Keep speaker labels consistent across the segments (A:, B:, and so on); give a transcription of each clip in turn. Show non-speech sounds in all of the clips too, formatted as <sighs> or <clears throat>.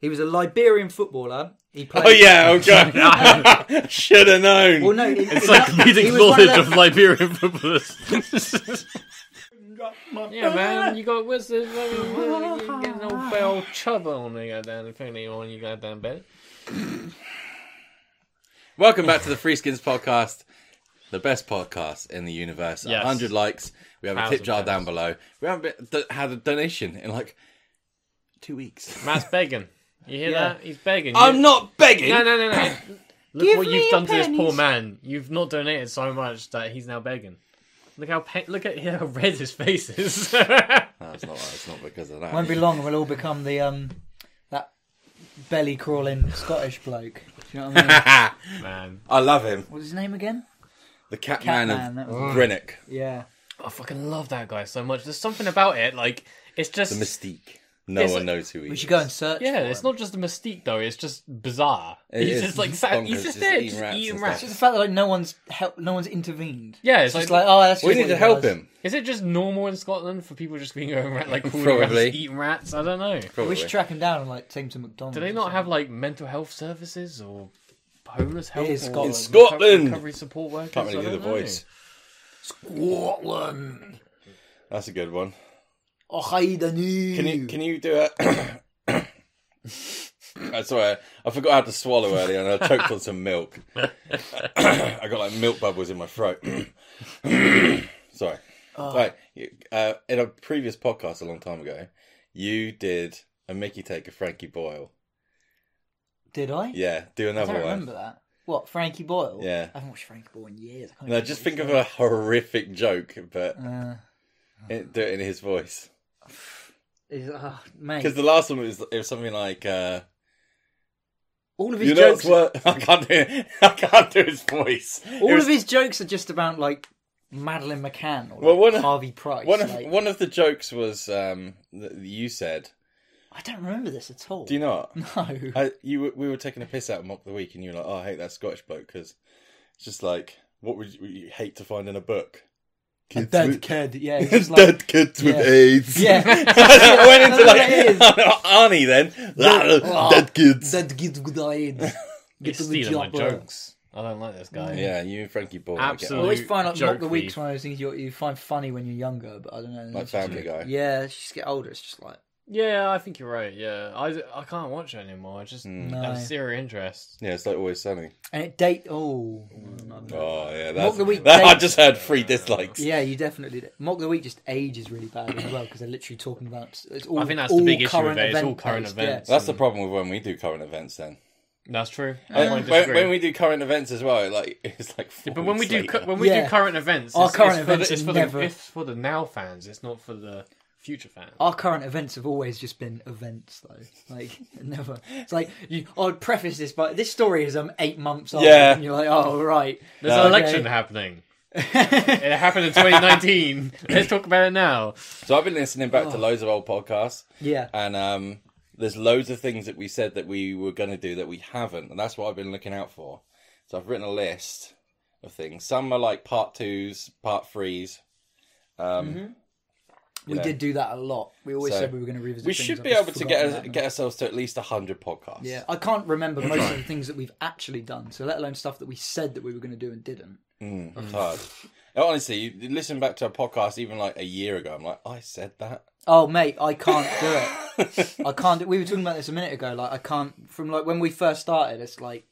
A: He was a Liberian footballer. He played.
B: Oh yeah, oh
C: <laughs>
B: god, should have known.
A: Well, no,
D: It's <laughs> like
A: he
D: comedic
A: was one of
D: knowledge
A: the-
D: of Liberian footballers.
C: Yeah, man, you got what's this? You get an old bell chubber on the goddamn thing that you want, you goddamn bed.
B: Welcome back to the Freeskins podcast, the best podcast in the universe.
C: Yes.
B: 100 likes. We have a
C: Thousand
B: tip jar
C: times.
B: down below. We haven't been, d- had a donation in like two weeks.
C: Matt's begging. You hear
A: Yeah.
C: that? He's begging.
B: I'm
C: You-
B: not begging.
C: No, no,
A: <coughs>
C: no, no. Look
A: Give
C: what
A: me
C: you've
A: your
C: done to this poor
A: pennies.
C: man. You've not donated so much that he's now begging. Look how pe- look at <laughs> how red his face is. <laughs>
B: No, it's, not, it's not because of
A: Won't be
B: that.
A: long, and we'll all become the um that belly crawling Scottish bloke. Do you know what I mean?
C: <laughs> man,
B: I love him.
A: What's his name again?
B: The cat,
A: Cat
B: man,
A: Man, that
B: of
C: Mm.
A: was-
B: Greenock.
A: Yeah.
C: I fucking love that guy so much. There's something about it. Like it's
B: The
C: just
B: mystique. No
C: It's-
B: one knows who he is.
A: We should go and search.
C: yeah.
A: for
C: It's
A: him.
C: not just the mystique though. It's just bizarre.
B: It
C: he's
B: is
C: just like sat, he's
B: bonkers,
C: just
B: just
C: there,
B: eating
C: just
B: rats
C: eating
B: and
C: rats.
B: stuff.
A: It's the fact that like no one's help, no one's intervened.
C: Yeah, it's,
A: It's just
C: like,
A: like, oh, that's just
B: We need
A: what
B: to
A: he
B: help
A: does.
B: him.
C: is it just normal in Scotland for people just being
B: <laughs>
C: going around like crawling around
B: Probably.
C: just eating rats? I don't know.
A: We
B: Probably.
A: should track him down and like take him to McDonald's.
C: Do they not have like mental health services or homeless help?
A: is
C: or
A: Scotland.
B: In Scotland!
C: recovery support workers.
B: Can't really do
C: I
B: the
C: don't know.
B: voice.
A: Scotland?
B: That's a good one.
A: Oh, hi, the new.
B: Can you can you do it? <coughs> I swear, I forgot how to swallow earlier, and I choked on some milk. <coughs> I got like milk bubbles in my throat. <coughs> Sorry. Right, you- uh, in a previous podcast a long time ago, you did a Mickey take of Frankie Boyle.
A: Did I?
B: Yeah, do
A: I
B: another
A: don't
B: one.
A: remember that. What Frankie Boyle?
B: Yeah.
A: I haven't watched Frankie Boyle in years. I can't
B: No,
A: even
B: just think
A: remember
B: of a horrific joke, but
A: what he said. Uh,
B: it, do it in his voice.
A: is, oh, mate.
B: Because the last one was it was something like. Uh,
A: all of his
B: you know
A: jokes.
B: it's what <laughs> I can't do. It. I can't do his voice. It
A: All
B: was
A: of his jokes are just about like Madeline McCann or
B: Well,
A: like,
B: one of-
A: Harvey Price.
B: One of
A: like-
B: one of the jokes was um, that you said.
A: I don't remember this at all.
B: Do you not?
A: <laughs> No.
B: I, you were- we were taking a piss out of mock the week, and you were like, "Oh, I hate that Scottish bloke because it's just like what would you, would you hate to find in a book?
A: A
B: <laughs> Kids
A: dead
B: with-
A: kid. Yeah. it's
B: <laughs> Dead
A: just like,
B: kids with
A: yeah.
B: AIDS.
A: yeah.
B: <laughs>
A: <laughs>
B: I went into like
A: That's
B: <laughs> Arnie then. dead kids.
A: Dead kid with
B: <laughs>
A: AIDS.
C: He's
A: Get to the
C: stealing my
A: job, uh,
C: jokes. I don't like this guy.
B: Yeah, you and Frankie Boyle.
A: I
C: Absolutely.
A: always find like
C: Joke
A: mock the weeks
C: thief.
A: one of those things you, you find funny when you're younger, but I don't know.
B: Like Family Guy.
A: Yeah, it's just get older. It's just like
C: Yeah, I think you're right. Yeah, I, I can't watch it anymore. I just
B: Hmm.
A: No.
C: have zero interest.
B: Yeah, it's like always sunny.
A: and it date. Oh, no, no.
B: Oh yeah, that's,
A: the Week
B: that- <laughs> I
A: dates-
B: just heard three dislikes.
A: yeah, you definitely did. Mock the week just ages really bad as well because they're literally talking about. It's all,
C: I think that's the
A: all
C: big issue
A: current
C: with it, it's all
A: event
C: current
A: based,
C: events.
A: Yeah.
B: That's the problem with when we do current events. Then
C: That's true. I
B: Uh, When-
C: don't
B: when,
C: disagree.
B: when we do current events as well, like <laughs> it's like. Four
C: Yeah, but when we
B: weeks
C: do
B: later.
C: cu- when we
A: Yeah.
C: do current events,
A: Our
C: it's,
A: current
C: it's
A: events
C: for the, it's
A: are
C: for
A: never-
C: the it's for the now fans. It's not for the future fans.
A: Our current events have always just been events, though. Like <laughs> never. It's like you. I'd preface this, by this story is um eight months old.
B: Yeah.
A: and you're like, oh right.
C: There's an election happening. it happened in 2019. Let's talk about it now.
B: So I've been listening back to loads of old podcasts,
A: <laughs>
B: <laughs>
A: Yeah.
B: and um, there's loads of things that we said that we were going to do that we haven't, and that's what I've been looking out for. So I've written a list of things. Some are like part twos, part threes. Um,
C: Mm-hmm.
A: We
B: know.
A: did do that a lot. We always
B: So,
A: said we were going to revisit.
B: We
A: things.
B: should
A: I've
B: be
A: just
B: able to get
A: forgotten
B: us,
A: that now.
B: get ourselves to at least hundred podcasts.
A: Yeah, I can't remember most of the things that we've actually done. So let alone stuff that we said that we were going to do and didn't.
B: Mm, it's hard. Honestly, you listen back to a podcast even like a year ago. I'm like, I said that.
A: Oh mate, I can't do
B: <laughs>
A: it. I can't. Do, we were talking about this a minute ago. Like I can't. From like when we first started, it's like,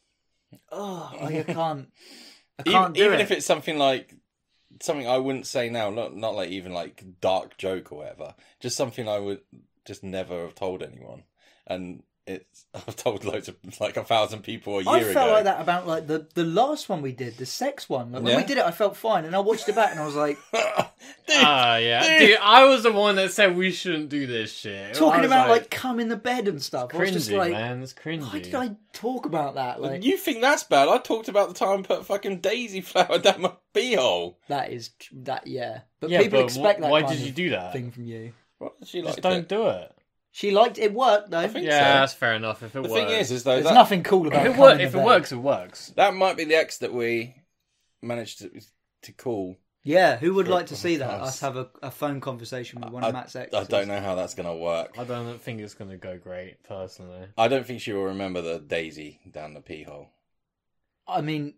A: oh, like, I can't. I
B: even
A: can't do it.
B: even if it's something like something I wouldn't say now, not not like even like dark joke or whatever, just something I would just never have told anyone, and it's <laughs> I've told loads of like a thousand people a year
A: I
B: ago.
A: felt like that about like the the last one we did, the sex one. Like when we
B: Yeah.
A: did it, I felt fine, and I watched it back, and I was
C: <laughs>
A: like,
B: <laughs>
C: Ah, yeah, dude, I was the one that said we shouldn't do this shit. I
A: talking
C: was
A: about like, cum in the bed and stuff. I was
C: cringy,
A: just like,
C: man. It's
A: why
C: cringy.
A: did I talk about that? Like
B: You think that's bad? I talked about the time I put fucking daisy <laughs> flower down my beehole.
A: that is tr- that yeah. But
C: Yeah,
A: people
C: but
A: expect
C: wh-
A: that.
C: why
A: kind
C: did
A: of
C: you do that?
A: thing from you?
B: Well, she
C: Just
B: liked
C: don't
B: it.
C: do it.
A: She liked it. Worked though.
B: think
C: Yeah,
B: so.
C: that's fair enough. If it
B: The
C: works,
B: thing is, is though
A: There's
B: that,
A: nothing cool about
C: if it,
A: cum
C: wor-
A: in the
C: if it
A: bed.
C: works, it works.
B: that might be the ex that we managed to to call
A: Yeah, who would
B: For a
A: like to see that?
B: podcast.
A: Us have a, a phone conversation with one
B: I,
A: of Matt's exes.
B: I don't know how that's going to work.
C: I don't think it's going to go great, personally.
B: I don't think she will remember the daisy down the pee hole.
A: I mean,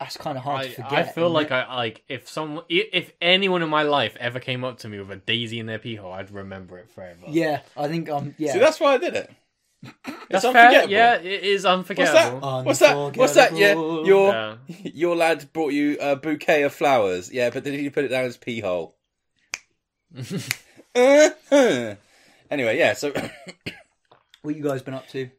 A: that's kind of hard
C: I,
A: to forget.
C: I feel
A: isn't
C: like
A: it?
C: I like if someone i- if anyone in my life ever came up to me with a daisy in their pee hole, I'd remember it forever.
A: Yeah, I think um, yeah.
B: See, that's why I did it.
C: that's
B: It's
C: fair.
B: unforgettable.
C: Yeah, it is unforgettable.
B: What's that? What's that? Yeah,
A: Unforgettable.
B: your
C: Yeah.
B: <laughs> your lad brought you a bouquet of flowers. Yeah, but did he put it down his pee hole?
C: <laughs>
B: Uh-huh. Anyway, yeah. So <clears throat>
A: What you guys been up to?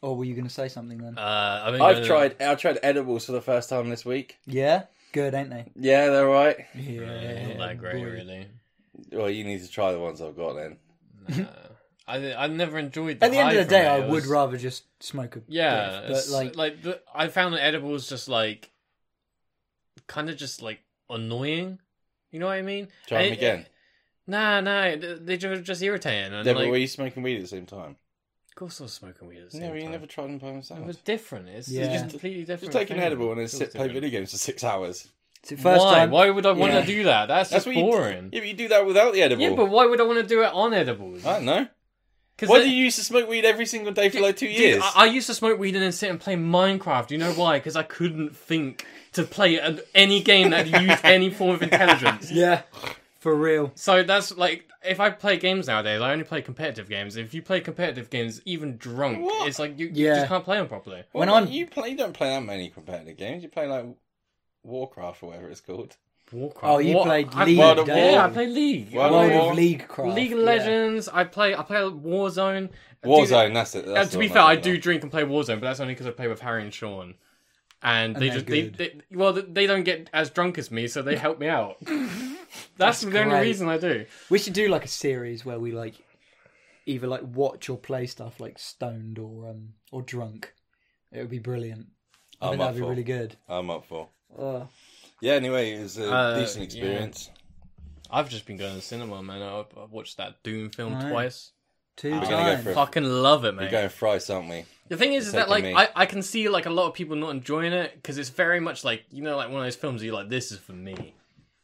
A: Or were you going to say something then?
C: Uh, I think
B: I've
C: I'm-
B: tried. I tried edibles for the first time this week.
A: yeah, good, ain't they?
B: Yeah, they're right.
A: Yeah,
C: Yeah, not that great,
A: boy. <laughs>
C: really.
B: Well, you need to try the ones I've got then.
C: Nah. I I never enjoyed. The
A: At the end
C: high
A: of the
C: from
A: day,
C: it.
A: I
C: It
A: would
C: was-
A: rather just smoke a
C: Yeah,
A: yeah,
C: it's
A: but like,
C: like the, I found the edibles just like kind of just like annoying. You know what I mean?
B: Try them
C: I-
B: again.
C: Nah, nah, they they ju- just irritating. And
B: yeah,
C: like,
B: but were you smoking weed at the same time?
C: of course, I was smoking weed. At the
B: Yeah,
C: same
B: but you
C: time.
B: never tried them by
C: It
B: themselves.
C: was different. It's
A: Yeah.
C: just
A: Just-
C: completely different.
B: Just take an
C: thing.
B: edible and then
C: Feels
B: sit play
C: different.
B: video games for six hours.
A: it's the first
C: why?
A: time.
C: Why would I want
B: Yeah.
C: to do that? That's,
B: That's
C: just
B: what you do.
C: boring.
B: Yeah, but you do that without the edible.
C: yeah, but why would I want to do it on edibles?
B: I don't know.
C: 'Cause
B: Why
C: that-
B: do you used to smoke weed every single day for like two
C: Dude,
B: years?
C: I, I used to smoke weed and then sit and play Minecraft. You know why? Because I couldn't think to play an, any
B: <laughs>
C: game that used any form of intelligence.
A: Yeah, for real.
C: So that's like, if I play games nowadays, I only play competitive games. If you play competitive games, even drunk,
B: What?
C: it's like you, you
A: Yeah.
C: just can't play them properly.
B: Well,
A: when
B: but
A: I'm-
B: you play, you don't play that many competitive games. You play like Warcraft or whatever it's called.
C: Warcraft.
A: Oh, you
C: What-
A: played
C: I-
A: League.
B: World of
A: don't you?
C: Yeah,
B: War.
C: I play League.
B: World
C: I
A: World
C: play
B: War.
A: of League craft.
C: League of
A: yeah.
C: Legends. I play. I play Warzone.
B: Warzone, that's it.
C: And
B: That's
C: to
B: the
C: be
B: one
C: fair, I
B: think
C: do
B: of.
C: drink and play Warzone, but that's only because I play with Harry and Sean. And, they
A: they're
C: just they,
A: good.
C: they well they- they don't get as drunk as me, so they help
A: <laughs>
C: me out. that's, the only
A: great.
C: reason I do.
A: We should do like a series where we like either like watch or play stuff like stoned or um or drunk. It would be brilliant. I
B: I'm
A: think
B: up
A: that'd be
B: for.
A: really good.
B: I'm up for.
A: Uh,
B: Yeah. Anyway, it was a
C: Uh,
B: decent experience.
C: I've just been going to the cinema, man. I, I watched that Doom film
A: Right.
C: twice.
A: two
B: We're gonna go
A: times.
B: for it.
C: Fucking love it,
B: We're
C: mate.
B: going fries, aren't we?
C: The thing is, is that like
B: taking
C: I, I can see like a lot of people not enjoying it because it's very much like you know like one of those films that you're like this is for me,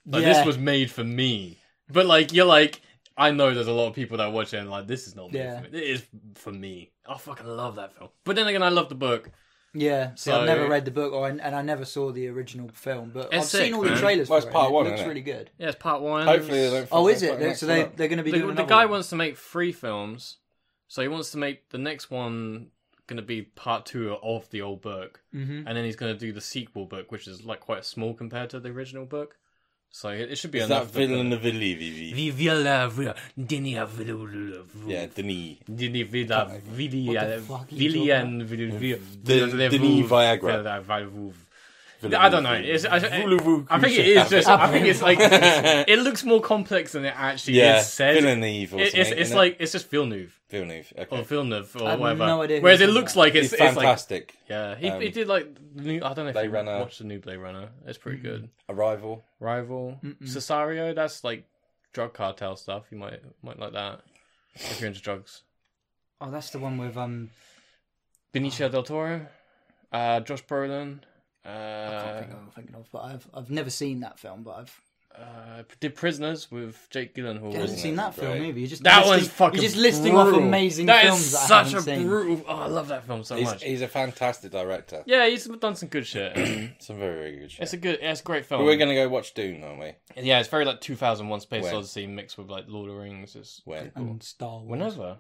C: like
A: Yeah.
C: this was made for me. But like you're like I know there's a lot of people that watch it and like this is not made
A: Yeah.
C: for me. It is for me. I fucking love that film. But then again, I love the book.
A: Yeah. See,
C: So-
A: I've never read the book or and I never saw the original film, but I've
C: It's sick,
A: seen all the
C: man.
A: trailers.
B: Well,
A: for
B: it's
A: it,
B: part
A: and
B: one,
A: It looks
B: isn't it?
A: really good.
C: Yeah, it's part one.
B: Hopefully, they don't.
A: Oh,
B: fuck
A: is
B: that
A: it? They-
B: next
A: So they
B: one up.
A: they're going to be
C: the,
A: doing
C: the
A: another
C: guy
A: one.
C: wants to make three films, so he wants to make the next one gonna be part two of the old book,
A: Mhm.
C: and then he's gonna do the sequel book, which is like quite small compared to the original book. So it, it should be
B: Is that
C: enough.
B: villain of Vivi? Yeah, Denis.
C: Dini Vida Vilia
A: fuck are you
C: Villian
B: The- Denis Viagra.
C: I don't know. It's, I, I, I think it is just. I think it's like it looks more complex than it actually
B: Yeah,
C: is said. It,
B: Villeneuve. Or
C: it's
B: something,
C: it's
B: isn't
C: like it's just Villeneuve.
B: it? Villeneuve.
C: or
B: Okay,
C: Villeneuve or
A: I have
C: whatever.
A: no idea who
C: Whereas it
A: did
C: looks
A: that.
C: like it's,
B: he's
C: it's like
B: fantastic.
C: yeah, he,
B: Um,
C: he did like the new. I don't know if
B: Blade
C: you
B: Runner.
C: watched the new Blade Runner. It's pretty good.
B: Arrival.
C: Rival, Cesario. That's like drug cartel stuff. You might might like that if you're into drugs.
A: Oh, that's the one with um.
C: Benicio del Toro, uh, Josh Brolin. Uh,
A: Oh. I think I'm thinking of, but I've I've never seen that film, but I've
C: uh, did Prisoners with Jake Gyllenhaal.
A: I haven't
B: Prisoners
A: seen that
B: is
A: film
B: great.
A: either. You're just
C: That
A: listing,
C: one's fucking.
A: You're just listing
C: brutal.
A: off amazing
C: That is
A: films that I
C: such
A: haven't
C: a
A: seen.
C: brutal. Oh, I love that film so
B: He's,
C: much.
B: he's a fantastic director.
C: Yeah, he's done some good shit.
A: <clears throat>
B: Some very, very good shit.
C: it's a good. It's a great film.
B: But we're going to go watch Dune, aren't we?
C: Yeah, it's very like 2001 Space
B: When?
C: Odyssey mixed with like Lord of the Rings. It's
B: When?
A: And Star Wars.
C: whenever.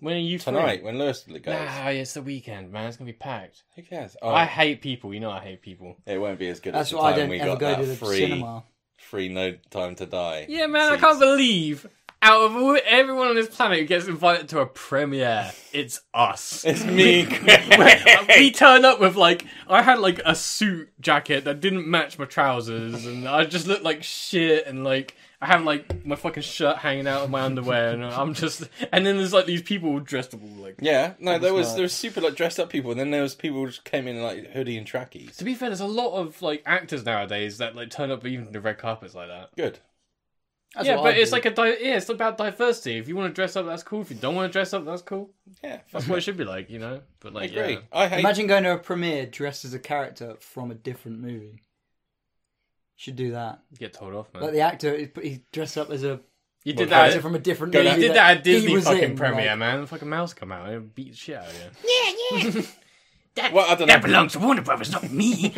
C: When are you free?
B: Tonight, when Lewis goes.
C: Nah, it's the weekend, man. It's gonna be packed.
B: Who cares? Oh,
C: I hate people. You know I hate people.
B: it won't be as good
A: That's
B: as the
A: why I
B: time
A: don't
B: we
A: ever
B: got
A: go
B: that
A: to the
B: free,
A: cinema.
B: free No Time to Die.
C: Yeah, man. I
B: seats.
C: can't believe out of all, everyone on this planet who gets invited to a premiere, it's
B: <laughs>
C: us.
B: It's me. and Greg.
C: we turn up with like I had like a suit jacket that didn't match my trousers, and I just looked like shit, and like I have like my fucking shirt hanging out of my underwear, and I'm just, and then there's like these people dressed up all like.
B: <laughs> yeah, no, there was there was super like dressed up people, and then there was people who just came in like hoodie and trackies.
C: To be fair, there's a lot of like actors nowadays that like turn up even to red carpets like that.
B: Good.
A: That's
C: yeah,
A: what
C: but
A: I
C: it's
A: do.
C: like a di- yeah, it's about diversity. If you want to dress up, that's cool. If you don't want to dress up, that's cool.
B: Yeah,
A: <laughs>
C: That's
B: fuck
C: what
B: it.
C: it should be like, you know. But
B: I
C: like,
B: agree.
C: yeah.
B: I hate.
A: Imagine going to a premiere dressed as a character from a different movie. Should do that.
C: Get told off, man.
A: Like the actor, he, he dressed up as a
C: you did
B: Well,
A: character
C: that.
A: from a different
B: Go
A: movie.
B: down-
C: You did that at
A: he
C: Disney
A: was
C: fucking
A: in,
C: premiere,
A: like-
C: man. The fucking mouse come out and beat the shit out of you.
B: Well, I don't know.
D: to Warner Brothers, not
C: <laughs>
D: me.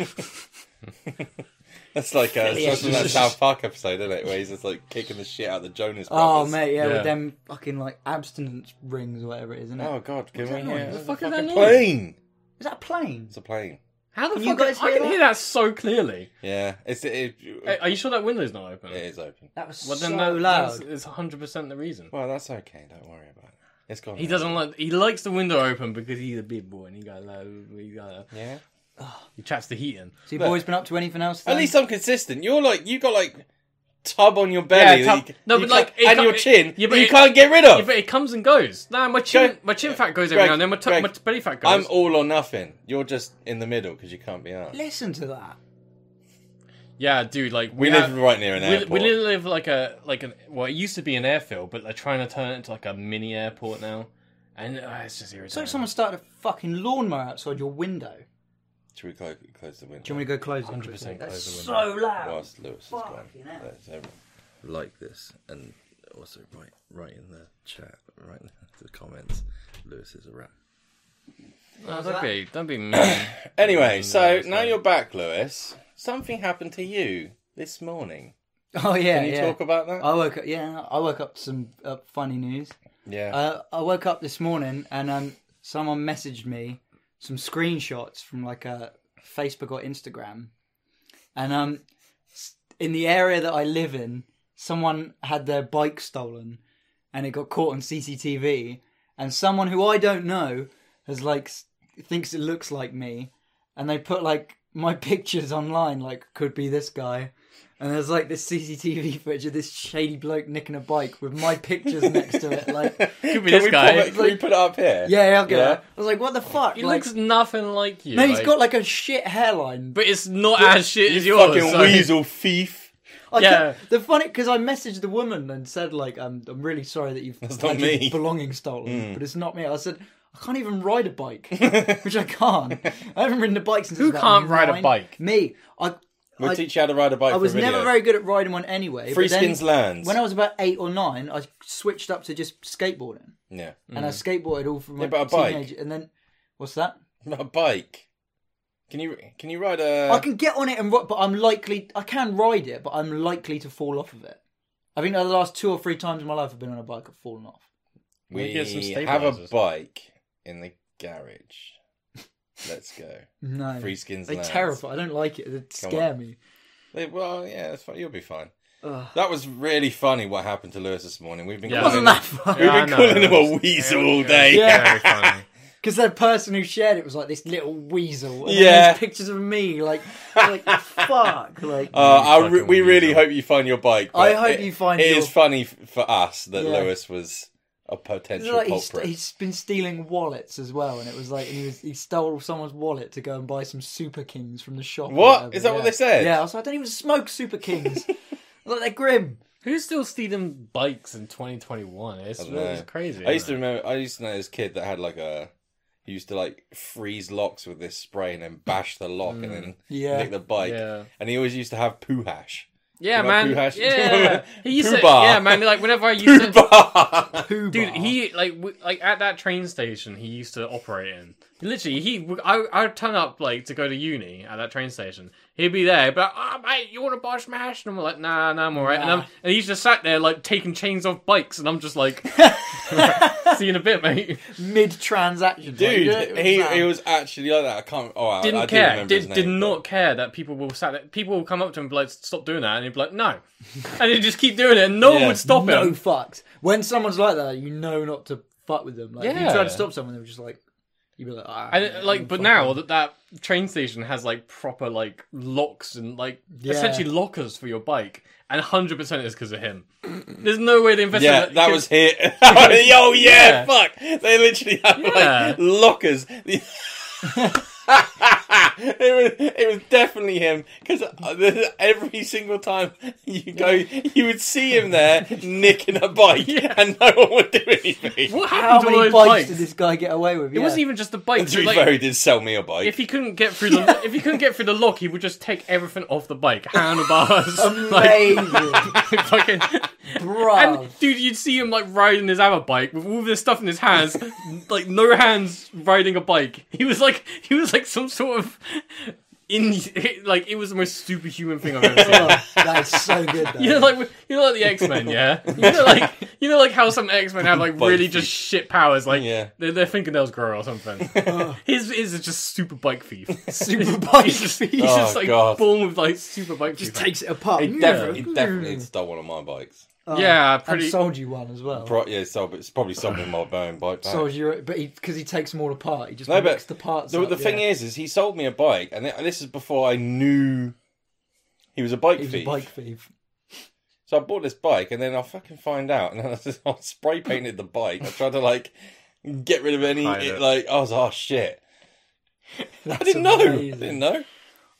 B: That's like uh, that's
A: <laughs>
B: from that South Park episode, isn't it? Where he's just like kicking the shit out of the Jonas
A: Oh
B: Brothers.
A: mate, yeah,
C: Yeah.
A: with them fucking like abstinence rings or whatever it is, isn't it?
B: Oh god, give me
A: that noise?
B: here.
A: What the
B: It's a
C: fuck is
B: fucking
C: that noise?
B: plane.
A: Is that a plane?
B: It's a plane.
C: How the
A: Can you
C: fuck?
A: guys
C: I
A: hear
C: can
A: that?
C: hear that so clearly.
B: Yeah, it's it.
C: Hey,
B: it
C: Are you sure that window's not open?
B: it is open.
A: That was
C: Well,
A: so
C: then that,
A: loud.
C: It's hundred percent the reason.
B: Well, that's okay. Don't worry about it. It's gone.
C: He doesn't like. He likes the window open because he's a big boy and he got low. He got.
B: Yeah.
C: He traps the heat in.
A: So you boys been up to anything else?
B: At
A: then?
B: least I'm consistent. You're like you got like tub on your belly.
C: Yeah,
B: that
C: tub-
B: you c-
C: no,
B: you
C: but, like,
B: can't-
C: it
B: and
C: can't-
B: your
C: it-
B: chin.
C: yeah,
B: Yeah,
C: but
B: you
C: it-
B: can't get rid of.
C: Yeah, but it comes and goes. Nah, my chin,
B: Go-
C: my chin fat goes every
B: Oh. Greg,
C: now and then. My, tu-
B: Greg,
C: my t- belly fat
B: I'm
C: goes.
B: all or nothing. You're just in the middle because you can't be asked.
A: Listen to that.
C: yeah, dude. Like
B: We
C: have-
B: live right near an
C: we,
B: airport.
C: we literally live like a like an well, it used to be an airfield, but they're trying to turn it into like a mini airport now, and uh, it's
A: It's
C: just
A: like
C: irritating.
A: someone started a fucking lawnmower outside your window.
B: Should we close, close the window?
A: Do you want me to go close it?
C: 100%
A: quickly?
C: close
A: That's
C: the
A: so loud.
B: Whilst Lewis is gone,
A: Fucking hell.
B: let's everyone like this and also write right in the chat, right in the comments. Lewis is a rat.
C: No, Oh, don't be don't be
B: <coughs>
C: mean.
B: Anyway, so
C: that's
B: now
C: right.
B: you're back, Lewis. Something happened to you this morning.
A: Oh yeah,
B: Can you
A: yeah. Uh,
B: talk about that?
A: I woke up. Yeah, I woke up to some uh, funny news.
B: yeah.
A: Uh, I woke up this morning and um, someone messaged me some screenshots from like a Facebook or Instagram, and um, s- in the area that I live in, someone had their bike stolen, and it got caught on CCTV, and someone who I don't know has like s- thinks it looks like me, and they put like my <laughs> pictures online, like could be this guy. And there's like this CCTV footage of this shady bloke nicking a bike with my pictures next to it. Like,
C: Could be
B: can
C: this
B: we
C: guy.
B: Put it, can we put it up here?
A: yeah, yeah, I'll get
B: Yeah.
A: that. I was like, what the fuck?
C: He
A: like,
C: looks nothing like you.
A: no, he's
C: like-
A: got like a shit hairline.
C: but it's not as shit as
B: You
C: yours.
B: fucking
C: so-
B: weasel thief.
A: I
C: yeah.
A: kept- <laughs> the funny because I messaged the woman and said like, um, I'm really sorry that you've
B: That's not
A: had your
B: me. Mm.
A: belongings stolen, but it's not me. I said. I can't even ride a
B: <laughs>
A: bike, which I can't. I haven't ridden a bike since.
C: Who
A: about
C: can't ride a
A: nine-
C: bike?
A: Me. I.
B: We'll
A: I-
B: teach you how to ride a bike.
A: I was
B: for a video.
A: never very good at riding one anyway.
B: Free
A: but then
B: skins lands.
A: When I was about eight or nine, I switched up to just skateboarding,
B: Yeah, <laughs>
A: and I skateboarded all from my
B: Mm. Yeah, but a bike.
A: teenage. And then, what's that?
B: not a bike. Can you can you ride a?
A: I can get on it and ro- but I'm likely I can ride it, but I'm likely to fall off of it. I think the last two or three times in my life I've been on a bike, I've fallen off.
B: we
C: get some
B: have a
C: stabilizers.
B: bike in the garage. Let's go.
A: <laughs> No,
B: Free skins.
A: they
B: lands.
A: terrify. I don't like it. They scare me.
B: They- well, yeah, that's fine. You'll be fine.
A: Ugh.
B: That was really funny. What happened to Lewis this morning? We've been
C: Yeah.
B: calling
A: Wasn't
B: him-
A: that fun? <laughs>
B: We've
C: Yeah, I
B: been
C: know.
B: calling him a weasel all day.
C: Yeah,
B: <laughs>
C: very funny.
A: Because the person who shared it was like this little weasel. And then
B: Yeah.
A: there's pictures of me like,
C: <laughs>
A: like fuck, like.
B: Uh, I re-
D: fucking
B: we really
D: weasel.
B: hope you find your bike.
A: I
B: but
A: hope
B: it-
A: you find
B: It
A: your-
B: is funny f- for us that
A: Yeah.
B: Lewis was a
A: It's
B: potential
A: like he's,
B: culprit.
A: he's been stealing wallets as well, and it was like and he was he stole someone's wallet to go and buy some Super Kings from the shop. or
B: What?
A: whatever,
B: Is that what
A: yeah.
B: they said?
A: Yeah, I was like, I don't even smoke Super
C: <laughs>
A: Kings. like they're grim.
C: Who's still stealing bikes in 2021? It's,
B: don't know.
C: it's crazy.
B: Oh, I used to
C: isn't
B: remember. I used to know this kid that had like a. He used to like freeze locks with this spray and then bash the lock
A: Mm.
B: and then
A: Yeah.
B: nick the bike.
C: Yeah.
B: And he always used to have poo
A: <laughs>
B: hash. <laughs>
C: it? Yeah,
B: Remember
C: man.
B: Pooh Hash?
C: Yeah, he used
B: <laughs>
C: to.
B: Pooh Bar.
C: Yeah, man. Like whenever I used to.
A: Poo
C: Dude,
A: Bar.
C: he like w- like at that train station he used to operate in. Literally, he w- I I'd turn up like to go to uni at that train station. He'd be there, but oh mate, you want to buy smash? And I'm like, nah, nah, I'm alright. And I'm and he's just sat there like taking chains off bikes, and I'm
B: <laughs>
C: just like, <laughs> see you in a bit, mate.
A: mid transaction.
B: Dude, he, he was actually like that. I can't. Oh, I,
C: Didn't
B: I do
C: care.
B: remember his
C: Did, did
B: name,
C: not care that people will sat there, people will come up to him and be like, stop doing that, and he'd be like, no, and he'd just keep doing it, and no one
B: Yeah.
C: would stop
A: no
C: him.
A: fucks. When someone's like that, you know not to fuck with them. Like if you
C: Yeah.
A: try to stop someone, they're just like you'd be like, ah,
C: And
A: yeah,
C: it, like, but
A: fuck
C: now
A: off.
C: that that train station has like proper like locks and like
A: Yeah.
C: essentially lockers for your bike, and hundred percent is because of him. There's no way they invested.
B: Yeah,
C: in
B: that
C: 'cause-
B: was here. <laughs> oh yeah, <laughs>
C: Yeah.
B: fuck. They literally have
C: Yeah.
B: like lockers. it, was, it was definitely him because every single time you go, you would see him there nicking a
C: <laughs>
B: bike, and no one would do anything.
C: What
A: How
C: happened to all
A: many
C: those
A: bikes,
C: bikes?
A: did this guy get away with?
C: It wasn't even just the bike.
B: And <laughs> to be
C: like,
B: fair, he did sell me a <laughs> bike.
C: if he couldn't get through the if he couldn't get through the lock, he would just take everything off the bike,
B: <laughs>
C: handlebars, <laughs> like <laughs>
A: amazing,
C: fucking.
A: bro.
C: And dude, you'd see him like riding his other bike with all this stuff in his hands, <laughs> like no hands riding a bike. He was like he was like some sort of in like it was the most superhuman thing I've ever
A: <laughs>
C: seen.
A: Oh, that's so
C: <laughs>
A: good. Though.
C: You know, like you know, like the X Men, yeah. You know, like you know, like how some X Men have like
B: Bike
C: really
B: feet.
C: just shit powers, like
B: Yeah.
C: their, their fingernails grow or something. <laughs> his his is just super bike thief.
A: super bike
C: He's just, he's
A: speed.
C: just
B: Oh,
C: like
B: God.
C: born with like super bike thief.
A: Takes it apart.
C: Oh.
B: he definitely, he definitely stole one of my bikes.
A: Oh,
C: yeah,
A: And
C: pretty.
A: sold you one as well.
B: Pro- yeah, sold, but it's probably sold me my own bike back.
A: sold you, but because he, takes them all apart, he just
B: No, but
A: makes the parts.
B: The,
A: up,
B: the thing
A: yeah.
B: is, is he sold me a bike, and, th- and this is before I knew he was a bike
A: he was a
B: thief.
A: bike thief.
B: So I bought this bike, and then I fucking find out, and <laughs> then I, just, I spray painted the bike. I tried to like get rid of any
C: Hide
B: it,
C: it.
B: like I was oh shit.
A: <laughs>
B: I
A: That's
B: didn't know.
A: amazing.
B: Didn't know.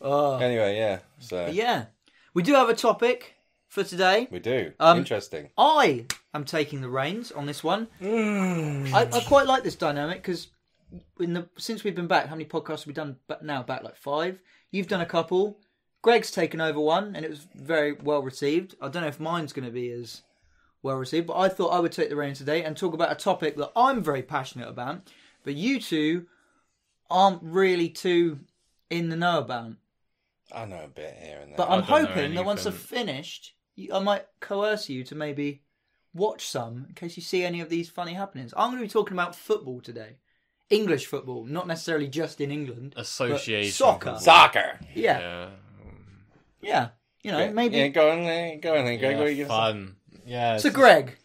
A: Oh.
B: Anyway, yeah. So
A: Yeah, we do have a topic for today.
B: we do.
A: Um,
B: Interesting.
A: I am taking the reins on this one. I, I quite like this dynamic because in the since we've been back, how many podcasts have we done? But now back like five. You've done a couple. Greg's taken over one, and it was very well received. I don't know if mine's going to be as well received, but I thought I would take the reins today and talk about a topic that I'm very passionate about, but you two aren't really too in the know about.
B: I know a bit here and there.
A: But I'm
C: don't know
A: hoping that once I've finished, you, I might coerce you to maybe watch some in case you see any of these funny happenings. I'm going to be talking about football today. English football, not necessarily just in England. but
C: Association
A: Soccer.
B: <laughs>
C: football.
B: Soccer.
A: Yeah.
C: yeah,
A: Yeah. You know,
B: Yeah,
A: Uh, maybe.
B: Yeah, go on there. Go on there, Greg.
C: Yeah,
B: what are you gonna say?
C: fun. Yeah, it's
A: So,
C: just-
A: Greg,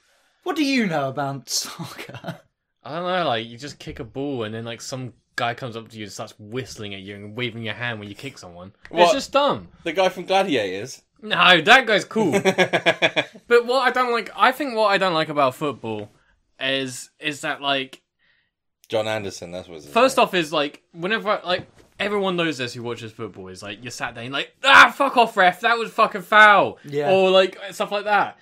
A: what do you know about <laughs> soccer?
C: I don't know, like you just kick a ball and then like some guy comes up to you and starts whistling at you and waving your hand when you kick someone.
B: What?
C: It's just dumb.
B: The guy from Gladiators. <laughs>
C: No, that guy's cool.
B: yeah,
C: But what I don't like, I think what I don't like about football is is that like
B: John Anderson. That's what.
C: first off is like whenever I, like everyone knows this who watches football is like you're sat there and like ah fuck off ref that was fucking foul
A: Yeah.
C: or like stuff like that.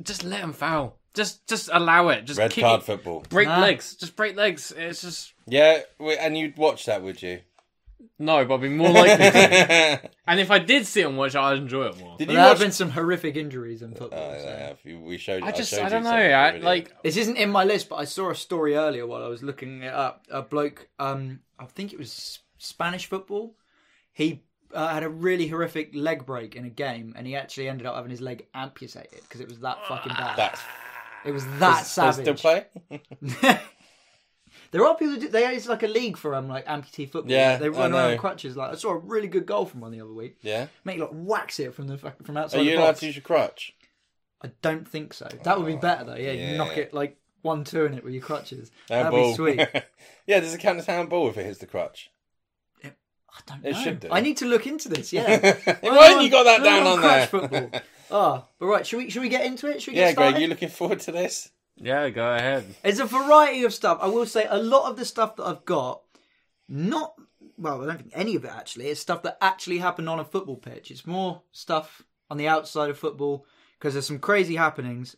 C: Just let them foul. Just just allow it. Just
B: Red
C: kick
B: card
C: it.
B: football.
C: break
A: Nah.
C: legs. Just break legs. It's just
B: Yeah, we- and you'd watch that, would you?
C: no, but I'd be more likely.
B: <laughs>
C: to.
B: Did
C: and if I did sit and watch it, I'd enjoy it more.
A: There
B: you
A: have
B: watch?
A: been some horrific injuries in football.
B: Oh,
A: so-
B: yeah, if you- we showed.
C: I just
B: showed
C: I,
B: you
C: don't know.
B: some of the
C: I
B: video.
C: like
A: This isn't in my list, but I saw a story earlier while I was looking it up. A bloke, um, I think it was S- Spanish football. He uh, had a really horrific leg break in a game, and he actually ended up having his leg amputated because it was that fucking bad. <sighs>
B: that's
A: it was that
B: They
A: savage.
B: still play.
A: there are people. Who do, there is like a league for um, like amputee football.
B: Yeah,
A: they
B: I
A: run
B: know.
A: around on crutches. Like I saw a really good goal from one the other week.
B: Yeah.
A: Make like wax it from the fuck- from outside.
B: Are you
A: the
B: allowed
A: box.
B: to use your crutch?
A: I don't think so. That would be better though. Yeah,
B: yeah.
A: you knock it like one two in it with your crutches. That'd
B: Handball.
A: be sweet.
B: <laughs> yeah, does it count as handball if it hits the crutch? <laughs>
A: I don't
B: It
A: know.
B: should do.
A: I need to look into this. <laughs>
B: <laughs>
A: Yeah.
B: Why haven't you got that
A: Learn
B: down on
A: crutch
B: there?
A: Football. oh, but right. Should we should we get into it? Should we get
B: <laughs> yeah,
A: started?
B: Greg, you looking forward to this?
C: yeah. Go ahead.
A: It's a variety of stuff. I will say a lot of the stuff that I've got, not well, I don't think any of it actually. It's stuff that actually happened on a football pitch. It's more stuff on the outside of football because there's some crazy happenings.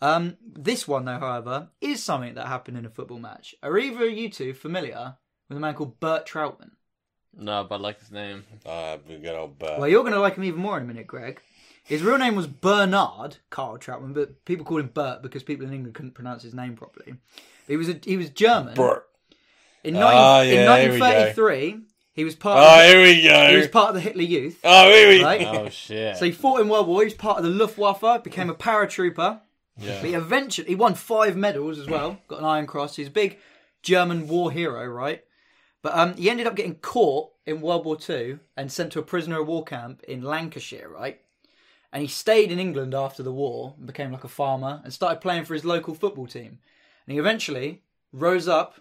A: Um, this one though, however, is something that happened in a football match. Are either of you two familiar with a man called Bert Troutman?
C: No, but I like his name.
B: Uh, we got old Bert.
A: Well, you're going to like him even more in a minute, Greg. His real name was Bernard Carl Troutman, but people called him Bert because people in England couldn't pronounce his name properly. he was a, he was German.
B: Bert.
A: In,
B: Ah,
A: 19, in
B: yeah, here we go.
A: 1933, he was part
B: Oh,
A: of
B: here we
A: the, he was
B: go.
A: part of the Hitler Youth,
B: Oh, here we
A: right?
C: Oh shit.
A: so he fought in World War. He was part of the Luftwaffe, became a paratrooper. But he eventually he won five medals as well. Got an Iron Cross. He's a big German war hero, right? But um, he ended up getting caught in World War Two and sent to a prisoner of war camp in Lancashire, right? And he stayed in England after the war and became like a farmer and started playing for his local football team. And he eventually rose up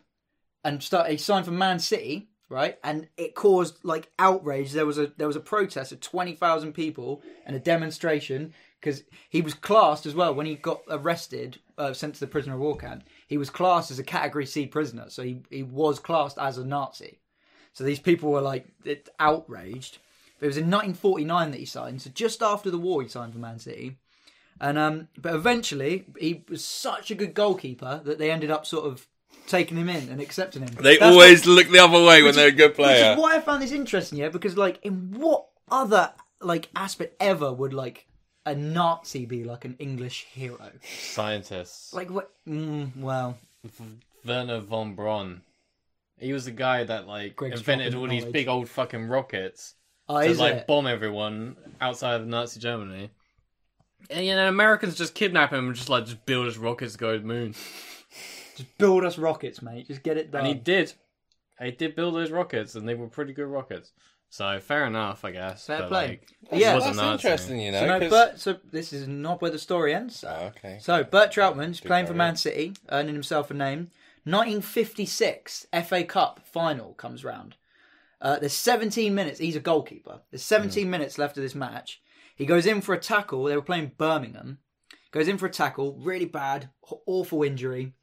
A: and started. He signed for Man City, right? And it caused like outrage. There was a there was a protest of twenty thousand people and a demonstration because he was classed as well when he got arrested, uh, sent to the prisoner of war camp. He was classed as a Category C prisoner, so he he was classed as a Nazi. So these people were like it, outraged. But it was in 1949 that he signed. So just after the war, he signed for Man City. And um, but eventually, he was such a good goalkeeper that they ended up sort of taking him in and accepting him.
B: <laughs> They
A: That's
B: always uh, look the other way when they're a good
A: what- which
B: player.
A: is why I found this interesting, yeah. Because like, in what other like aspect ever would like a Nazi be like an English hero?
C: Scientists.
A: Like what? Mm, well,
C: Werner von Braun. He was the guy that like
A: Greg's
C: invented
A: dropping
C: all these
A: knowledge.
C: big old fucking rockets
A: oh,
C: to
A: is
C: like
A: it?
C: bomb everyone outside of Nazi Germany. And you know, Americans just kidnap him and just like just build his rockets to go to the moon.
A: Just build us rockets, mate. Just get it done.
C: And he did. He did build those rockets, and they were pretty good rockets. So fair enough, I guess.
A: Fair
C: but,
A: play.
C: like,
A: yeah,
C: it
B: That's
C: wasn't Nazi.
B: interesting, you know.
A: So, no,
B: 'cause-
A: Bert, so this is not where the story ends. So,
B: Oh, okay.
A: so Bert Troutman's playing for
B: carry
A: Man
B: on.
A: City, earning himself a name. 1956 FA Cup final comes round. Uh, there's 17 minutes. He's a goalkeeper. There's 17
B: Hmm.
A: minutes left of this match. He goes in for a tackle. They were playing Birmingham. Goes in for a tackle. Really bad, aw- awful injury.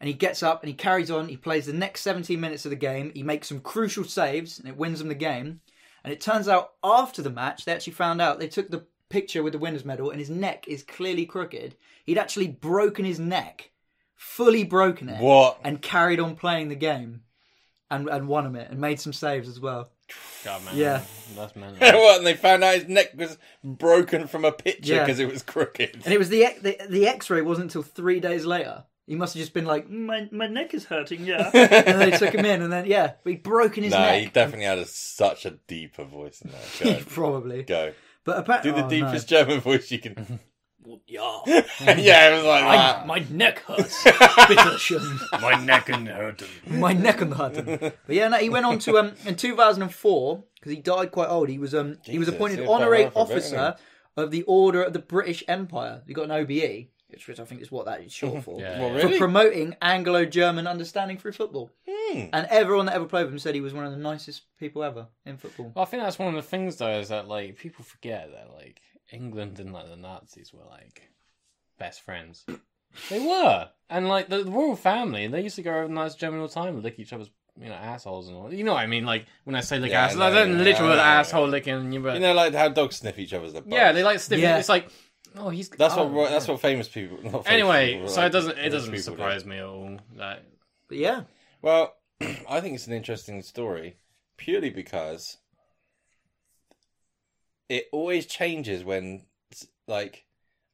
A: And he gets up and he carries on. He plays the next 17 minutes of the game. He makes some crucial saves and it wins them the game. And it turns out after the match, they actually found out they took the picture with the winner's medal and his neck is clearly crooked. He'd actually broken his neck, fully broken it,
B: What?
A: and carried on playing the game and, and won him it and made some saves as well.
C: God, man.
A: Yeah.
C: That's
B: <laughs>
C: mental.
B: what? And they found out his neck was broken from a picture
A: Yeah.
B: because it was crooked.
A: And it was the ex- the, the X ray wasn't until three days later. He must have just been like, my my neck is hurting, yeah. and they took him in, and then yeah, he broken his
B: no,
A: neck.
B: he definitely had a, such a deeper voice than that.
A: <laughs> Probably,
B: Go. Go.
A: but apparently,
B: Do the deepest German voice you can. <laughs>
A: Yeah,
B: yeah, it was like <laughs>
A: <laughs>
B: that.
A: my neck hurts. Bitte schön.
D: My neck and hurt.
A: my neck and heart. But yeah, no, he went on to um in 2004 because he died quite old. He was um he was
B: Jesus,
A: appointed
B: he was quite
A: honorary
B: old for a bit,
A: officer of the Order of the British Empire. He got an OBE, which is, I think is what that is short for.
C: Yeah,
B: Well,
C: yeah.
A: For
B: really?
A: promoting Anglo-German understanding through football,
B: Hmm.
A: and everyone that ever played with him said he was one of the nicest people ever in football.
C: Well, I think that's one of the things though is that like people forget that like England and like the Nazis were like best friends. they were, and like the, the royal family, they used to go over to Nazi Germany all the time and lick each other's you know assholes and all. You know what I mean? Like when I say lick
B: Yeah, I
C: assholes,
B: know,
C: I don't
B: yeah,
C: literally
B: yeah, yeah, yeah.
C: asshole licking. You, but,
B: You know, like how dogs sniff each other's.
C: yeah, they like sniffing.
A: Yeah.
C: It's like oh, he's
B: That's
C: oh,
B: what ro- that's what famous people. Not famous
C: Anyway,
B: people,
C: so
B: like,
C: it doesn't it
B: rich
C: doesn't
B: people do.
C: surprise me at all that
A: But yeah,
B: Well, <clears throat> I think it's an interesting story purely because it always changes when, it's like,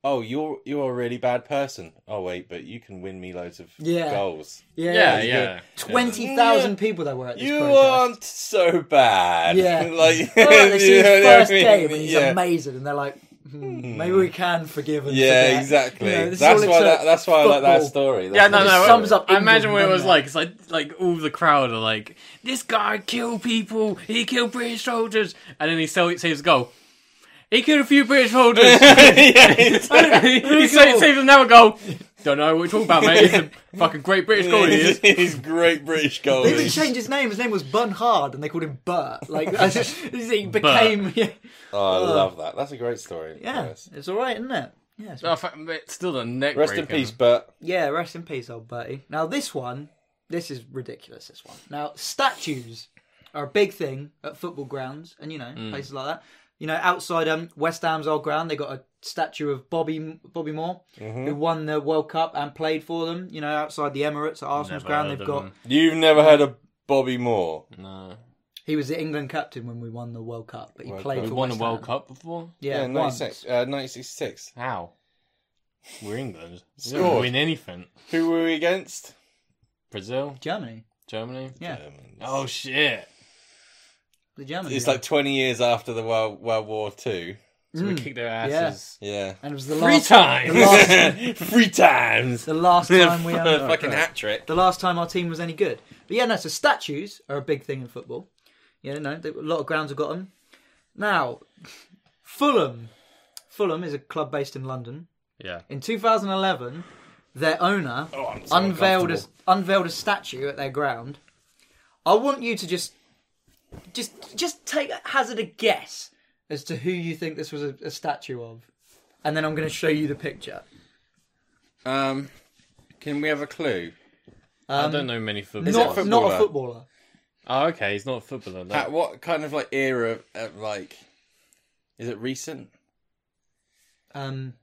B: oh, you're you're a really bad person. Oh wait, but you can win me loads of
A: Yeah.
B: goals.
A: yeah,
C: yeah yeah.
B: you
A: Twenty thousand people there were at this
B: You
A: protest.
B: aren't so bad.
A: Yeah.
B: <laughs> like
A: <laughs> Well, like, they see
B: <laughs> you know
A: his
B: what I
A: first
B: mean?
A: game and he's
B: yeah.
A: amazing, and they're like, hmm, maybe we can forgive and
B: Yeah,
A: forget.
B: exactly.
A: You know, this is all
B: that's
A: it
B: why.
A: took.
B: That, that's why I like that
A: Football.
B: story. That's
C: Yeah, no,
B: what
C: no.
B: it
C: it-
A: sums up
C: I
A: England,
C: imagine what it
A: doesn't
C: was
A: it?
C: like. It's like like all the crowd are like, "This guy killed people. He killed British soldiers," and then he sa- saves a goal. He killed a few
B: <laughs>
C: British
B: <laughs>
C: soldiers.
A: <laughs>
C: <laughs>
B: yeah, it's- <laughs>
C: he sa- saves another goal. Don't know what we're talking about, mate. He's a fucking great British goalie.
B: <laughs>
C: he is.
B: He's great British
A: They
B: <laughs>
A: even
B: goalies.
A: changed his name. His name was Bun Hard, and they called him Bert.
B: <laughs>
A: Like I just- he became. <laughs> Yeah,
B: Oh, I love that. That's a great story.
A: yeah,
B: Yes.
A: it's all right, isn't it? Yeah, it's-
C: Oh, fuck, mate, still the neck.
B: Rest in
C: breaker.
B: peace, Bert.
A: yeah. Rest in peace, old Bertie. Now this one, this is ridiculous. This one. Now statues are a big thing at football grounds, and you know
C: Mm.
A: places like that. You know, outside um, West Ham's old ground, they got a statue of Bobby Bobby Moore,
B: Mm-hmm.
A: who won the World Cup and played for them. You know, outside the Emirates at Arsenal's
C: Never
A: ground,
C: heard
A: they've
C: of
A: got
C: him.
B: You've never heard of Bobby Moore?
C: No,
A: he was the England captain when we won the World Cup, but he
B: World
A: played
B: Cup.
C: we
A: for
C: won a
A: West
C: World
A: Ham.
C: Cup before.
A: Yeah,
B: yeah
A: once.
B: 96, uh, 1966.
C: How? We're England. We
B: Scored.
C: don't win anything.
B: Who were we against?
C: Brazil,
A: Germany.
C: Germany.
A: Yeah,
B: Germans.
C: Oh shit!
A: the Germany.
B: Um, It's
A: yeah.
B: like 20 years after the World, World War Two.
C: So we kicked their
A: Yeah.
C: asses
B: Yeah.
A: and it was the
C: three
A: last
C: times.
A: the last,
B: Three times.
A: the
C: <laughs>
A: last time we um,
B: fucking hat trick.
A: the last time our team was any good. But yeah, no. So statues are a big thing in football. Yeah, no, they, a lot of grounds have got them. Now, Fulham. Fulham is a club based in London.
C: Yeah.
A: In 2011, their owner
B: Oh, I'm so
A: unveiled a,
B: uncomfortable.
A: unveiled a statue at their ground. I want you to just just just take hazard a guess as to who you think this was a, a statue of, and then I'm going to show you the picture.
B: Um, can we have a clue?
C: I don't know many football.
A: Not,
B: it a
A: not a
B: footballer?
A: footballer.
C: Oh, okay. He's not a footballer. no.
B: At what kind of like era? Uh, like, is it recent?
A: Um,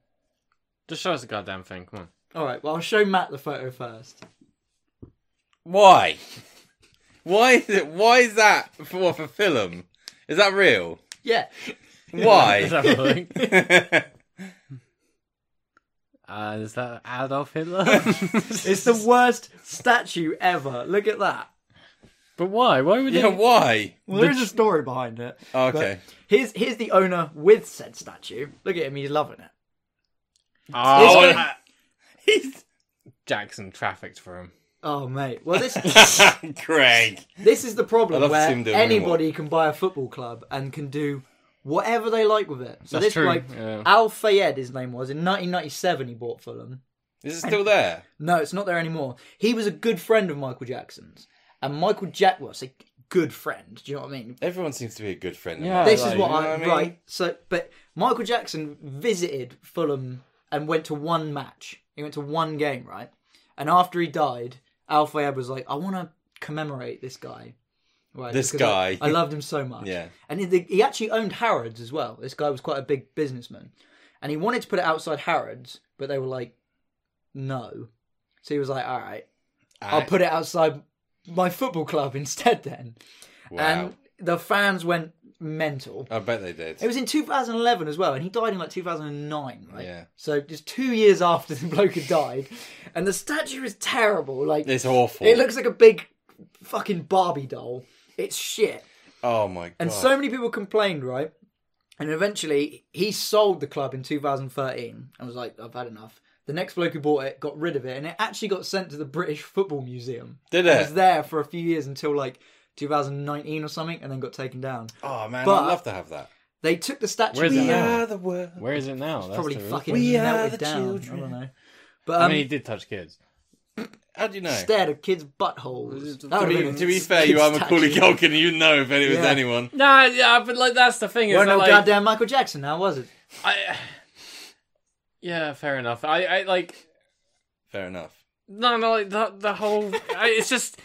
C: Just show us the goddamn thing. Come on. <laughs>
A: all right. Well, I'll show Matt the photo first.
B: Why? Why is it? Why is that for what, for film? Is
A: <laughs>
B: that real?
A: Yeah.
C: Let's
B: Why?
C: have a look.
B: That's
C: Uh, is that Adolf Hitler? <laughs>
A: It's the worst statue ever. Look at that.
C: but why? Why
B: <laughs>
C: would
B: yeah.
C: he?
B: Why?
A: Well, there is a story behind it.
B: Oh, okay.
A: Here's here's the owner with said statue. Look at him. He's loving it.
C: Oh,
A: It's-
C: uh,
B: He's
C: Jackson trafficked for him.
A: Oh mate. Well, this <laughs>
B: <laughs> Craig.
A: this is the
B: I'd
A: problem
B: love to
A: where
B: see him do a
A: anybody can buy a football club and can do whatever they like with it. So
C: That's
A: this
C: true,
A: like
C: yeah.
A: Al Fayed, his name was in 1997. He bought Fulham.
B: Is it still there?
A: No, it's not there anymore. He was a good friend of Michael Jackson's, and Michael Jack was a good friend. Do you know what I mean?
B: Everyone seems to be a good friend.
C: Yeah.
A: This
C: Like,
A: is what
B: you know
A: I,
B: what I mean?
A: right. So, but Michael Jackson visited Fulham and went to one match. He went to one game, right? And after he died, Al Fayed was like, "I want to commemorate this guy." Right,
B: This
A: because I-
B: guy.
A: I, loved him so much.
B: Yeah.
A: and he, he actually owned Harrods as well. This guy was quite a big businessman, and he wanted to put it outside Harrods, but they were like, "No." So he was like, "All right,
B: Ah,
A: I'll put it outside my football club <laughs> instead." Then,
B: Wow.
A: and the fans went mental.
B: I bet they did.
A: It was in 2011 as well, and he died in like 2009, right?
B: Yeah.
A: So just two years after <laughs> the bloke had died, and the statue is terrible. Like
B: It's awful.
A: it looks like a big fucking Barbie doll. It's shit.
B: Oh my god.
A: And so many people complained, right? And eventually he sold the club in 2013 and was like, I've had enough. The next bloke who bought it got rid of it and it actually got sent to the British Football Museum.
B: Did
A: It was
B: it?
A: there for a few years until like 2019 or something and then got taken down.
B: Oh man,
A: But-
B: I'd love to have that.
A: They took the statue.
C: Where's it
A: down.
C: now? Yeah.
B: the world.
C: Where is it now? That's
A: probably
C: the real-
A: fucking
B: We are
A: melted
B: the
A: down.
B: children.
A: I don't know. But
C: I
A: um,
C: mean, he did touch kids.
B: How do you
A: <laughs>
B: know?
A: stared at kids' buttholes. That
B: to,
A: would've
B: be,
A: been a
B: to be fair,
A: kid's
B: you are Macaulay
A: statue. <laughs>
B: Culkin. and You know if it was
A: Yeah.
B: anyone.
C: Nah, yeah, but like that's the thing. Is
A: Weren't
C: that,
A: no
C: like,
A: goddamn Michael Jackson now, was it?
C: I, <sighs> yeah, fair enough. I, I like
B: Fair enough. <laughs>
C: no, no, like the the whole. I, it's just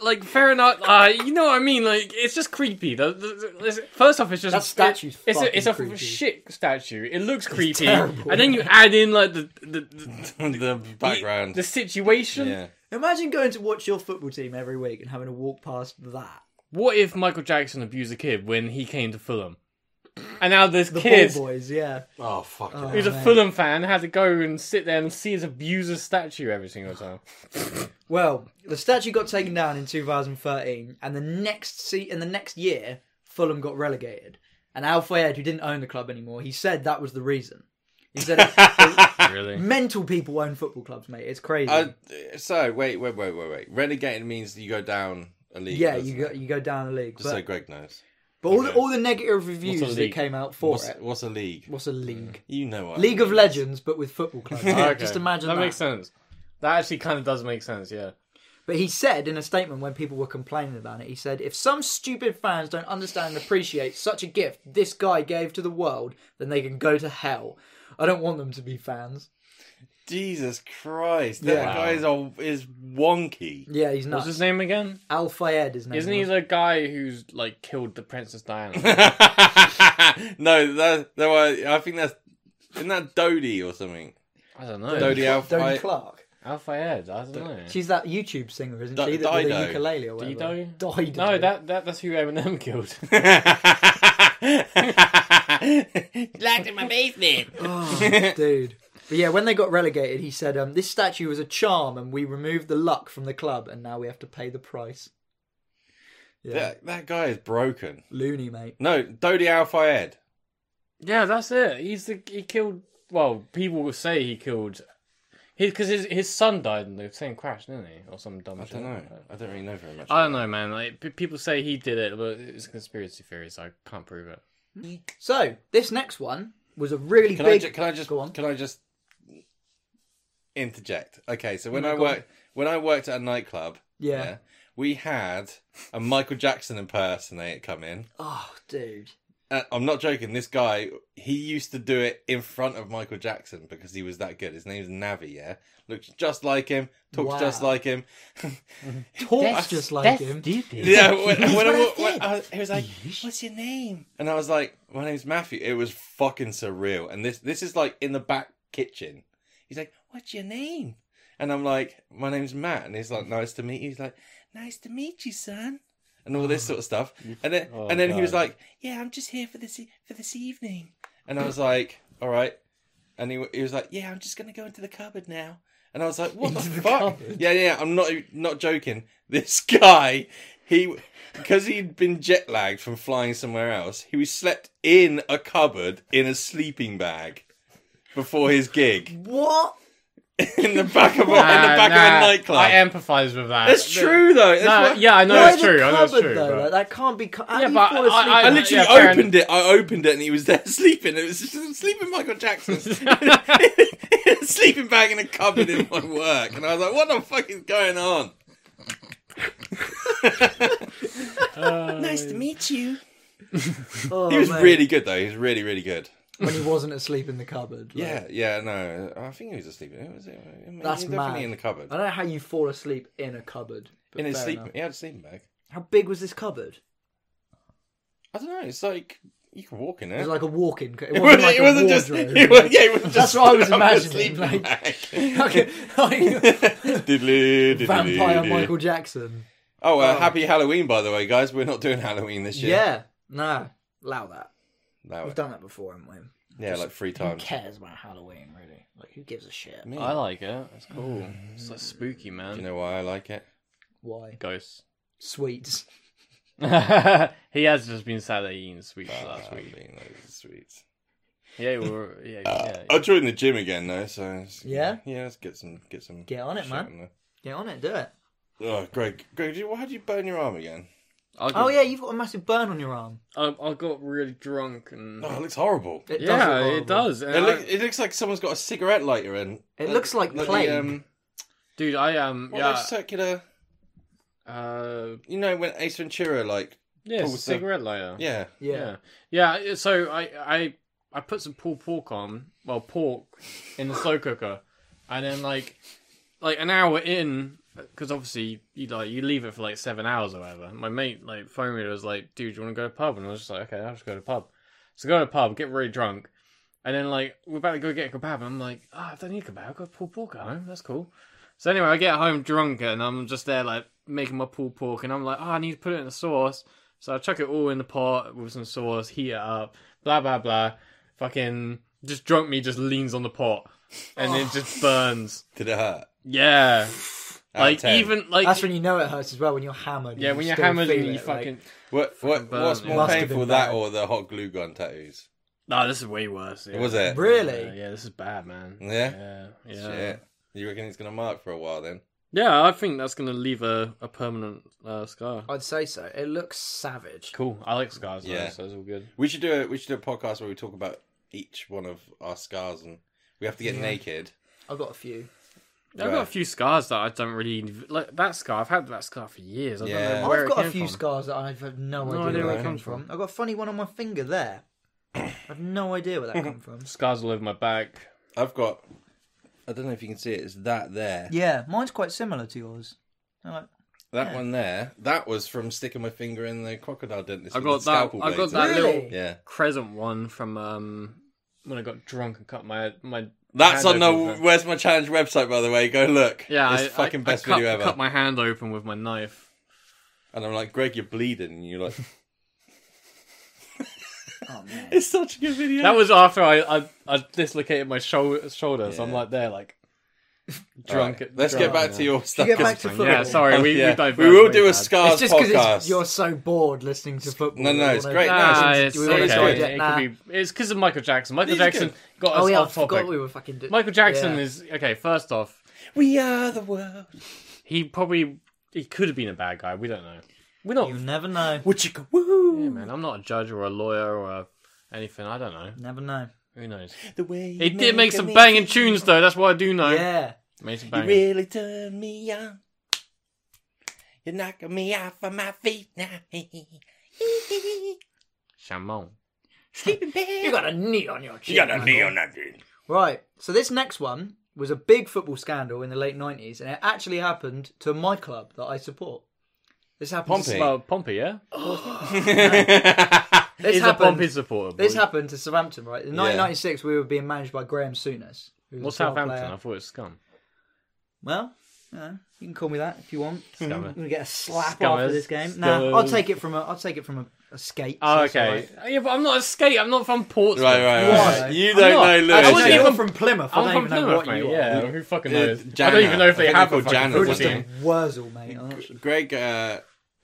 C: like fair enough. Uh, you know what I mean? Like it's just creepy. The, the, the- first off, it's just
A: That statue's
C: It's a,
A: fucking
C: it's a
A: creepy.
C: shit statue. It looks creepy,
A: terrible.
C: and then you add in like the the, the,
B: the background.
C: the situation.
B: yeah.
A: Imagine going to watch your football team every week and having to walk past that.
C: What if Michael Jackson abused a kid when he came to Fulham, and now this
A: The
C: kid
A: ball boys, yeah.
B: Oh fuck.
A: Oh,
C: who's a
A: mate.
C: Fulham fan had to go and sit there and see his abuser's statue every
B: <laughs>
C: single time.
A: Well, the statue got taken down in 2013, and the next se- and the next year, Fulham got relegated. And Al Fayed, who didn't own the club anymore, he said that was the reason. He said <laughs> it-
C: <laughs> really?
A: mental people own football clubs, mate. It's crazy.
B: Uh, so wait, wait, wait, wait, wait. Relegated means you go down a league.
A: yeah,
B: doesn't
A: you go
B: it?
A: you go down the league.
B: Just so
A: But,
B: Greg knows.
A: but all the
B: okay.
A: all the negative reviews that
C: league?
A: came out for
B: What's,
A: it.
B: what's a league?
A: What's a league?
B: You know what?
A: League
B: a
A: of
B: league is.
A: Legends, but with football clubs.
C: <laughs>
A: Just imagine that.
C: that makes sense. That actually kind of does make sense. Yeah.
A: But he said in a statement when people were complaining about it, he said, if some stupid fans don't understand and appreciate such a gift this guy gave to the world, then they can go to hell. I don't want them to be fans.
B: Jesus Christ! That
A: Yeah.
B: guy is, a,
A: <laughs>
B: is wonky. <laughs>
A: Yeah, he's
C: What's
A: nuts.
C: his name again?
A: Al Fayed is name.
C: Isn't he the guy who's like killed the Princess
B: <laughs>
C: Diana?
B: no, that, that was, I think that's isn't that Dodie or something.
C: I don't know.
B: Dodie Alf.
A: Dodie
B: <laughs> I-
A: Clark?
C: Alfayed. I don't know.
A: She's that YouTube singer, isn't
B: Di-
A: she? That with the
B: Dido.
A: ukulele or whatever.
C: Dido?
A: Dido.
C: No, that, that that's who Eminem <laughs> killed.
B: Locked in my basement.
A: <laughs> Oh, dude. But yeah, when they got relegated, he said, um, "This statue was a charm, and we removed the luck from the club, and now we have to pay the price." Yeah,
B: <laughs> That, that guy is broken.
A: loony, mate.
B: No, Dodie Al Fayed.
C: yeah, that's it. He's the he killed. Well, people will say he killed. Because his his son died in the same crash, didn't he, or some dumb
B: I
C: shit.
B: don't know.
C: like that.
B: I don't really know very much.
A: Uh,
C: I don't know, man. Like p- people say he did it, but it's a conspiracy theory, so I can't prove it.
A: So this next one was a really
B: can I
A: big.
B: ju- can I just
A: Go on.
B: can I just interject? Okay, so when
A: No,
B: I
A: go on.
B: worked when I worked at a nightclub,
A: Yeah.
B: we had a Michael Jackson impersonator come in.
A: Oh, dude.
B: uh, I'm not joking. This guy, he used to do it in front of Michael Jackson because he was that good. His name's Navi. Yeah, looks just like him, talks
A: Wow.
B: just like him.
A: Talks just like
E: That's
A: him.
E: stupid.
B: Yeah,
E: <laughs>
B: when, when, I,
E: what I
B: wa- when I, he was like, "What's your name?" And I was like, "My name's Matthew." It was fucking surreal. And this this is like in the back kitchen. He's like, "What's your name?" And I'm like, "My name's Matt." And he's like, "Nice to meet you." He's like, "Nice to meet you, son." And all this sort of stuff. And then
E: Oh,
B: and then he was
E: God.
B: like, "Yeah, I'm just here for this e- for this evening." And I was like, "All right." And he, he was like, "Yeah, I'm just gonna go into the cupboard now." And I was like, "What the, fuck?" Yeah, yeah, I'm not e, not joking. <laughs> This guy, he because he'd been jet lagged from flying somewhere else, he was slept in a cupboard in a sleeping bag before his gig <laughs>
A: What?
B: in the back of a, in the
C: Nah,
B: back of
C: nah,
B: a nightclub.
C: I empathise with that.
B: That's true though. That's
C: Nah,
B: what-
C: yeah, I know
E: No,
C: it's
E: the
C: true. I know it's
E: cupboard,
C: true.
E: Though,
C: but-
E: like, that can't be. Cu-
C: Yeah,
E: yeah,
C: but
E: but fall asleep.
C: I-
B: I
C: yeah,
B: literally
C: fair en-
B: opened it. I opened it, and he was there <laughs> sleeping. It was just sleeping
A: <laughs>
B: Michael Jackson, <laughs> sleeping bag in a cupboard in my work, and I was like, "What the fuck is going on?" nice to meet you.
E: Oh,
B: He was
E: mate.
B: really good though. He was really, really good.
A: When he wasn't asleep in the cupboard. like,
B: Yeah, yeah, no, I think he was asleep. It was, it,
A: That's
B: he was definitely
A: mad.
B: in the cupboard.
E: I don't know how you fall asleep in a cupboard. but
B: In his
E: fair
B: sleep,
E: enough.
B: he had a sleeping bag.
E: How big was this cupboard?
B: I don't know. It's like you can walk in
A: It was
B: it.
A: like a walk-in. It
B: <laughs> It
A: wasn't,
B: wasn't,
A: like
B: it
A: a
B: wasn't just.
A: wardrobe.
B: <laughs> It was, yeah, it wasn't
A: That's
B: just
A: what I was
B: <laughs> a
A: imagining,
B: sleeping
A: like- <laughs>
B: bag. <laughs>
C: <laughs>
A: Like- like
B: Diddly, diddly,
A: Vampire
B: diddly.
A: Michael Jackson.
B: Oh, uh, happy Halloween, by the way, guys. We're not doing Halloween this
E: Yeah.
B: year.
E: No. Allow that.
B: That
E: We've
B: way.
E: done that before, haven't we?
B: yeah, like three
E: Who
B: times.
E: cares about Halloween, really? Like, who gives a shit?
B: Me.
C: I like it. It's cool.
A: Mm-hmm.
C: It's like spooky, man.
B: you know why I like it?
A: Why?
C: Ghosts.
A: Sweets.
C: <laughs> he has just been sat there eating sweets last
B: Ah,
C: week.
B: being loads of sweets.
C: Yeah, we're, yeah,
B: Uh, I
A: Uh,
C: yeah.
B: joined the gym again though, so it's-
A: Yeah?
B: yeah. Let's get some, get some.
A: Get on it,
B: shit
A: man.
B: in there.
E: Get on it, do it.
B: Oh, Greg, Greg, did you, why did you burn your arm again?
C: I got,
A: Oh yeah, you've got a massive burn on your arm.
C: I, I got really drunk and.
A: Mm.
B: Oh, it looks horrible.
A: It does
C: yeah,
A: look
C: it
A: horrible.
C: does. and
B: It,
C: I-
B: look, it looks like someone's got a cigarette lighter in.
A: Uh, It looks like
B: the, um,
A: plague.
C: dude, I um,
B: what are
C: yeah,
B: those circular?
C: uh,
B: You know when Ace Ventura like
C: yeah,
B: Paul said-
C: cigarette lighter.
B: yeah.
A: Yeah.
C: yeah, yeah. So I, I, I put some pulled pork on, well, pork in the slow cooker, and then like, like an hour in, because obviously you like you leave it for like seven hours or whatever. My mate like phoned me and was like, "Dude, you want to go to pub?" And I was just like, "Okay, I'll just go to pub." So go to pub, get really drunk, and then like we're about to go get a kebab. And I'm like, "Ah, I don't need a kebab. I've got pulled pork at home. That's cool." So anyway, I get home drunk and I'm just there like making my pulled pork, and I'm like, "Oh, I need to put it in the sauce." So I chuck it all in the pot with some sauce, heat it up, blah blah blah. Fucking just drunk me just leans on the pot and it just burns.
B: Did it hurt?
C: Yeah.
B: Oh. Out of
C: Like
B: 10.
C: even like
A: That's when you know it hurts as well when you're hammered.
C: Yeah,
A: and
C: when you're
A: still
C: hammered
A: feel
C: and you
A: it, like-
C: fucking
B: What, what,
C: burn,
B: what's
C: yeah.
B: more
A: Must have been
B: painful, that
A: bad.
B: or the hot glue gun tattoos?
C: No, this is way worse. Yeah.
B: Was it?
C: Yeah,
A: really.
C: yeah, this is bad, man.
B: Yeah?
C: Yeah. Yeah,
B: Shit. You reckon it's going to mark for a while then?
C: Yeah, I think that's gonna leave a, a permanent uh, scar.
E: I'd say so. It looks savage.
C: Cool. I like scars
B: Yeah.
C: though, so it's all good.
B: We should do a we should do a podcast where we talk about each one of our scars and we have to get naked.
E: I've got a few.
C: I've
B: Right.
C: got a few scars that I don't really like that scar, I've had that scar for years. I
B: Yeah.
C: don't know where
A: I've
C: it
A: got a
C: came
A: few
C: from.
A: scars that I've had no, idea,
C: idea
A: where
B: where it
A: it
C: comes
A: comes
C: from.
A: from. I've got a funny one on my finger there. I've no idea where that came from.
C: Scars all over my back.
B: I've got I don't know if you can see it, it's that there.
A: Yeah, mine's quite similar to yours. I'm like,
B: That one there. That was from sticking my finger in the crocodile dentist.
C: I
B: with
C: got
B: the
C: that.
B: scalpel
C: I got
B: blades
C: that
B: in it.
C: little
A: Really?
B: Yeah.
C: crescent one from um when I got drunk and cut my my.
B: That's
C: hand
B: on the
C: open with it.
B: Where's My Challenge website by the way. Go look.
C: Yeah,
B: It's
C: I,
B: fucking
C: I,
B: best
C: I cut,
B: video
C: I
B: ever.
C: cut my hand open with my knife.
B: And I'm like, Greg, you're bleeding and you're
C: <laughs>
B: like <laughs>
E: Oh, man.
B: It's such a good video.
C: That was after I I, I dislocated my shoulder, shoulder so I'm
B: Yeah.
C: like there
B: <laughs>
C: like
B: All right,
C: drunk. at-
B: Let's get
C: drunk,
B: back to your stuff.
A: get back to
B: 'cause-
A: football.
C: Yeah, sorry, we
B: Oh, Yeah.
C: we diverged
B: We will
C: way
B: do a
C: bad.
B: scars
A: it's just
B: Oh, podcast.
A: because you're so bored listening to football.
B: No, no,
A: You
B: it's
A: wanna-
B: great.
C: Nah,
B: No,
C: Ah, it's
A: Do we wanna
C: okay.
A: go
C: It
A: yet?
C: could
A: Nah.
C: be- It's because of Michael Jackson. Michael
B: These are
C: Jackson got us
E: Oh, yeah, I
C: off
E: forgot
C: topic.
E: we were fucking doing
C: Michael Jackson
E: Yeah.
C: is okay. First off,
B: We are the world.
C: he probably he could have been a bad guy. We don't know. We're
A: You
C: not
A: never know.
B: Woochicka woo.
A: Hmm.
C: Yeah, man, I'm not a judge or a lawyer or a anything. I don't know.
A: Never know.
C: Who knows?
B: The way you
C: He did make some
B: me
C: banging
B: feel.
C: tunes though. That's what I do know.
A: Yeah.
C: Made some
B: You
C: banging.
B: really turn me on. <laughs> You're knocking me off of my feet now.
C: Shamon.
A: Sleeping bag. you got a knee on your chin.
B: You got a neo-Nazi.
F: Right.
A: So this next one was a big football scandal in the late nineties, and it actually happened to my club that I support. This happened. To,
B: Pompey.
G: Well, Pompey, yeah?
A: this
G: He's a
A: happened.
G: Pompey supporter.
A: this
G: boy.
A: happened to Southampton, right? In 1996, we were being managed by Graham Souness. who was a
G: What's
A: former
G: Southampton?
A: player.
G: I thought it was scum.
A: Well, you, know, you can call me that if you want.
G: Scummer.
A: I'm gonna get a slap
G: Scummers.
A: after this game. Nah,
G: Scummers.
A: I'll take it from a. I'll take it from a, a skate.
G: Oh,
A: That's all
G: okay.
A: right.
C: Yeah, but I'm not a skate. I'm not from Portsmouth.
B: Right, right,
A: Why?
B: right. You don't
C: not.
B: know
C: I
B: Lewis.
C: wasn't
B: yeah.
A: You're
C: even-
A: from Plymouth. I
C: I'm
A: don't
C: from
A: even know
C: Plymouth,
A: what
C: mate.
A: you
C: Yeah,
A: are.
C: who fucking
B: Uh,
C: knows? I
B: Jana.
C: don't even know if
B: I
C: they
B: think
C: have
B: they're
C: a
B: called
C: fucking
B: Jana,
C: football
B: wasn't
A: Just
C: team.
A: a Wurzel, mate. I'm not sure.
B: Greg, uh,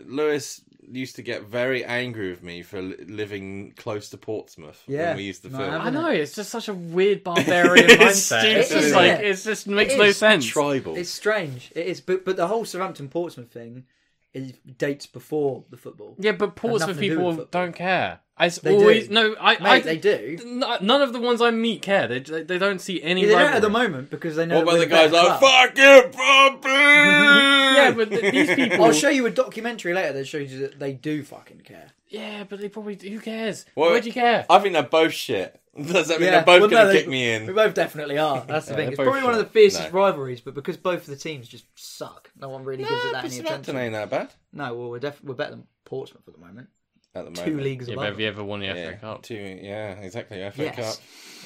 B: Lewis used to get very angry with me for li- living close to Portsmouth
A: Yeah.
B: when we used to
A: No,
B: film.
A: I
C: I
A: haven't.
C: know it's just such
A: <laughs>
C: a weird barbarian mindset.
B: stupid,
C: It's just
A: isn't
C: like
A: it?
C: it's just makes
A: It
C: no
A: is.
C: sense.
B: Tribal.
A: It's strange. It is, but but the whole Southampton Portsmouth thing is dates before the football.
C: yeah, but Portsmouth
A: nothing to do
C: people
A: with football.
C: don't care. It's
A: They do.
C: always no. I,
A: Mate,
C: I
A: they do.
C: n- None of the ones I meet care. They they, they don't see any.
A: Yeah, they don't at the
C: rivalry.
A: moment because they know.
B: what
A: that we're
B: about the guys
A: better
B: like,
A: club.
B: fuck you, Pompey?
C: Yeah, but th- these people.
A: I'll show you a documentary later that shows you that they do fucking care.
C: Yeah, but they probably. Who cares?
B: Well,
C: Why do you care?
B: <laughs> I think they're both shit. <laughs> Does that mean they're
A: well,
B: both
A: no,
B: going to
A: they-
B: kick me in?
A: We both definitely are. That's the thing. It's
C: they're
A: probably
C: both
A: one of the
C: shit.
A: fiercest
B: No.
A: rivalries, but because both of the teams just suck, no one really gives it that any attention.
B: Southampton ain't that bad
A: No, well, we're def- we're better than Portsmouth at the moment.
B: at the moment.
A: Two leagues
C: Yeah, but
A: above.
C: have you ever won the
B: Yeah,
C: FA Cup?
B: two, yeah, exactly. FA
A: Yes.
B: Cup.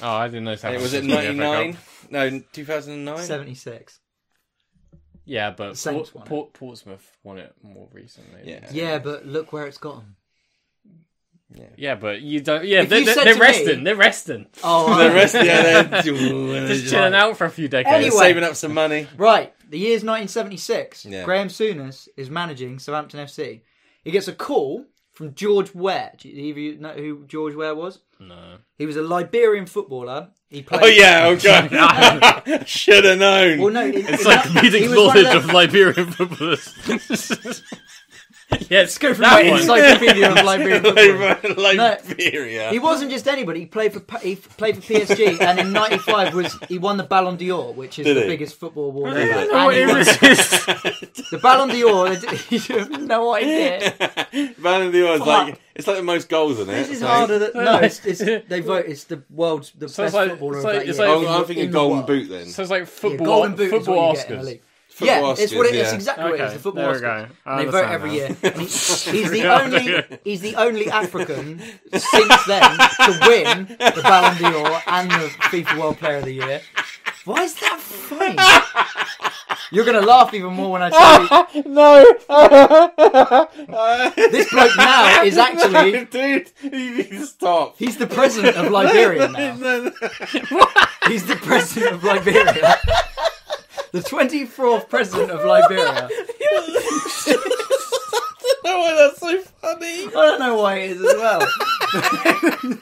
C: Oh, I didn't know.
B: It
C: Southampton
B: was it
C: won the FA Cup.
B: 99? No, 2009?
A: Seventy-six.
C: Yeah, but
A: Saints
C: Port,
A: won it.
C: Port, Portsmouth won it more recently.
B: Yeah.
A: Yeah, but look where it's
B: <laughs>
A: gotten.
C: Yeah, but you don't. Yeah,
A: If
C: they,
A: you
C: they,
A: said
C: they're
A: to me-
C: resting. They're resting.
A: Oh,
B: The
A: right.
B: rest, yeah,
A: <laughs>
B: they're <laughs>
C: Just chilling out for a few decades.
A: Anyway.
B: saving up
A: <laughs>
B: some money.
A: Right, the year's 1976.
B: Yeah.
A: Graham Souness is managing Southampton FC. He gets a call from George Ware. Do you either you know who George Ware was?
C: No.
A: He was a Liberian footballer. He played.
B: Oh yeah, oh <laughs> god, should have known.
A: Well, no, it- it-
G: It's
A: <laughs>
G: like
A: he
G: leading
A: was one of
G: knowledge of Liberian footballers.
C: <laughs> Yeah, let's go
A: the
C: for that
A: <laughs>
C: one.
A: encyclopedia of Liberian footballers.
B: Liber- <laughs> Liberia.
A: He wasn't just anybody. He played for Pa- he f- played for PSG, and in '95 was he won the Ballon d'Or, which is
B: Did
A: the
B: he?
A: biggest football award
C: I
A: ever.
C: don't know what
A: And he
C: it
A: won- <laughs>
C: was. <laughs>
A: the Ballon d'Or. You don't know what he did?
B: <laughs> Ballon d'Or is
A: Fuck.
B: like it's like the most goals in it.
A: This is
B: so-
A: harder than no. It's, it's, they vote. It's the world's the
C: So
A: best
C: it's like-
A: footballer
C: it's
A: of
C: like-
A: that
C: it's
A: year.
C: like-
B: Oh,
A: in
B: I'm
A: the-
B: thinking
A: in the
B: golden
A: world.
B: boot then.
C: so it's like
A: Yeah,
C: football,
A: golden boot
C: football
A: is what you get in the
C: Oscars.
A: league.
B: Football
A: yeah, it's what it
B: Oscars,
A: is.
B: yeah.
A: Exactly what it is. The
C: Okay,
A: football
C: there we
A: Oscars.
C: go. I
A: And they vote
C: understand
A: every
C: now.
A: year.
C: <laughs>
A: And he's, he's the only. He's the only African since then to win the Ballon d'Or and the FIFA World Player of the Year. Why is that funny? You're gonna laugh even more when I <laughs> tell you. no. this bloke now is
B: No,
A: actually.
B: dude, you need to stop. <laughs>
A: He's the president of Liberia now. <laughs> He's the president of Liberia. The 24th president of Liberia.
B: oh, that's so funny.
A: I don't know why it is as well.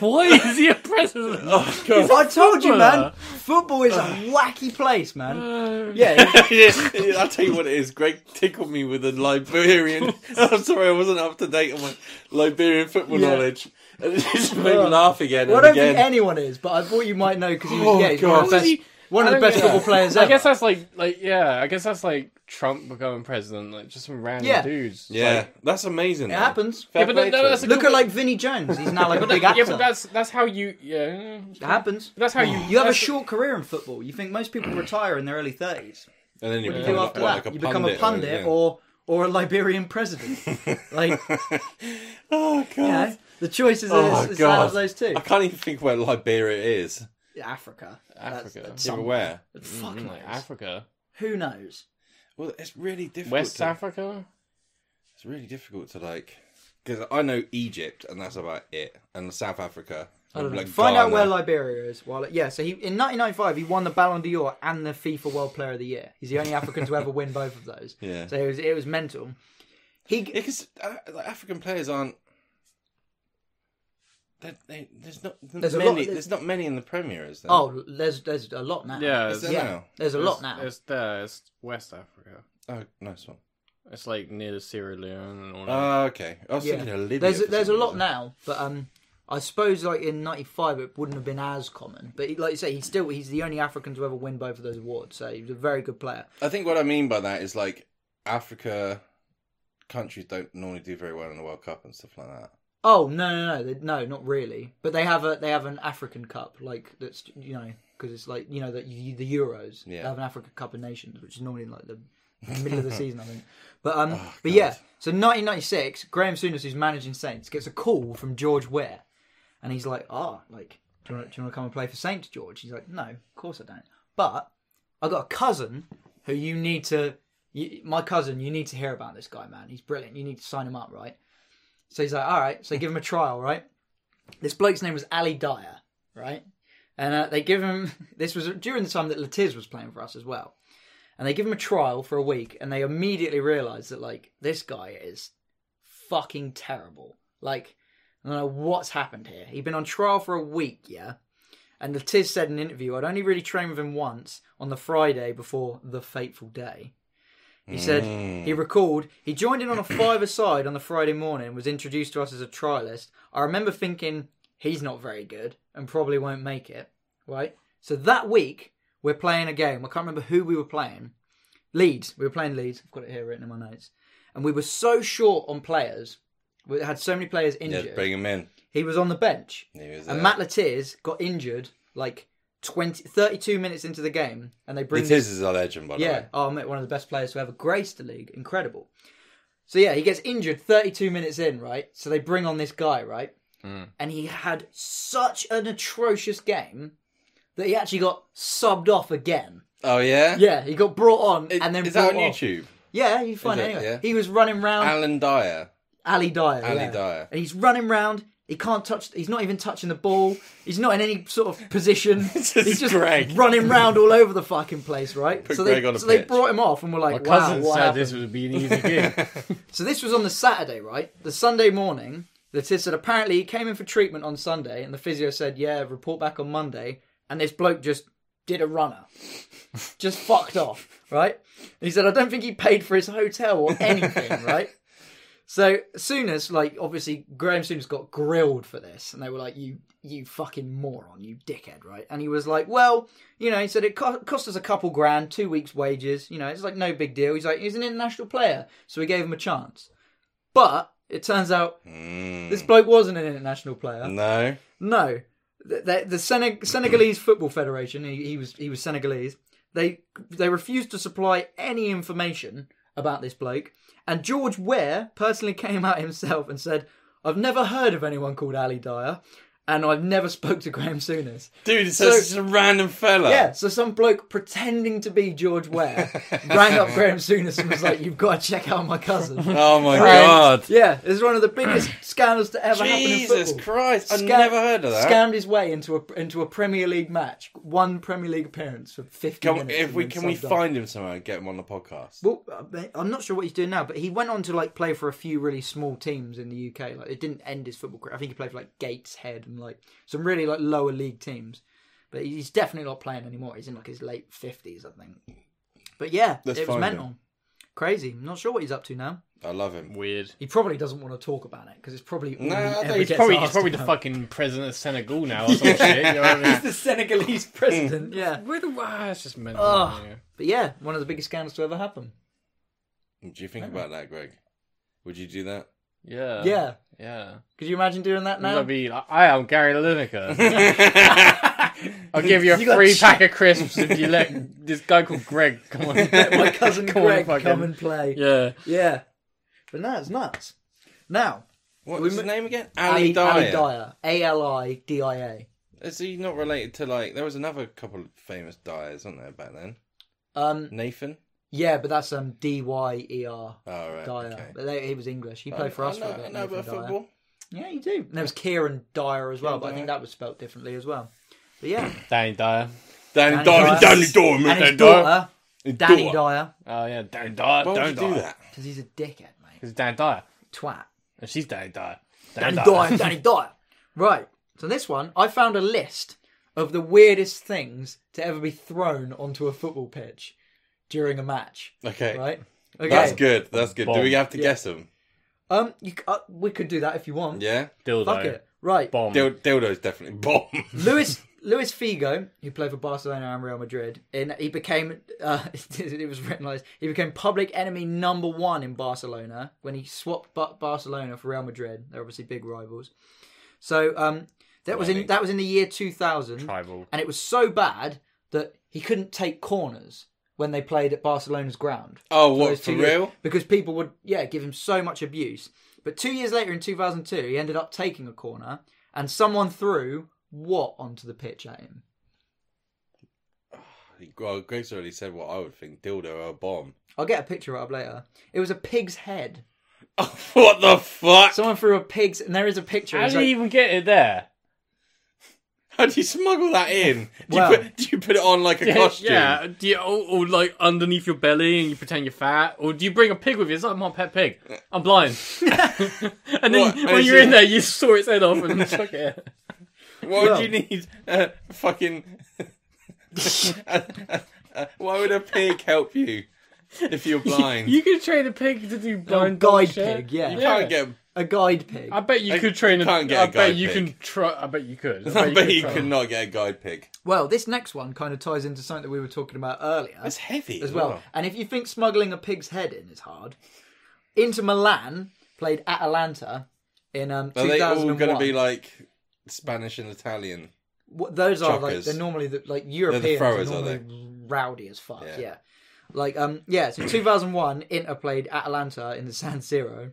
C: Why is he a president?
B: Oh god.
A: I told you,
C: uh.
A: man. Football
C: <sighs>
A: is a wacky place, man. <laughs>
C: <laughs>
A: Yeah.
B: Yeah, I'll tell you what it is. Greg tickled me with a Liberian. <laughs> I'm sorry, I wasn't up to date on my Liberian football
A: Yeah.
B: knowledge. <laughs> And it just made me laugh again
A: Well, I
B: and
A: don't think
B: again.
A: anyone is, but I thought you might know because he was,
B: Oh,
A: yeah, he's one of
B: God.
A: the best, one of
C: I
A: the
C: don't
A: best
C: get
A: football
C: it.
A: players ever.
C: I guess that's like, like, yeah. I guess that's like Trump becoming president, like just some random
A: Yeah.
C: dudes.
B: Yeah,
C: Like-
B: that's amazing.
A: it happens.
B: Fair
C: Yeah, but
B: play
C: no,
B: to
C: that's
B: him.
A: Look at like Vinnie Jones. He's now
C: <laughs>
A: like a big actor.
C: yeah, but that's that's how you. Yeah,
A: it happens.
C: that's how you.
A: You have a
C: that's-
A: short career in football. You think most people retire in their early 30s.
B: and then you
A: you
B: become,
A: do
B: like,
A: after
B: what,
A: that?
B: like
A: you become a pundit or or a Liberian president. like, you
B: <laughs> oh god,
A: know, the choice is,
B: Oh,
A: is, is out
B: God.
A: of those two.
B: I can't even think where Liberia is.
A: Africa.
C: Africa.
A: That's,
B: Yeah,
A: that's
B: but where?
A: Fuck
C: Mm,
A: knows.
C: like Africa,
A: Who knows?
B: Well, it's really difficult.
C: West
B: to,
C: Africa.
B: It's really difficult to like because I know Egypt and that's about it, and South Africa.
A: I don't know.
B: like
A: Find out
B: Ghana.
A: where Liberia is. While yeah, so he in 1995 he won the Ballon d'Or and the FIFA World Player of the Year. He's the only African to ever win both of those.
B: <laughs> Yeah.
A: So it was it was mental. He
B: because uh, like, African players aren't. They, they, there's not
A: There's a
B: many.
A: lot- there's-
B: there's not many in the Premier, is there?
A: oh there's there's a lot now.
C: Yeah,
B: Is
C: it's,
B: there
A: Yeah.
B: now?
A: There's a lot now.
C: It's there. It's West Africa.
B: Oh, nice one.
C: It's like near the Sierra Leone and all that.
B: Oh, okay. I was
A: Yeah.
B: thinking of Libya.
A: There's
B: for
A: there's a
B: some
A: lot
B: reason.
A: now, but um, I suppose like in '95 it wouldn't have been as common. But he, like you say, he's still he's the only African to ever win both of those awards, so he's a very good player.
B: I think what I mean by that is like Africa countries don't normally do very well in the World Cup and stuff like that.
A: Oh no no no they- no not really. But they have a they have an African Cup like that's you know because it's like you know that you, the Euros
B: Yeah.
A: they have an African Cup of Nations which is normally in like the middle of the season I think. But um but yeah so 1996 Graham Souness who's managing Saints gets a call from George Ware and he's like ah like do you want to come and play for Saints George he's like no of course I don't but I got a cousin who you need to you, my cousin you need to hear about this guy man he's brilliant you need to sign him up right. So he's like, all right. So they give him a trial, right? This bloke's name was Ali Dyer, right? And uh, they give him, <laughs> this was during the time that Latiz was playing for us as well. And they give him a trial for a week and they immediately realise that, like, this guy is fucking terrible. Like, I don't know what's happened here. He'd been on trial for a week, yeah? And Latiz said in an interview, I'd only really trained with him once on the Friday before the fateful day. He said
B: Mm.
A: he recalled he joined in on a five aside on the Friday morning, was introduced to us as a trialist. I remember thinking he's not very good and probably won't make it, right? So that week we're playing a game. I can't remember who we were playing. Leeds. We were playing Leeds. I've got it here written in my notes. And we were so short on players. We had so many players
B: Yeah,
A: injured.
B: bring him in.
A: He was on the bench.
B: He was
A: And
B: there.
A: Matt Latiz got injured like 20, 32 minutes into the game, and they bring
B: It is is a legend, by the
A: yeah,
B: way.
A: oh mate, one of the best players to ever grace the league, incredible. So yeah, he gets injured 32 minutes in, right? So they bring on this guy, right?
B: Hmm.
A: And he had such an atrocious game that he actually got subbed off again.
B: Oh yeah.
A: Yeah, he got brought on
B: It-
A: and then
B: is
A: brought
B: that on
A: off.
B: YouTube?
A: Yeah, you find
B: Is
A: it,
B: it?
A: anyway.
B: Yeah.
A: He was running round.
B: Alan Dyer.
A: Ali Dyer.
B: Ali
A: yeah.
B: Dyer.
A: And he's running round. He can't touch. He's not even touching the ball. He's not in any sort of position.
B: <laughs>
A: he's just
B: Greg.
A: running round all over the fucking place, right? so
B: Greg
A: they
B: on a
A: so they
B: pitch.
A: brought him off, and we're like,
H: My
A: wow,
H: cousin
A: what
H: said
A: happened?
H: this would be an easy gig.
A: <laughs> So this was on the Saturday, right? The Sunday morning. The TIS said apparently he came in for treatment on Sunday, and the physio said, "Yeah, report back on Monday." And this bloke just did a runner, just fucked off, right? And he said, "I don't think he paid for his hotel or
B: <laughs>
A: anything, right?" So Sooners, like obviously Graham Sooners got grilled for this, and they were like, "You, you fucking moron, you dickhead, right?" And he was like, "Well, you know," he said, "It co- cost us a couple grand, two weeks' wages. You know, it's like no big deal." He's like, "He's an international player, so we gave him a chance." But it turns out this bloke wasn't an international player.
B: No.
A: Hmm, No, the, the, the Seneg- Senegalese Football Federation. He, he was he was Senegalese. They they refused to supply any information about this bloke. And George Ware personally <laughs> came out himself and said, "I've never heard of anyone called Ali Dyer, and I've never spoke to Graham Souness."
B: Dude, so
A: So-
B: it's just a random fella.
A: Yeah, so some bloke pretending to be George Ware <laughs> rang up Graham Souness and was like, "You've got to check out my cousin."
B: <laughs> Oh my
A: And-
B: god.
A: Yeah, it's one of the biggest scandals to ever happen in football.
B: Jesus Christ. I've
A: Scam-
B: never heard of that.
A: Scammed his way into a into a Premier League match, one Premier League appearance for fifty
B: Can we,
A: minutes.
B: if
A: and
B: we
A: then
B: can we
A: subbed off.
B: find him somewhere and get him on the podcast?
A: Well, uh, I'm not sure what he's doing now, but he went on to like play for a few really small teams in the UK. Like it didn't end his football career. I think he played for like Gateshead and like some really like lower league teams. But he's definitely not playing anymore. He's in like his late fifties, I think. But yeah,
B: Let's
A: it was
B: find
A: mental,
B: him.
A: crazy. I'm not sure what he's up to now.
B: I love him.
H: Weird.
A: He probably doesn't want to talk about it because it's probably all
B: No,
A: he
B: I think
A: ever
B: he's
A: gets
C: Probably, he's
A: asked
C: probably
A: <laughs>
C: the
A: about.
C: fucking president of Senegal now or some shit. You know
H: <laughs>
C: what I mean?
A: the Senegalese
B: Hmm.
A: president. yeah.
C: Where the ah, it's just mental.
A: Ugh.
C: yeah.
A: But yeah, one of the biggest scandals to ever happen.
B: Do you think about that, Greg? Would you
A: <laughs>
B: do that?
C: Yeah.
A: yeah.
C: Yeah.
A: Uh, Could you imagine doing that now?
C: That'd be like, I am
A: <laughs>
C: Gary Lineker. I'll give you a
A: You got
C: free
A: ch-
C: pack of crisps if you let this guy called Greg come on.
A: <laughs> <laughs> My
B: <laughs>
A: cousin
C: <laughs> Come on,
A: Greg
C: fucking-
A: come and play. Yeah.
C: Yeah.
A: But no, it's nuts. Now,
B: What was his name again? Ali,
A: Ali,
B: Dyer.
A: Ali Dyer. A L I D I A.
B: Is he not related to like? There was another couple of famous Dyers, wasn't there back then?
A: Um,
B: Nathan.
A: yeah, but that's um D Y E R
B: Oh right.
A: Dyer.
B: Okay.
A: But they, he was English. He played for
B: I
A: us
B: know,
A: for a
B: I
A: bit.
B: know
A: Nathan
B: about
A: Dyer.
B: football.
A: Yeah, you do. And there was Kieran Dyer as well, but I think
B: Dyer.
A: that was spelt differently as well. But
B: <coughs>
A: yeah,
C: Danny Dyer.
B: Danny
A: Danny
B: Dyer.
A: Dyer.
B: Danny Dyer. mate,
A: and his
B: Danny Dyer.
A: daughter,
B: His
A: Danny
B: daughter.
A: Dyer,
C: Oh, yeah. Danny Dyer.
B: Why would
C: Danny
B: you do
C: Dyer.
B: that?
A: because he's a dickhead, mate.
C: Because Danny Dyer.
A: Twat.
C: And she's Danny Dyer.
A: Danny Dyer, Danny Dyer. Right. So this one, I found a list of the weirdest things to ever be thrown onto a football pitch during a match.
B: Okay.
A: Right. Okay.
B: That's good. That's good. Do
H: Bomb.
B: we have to guess him?
A: Um, you, c- uh, we could do that if you want.
B: Yeah.
H: Dildo.
B: Mm.
A: Fuck it. Right.
H: Bomb.
B: Dil- dildo's definitely bomb.
A: Lewis Luis Figo, who played for Barcelona and Real Madrid, and he became uh, <laughs> it was written like this, he became public enemy number one in Barcelona when he swapped Ba- Barcelona for Real Madrid. They're obviously big rivals. So um, that was in that was in the year two thousand,
C: Tribal.
A: and it was so bad that he couldn't take corners when they played at Barcelona's ground
B: <laughs> Oh, what
A: those
B: for
A: two years,
B: real?
A: because people would yeah give him so much abuse. But two years later, in 2002, he ended up taking a corner, and someone threw what onto the pitch at him.
B: <laughs> Well, Greg's already said what I would think: dildo or a bomb.
A: I'll get a picture up later. It was a pig's head.
B: <laughs> What the fuck?
A: Someone threw a pig's, and there is a picture.
I: How
A: It's
I: did he
A: like,
I: even get it there?
B: How do you smuggle that in? Do,
A: Well-
B: you, put, do you put it on <laughs> like a costume?
C: <laughs> Yeah, do you, or, or like underneath your belly and you pretend you're fat, or do you bring a pig with you? It's like my pet pig. I'm
B: <laughs>
C: blind. <laughs> and then
B: What?
C: when
B: Is
C: you're
B: it-
C: in there, you saw its head off
B: <laughs>
C: and chuck it.
B: Why would you need a fucking? <laughs> Why would a pig help <laughs> you if you're blind?
C: You could train a pig to do
A: a
C: blind dog
A: guide
C: shit.
A: pig, yeah.
B: You can't get.
A: a guide pig.
C: I bet you
B: I
C: could train a.
B: can't get a
C: I
B: guide
C: bet you
B: pig.
C: can try. I bet you
B: <laughs>
C: could. I
B: I bet
C: could
B: you
C: try.
B: could not get a guide pig.
A: Well, this next one kind of ties into something that we were talking about earlier
B: That's heavy
A: as well. And if you think smuggling a pig's head in is hard, Inter Milan played Atalanta in um,
B: Are they all
A: 2001.
B: going to be like Spanish and Italian?
A: What, those are like
B: Chuckers.
A: they're normally the, like Europeans
B: throwers,
A: are
B: are
A: normally rowdy as fuck. Yeah.
B: Yeah.
A: Like um yeah,
B: <clears throat>
A: so 2001 Inter played Atalanta in the <laughs> San Siro.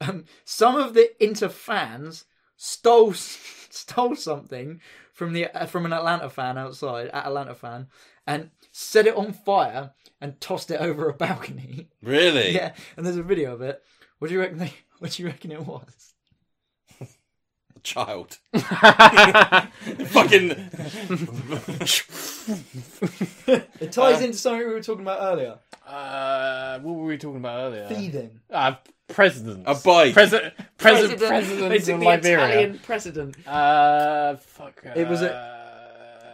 A: Um, some of the Inter fans stole <laughs> stole something from the uh, from an Atlanta fan outside, Atalanta fan, and set it on fire and tossed it over a balcony.
B: Really?
A: yeah, and there's a video of it. What do you reckon? They, <laughs> what do you reckon it was? <laughs>
B: Child. fucking.
A: It ties into something we were talking about earlier.
C: <laughs> Uh, what were we talking about earlier?
A: Feeding.
C: Uh, presidents.
B: A bike.
C: President. President. Presidents of Liberia.
A: president.
C: Uh, fuck. Uh,
A: It was
C: a.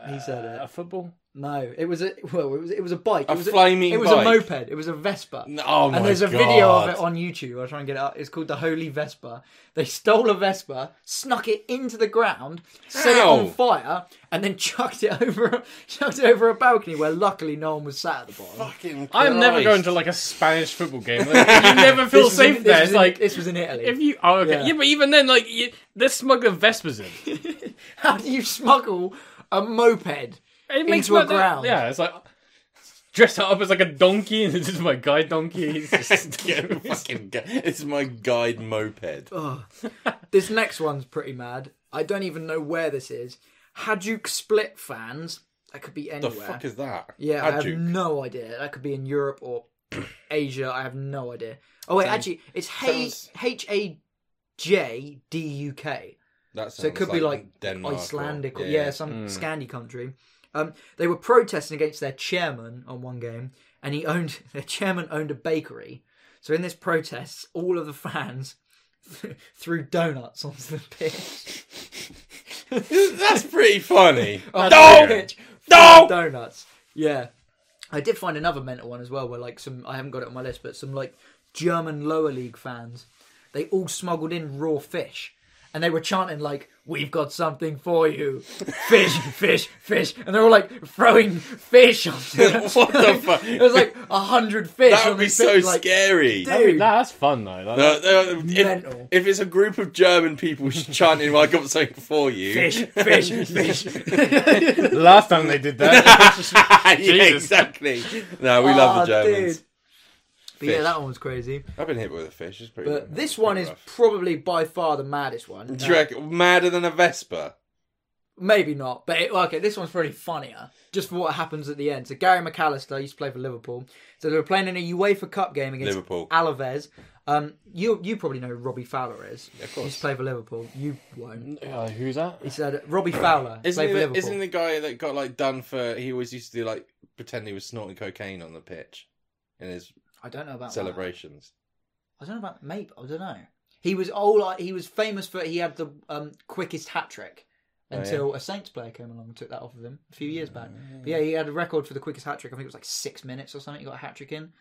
A: He said it.
C: A football.
A: No, it was a well, it was it was a bike.
B: A
A: it was
B: flaming
A: It was a
B: bike.
A: moped. It was a Vespa.
B: oh my
A: and there's a
B: God.
A: video of it on YouTube. I'll try and get it up. It's called the Holy Vespa. They stole a Vespa, snuck it into the ground, set it on
B: How?
A: fire, and then <laughs> chucked it over chucked it over a balcony where luckily no one was sat at the bottom.
B: Fucking
C: I'm never
B: Christ.
C: going to like a Spanish football game. <laughs> Like, you never feel
A: was in-
C: safe there.
A: was
C: It's
A: in-
C: like
A: this was in Italy.
C: if you. Oh, okay.
A: Yeah.
C: Yeah, but even then, like you, they're smuggling Vespas in.
A: How do you smuggle a moped?
C: It makes
A: Into a
C: no- that-
A: ground.
C: Yeah, it's like dressed up as like a donkey, and this is my guide donkey. He's just-
B: Get a fucking gu- <laughs> it's my guide moped.
A: Oh, <laughs> This next one's pretty mad. I don't even know where this is. Hajduk Split fans. That could be
B: the
A: anywhere.
B: fuck is that?
A: Yeah, I
B: Hajduk.
A: have no idea. That could be in Europe
B: <clears throat>
A: or Asia. I have no idea. Oh wait, actually, it's
B: sounds-
A: H A J D U K.
B: That
A: So it could
B: sounds
A: be like
B: Denmark or-
A: Icelandic or <laughs> yeah, some Scandi country. Um, they were protesting against their chairman on one game, and he owned <laughs> their chairman owned a bakery. So in this protest, all of the fans <laughs> threw donuts onto the pitch.
B: <laughs> That's
A: <laughs>
B: pretty funny.
A: Oh, no,
B: No!
A: donuts. Yeah, I did find another mental one as well, where like some I haven't got it on my list, but some like German lower league fans, they all smuggled in raw fish, and they were chanting like, "We've got something for
B: <laughs>
A: you, fish, fish, fish," and they were like throwing fish
B: <laughs>
A: onto. the- <laughs>
B: what the fuck?
A: It was like a hundred fish.
B: that
A: on
B: would be
A: this
B: so
A: big, like,
B: scary.
A: Dude,
C: Nah, that's fun though. That-
B: No, no,
A: Mental.
B: if, if it's a group of German people chanting, "I got something for <laughs> you,"
A: fish, fish, fish.
C: <laughs> Last time they did <laughs>
B: <laughs>
C: that,
B: yeah,
C: Jesus.
B: exactly. No, we love the
A: Ah,
B: Germans.
A: dude. But yeah,
B: Fish.
A: that one was crazy.
B: I've been hit with a fish. It's pretty.
A: But this
B: it's
A: one
B: pretty
A: is
B: rough.
A: probably by far the maddest one.
B: Do you reckon madder than a Vespa?
A: Maybe not, but it, well, okay, this one's probably funnier just for what happens at the end. So Gary McAllister used to play for Liverpool. So they were playing in a UEFA Cup game against
B: Liverpool.
A: Alaves. Um, you you probably know who Robbie Fowler is.
B: of course.
A: He's played for Liverpool. You won't.
C: Uh,
A: <laughs>
C: who's that?
A: He said Robbie Fowler
B: Isn't
A: played
B: he,
A: for
B: the,
A: Liverpool.
B: isn't he the guy that got like done for? He always used to do like pretend he was snorting cocaine on the pitch in his
A: I don't know about that.
B: celebrations.
A: I don't know about maybe. I don't know. He was all like, he was famous for he had the um, quickest hat trick
B: Oh, yeah. Oh,
A: until a Saints player came along and took that off of him a few years back. But yeah, he had a record for the quickest hat trick. I think it was like six minutes or something. He got a hat trick in.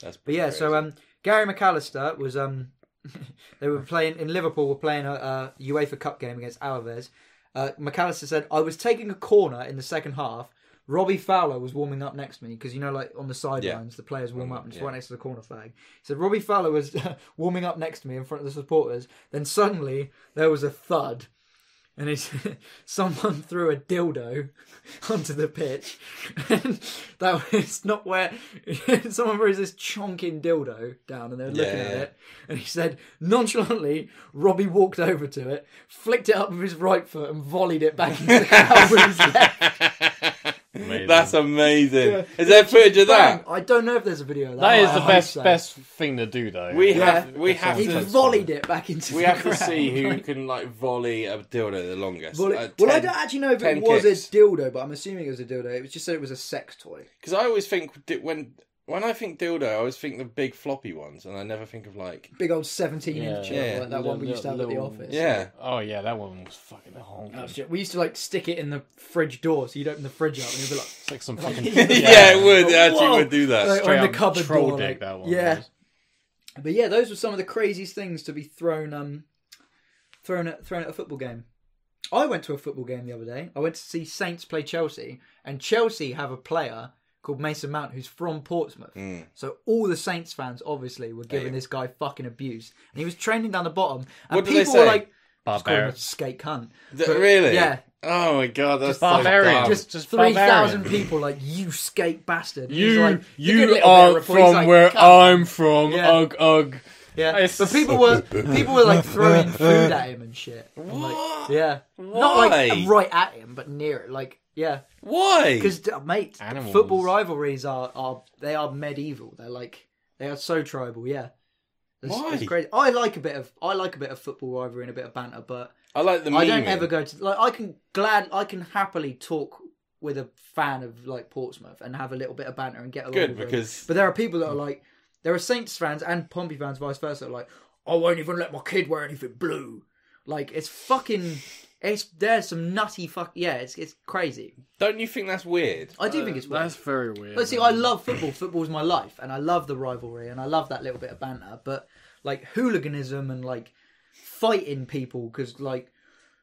B: That's
A: But
B: pretty
A: yeah,
B: crazy.
A: so um, Gary McAllister was <laughs> um, they were playing in Liverpool. Were playing a, a UEFA Cup game against Alaves, Uh, McAllister said, I was taking a corner in the second half. Robbie Fowler was warming up next to me because you know, like on the sidelines, the players warm up and it's right next to the corner flag. He said Robbie Fowler was <laughs> warming up next to me in front of the supporters. Then suddenly there was a thud, and he said, <laughs> someone threw a dildo <laughs> onto the pitch, <laughs> and that was not where <laughs> someone throws this chonking dildo down, and they're looking
B: Yeah,
A: at
B: yeah.
A: it. And he said nonchalantly, Robbie walked over to it, flicked it up with his right foot, and volleyed it back <laughs> into the crowd with his left. uh,
D: Amazing.
B: That's amazing. Is there footage of
A: Bang.
B: that?
A: I don't know if there's a video of that.
C: That is
A: I
C: the
A: hope
C: best
A: Oh, so.
C: best thing to do though.
B: We
A: Yeah.
B: have we have
A: He
B: to
A: volleyed it back into.
B: we
A: the
B: have to
A: crowd.
B: see <laughs> who can like volley a dildo the longest. Uh,
A: Volley- well, I don't actually know if it
B: 10
A: was
B: kicks.
A: a dildo, but I'm assuming it was a dildo. It was just said it was a sex toy.
B: because I always think di- when when I think dildo, I always think the big floppy ones, and I never think of like
A: Big old 17
C: Yeah.
A: inch,
B: Yeah.
A: like that one we
C: Little-
A: used to have at the
C: little-
A: office.
B: yeah.
C: Oh yeah, that one was fucking honking.
A: Oh, shit. We used to like stick it in the fridge door, so you'd open the fridge up and it'd be like, <sniffs>
C: It's like some <laughs>
B: <laughs>
C: fucking
B: yeah, it would. It actually
A: Whoa.
B: would do that.
A: Like,
C: straight
A: on the
C: up
A: cupboard
C: troll
A: door,
C: dick,
A: like-
C: that one.
A: yeah.
C: was.
A: But yeah, those were some of the craziest things to be thrown um thrown at thrown at a football game. I went to a football game the other day. I went to see Saints play Chelsea, and Chelsea have a player called Mason Mount who's from Portsmouth.
B: Hmm.
A: So all the Saints fans obviously were giving this guy fucking abuse, and he was training down the bottom, and
B: What do they
A: people were
B: say?
A: like, "Just call him a
D: Barbarian.
A: skate cunt."
B: Th-
A: But-
B: really?
A: Yeah.
B: Oh my god, that's so
C: barbarian.
B: dumb.
A: Just,
C: just
A: three thousand
C: barbarian.
A: people like you skate bastard. And he's
C: You
A: like, "You're good
C: you
A: little bit of
C: are
A: report." He's
C: from
A: like,
C: where
A: "Come
C: I'm from.
A: Yeah.
C: Ugh ugh.
A: Yeah,
C: It's-
A: but people were people were like throwing food at him and shit. And, like,
B: What?
A: yeah, not like
B: Why?
A: right at him, but near it. Like yeah,
B: Why?
A: because mate,
C: Animals.
A: football rivalries are are they are medieval. They're like they are so tribal. Yeah, it's,
B: Why?
A: it's crazy. I like a bit of I like a bit of football rivalry and a bit of banter, but
B: I like the.
A: I don't
B: memeing.
A: ever go to like I can glad I can happily talk with a fan of like Portsmouth and have a little bit of banter and get along.
B: Good,
A: with them.
B: because-
A: but there are people that are like there are Saints fans and Pompey fans vice versa that are like I won't even let my kid wear anything blue. Like it's fucking it's there's some nutty fuck yeah it's it's crazy.
B: Don't you think that's weird?
A: I do think it's weird.
C: That's very weird.
A: But see, I love football. Football's my life, and I love the rivalry, and I love that little bit of banter. But like hooliganism and like fighting people because like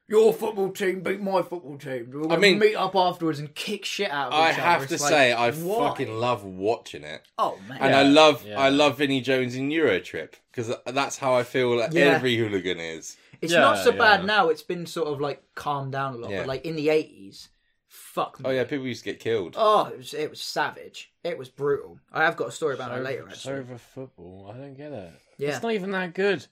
A: your football team beat my football team. We'll
B: I mean-
A: meet up afterwards and kick shit out. of
B: I
A: each other.
B: have
A: It's
B: to
A: like,
B: say, I
A: why?
B: fucking love watching it.
A: Oh man,
B: And I love,
C: yeah.
B: I love Vinnie Jones in Eurotrip because that's how I feel like
A: Yeah.
B: every hooligan is.
A: it's
C: Yeah,
A: not so bad
C: yeah.
A: now. It's been sort of like calmed down a lot.
B: Yeah.
A: But like in the eighties, fuck.
B: Oh
A: me.
B: yeah, people used to get killed.
A: Oh, it was it was savage. It was brutal. I have got a story about it later. Actually,
C: It's over football. I don't get it.
A: Yeah.
C: It's not even that good.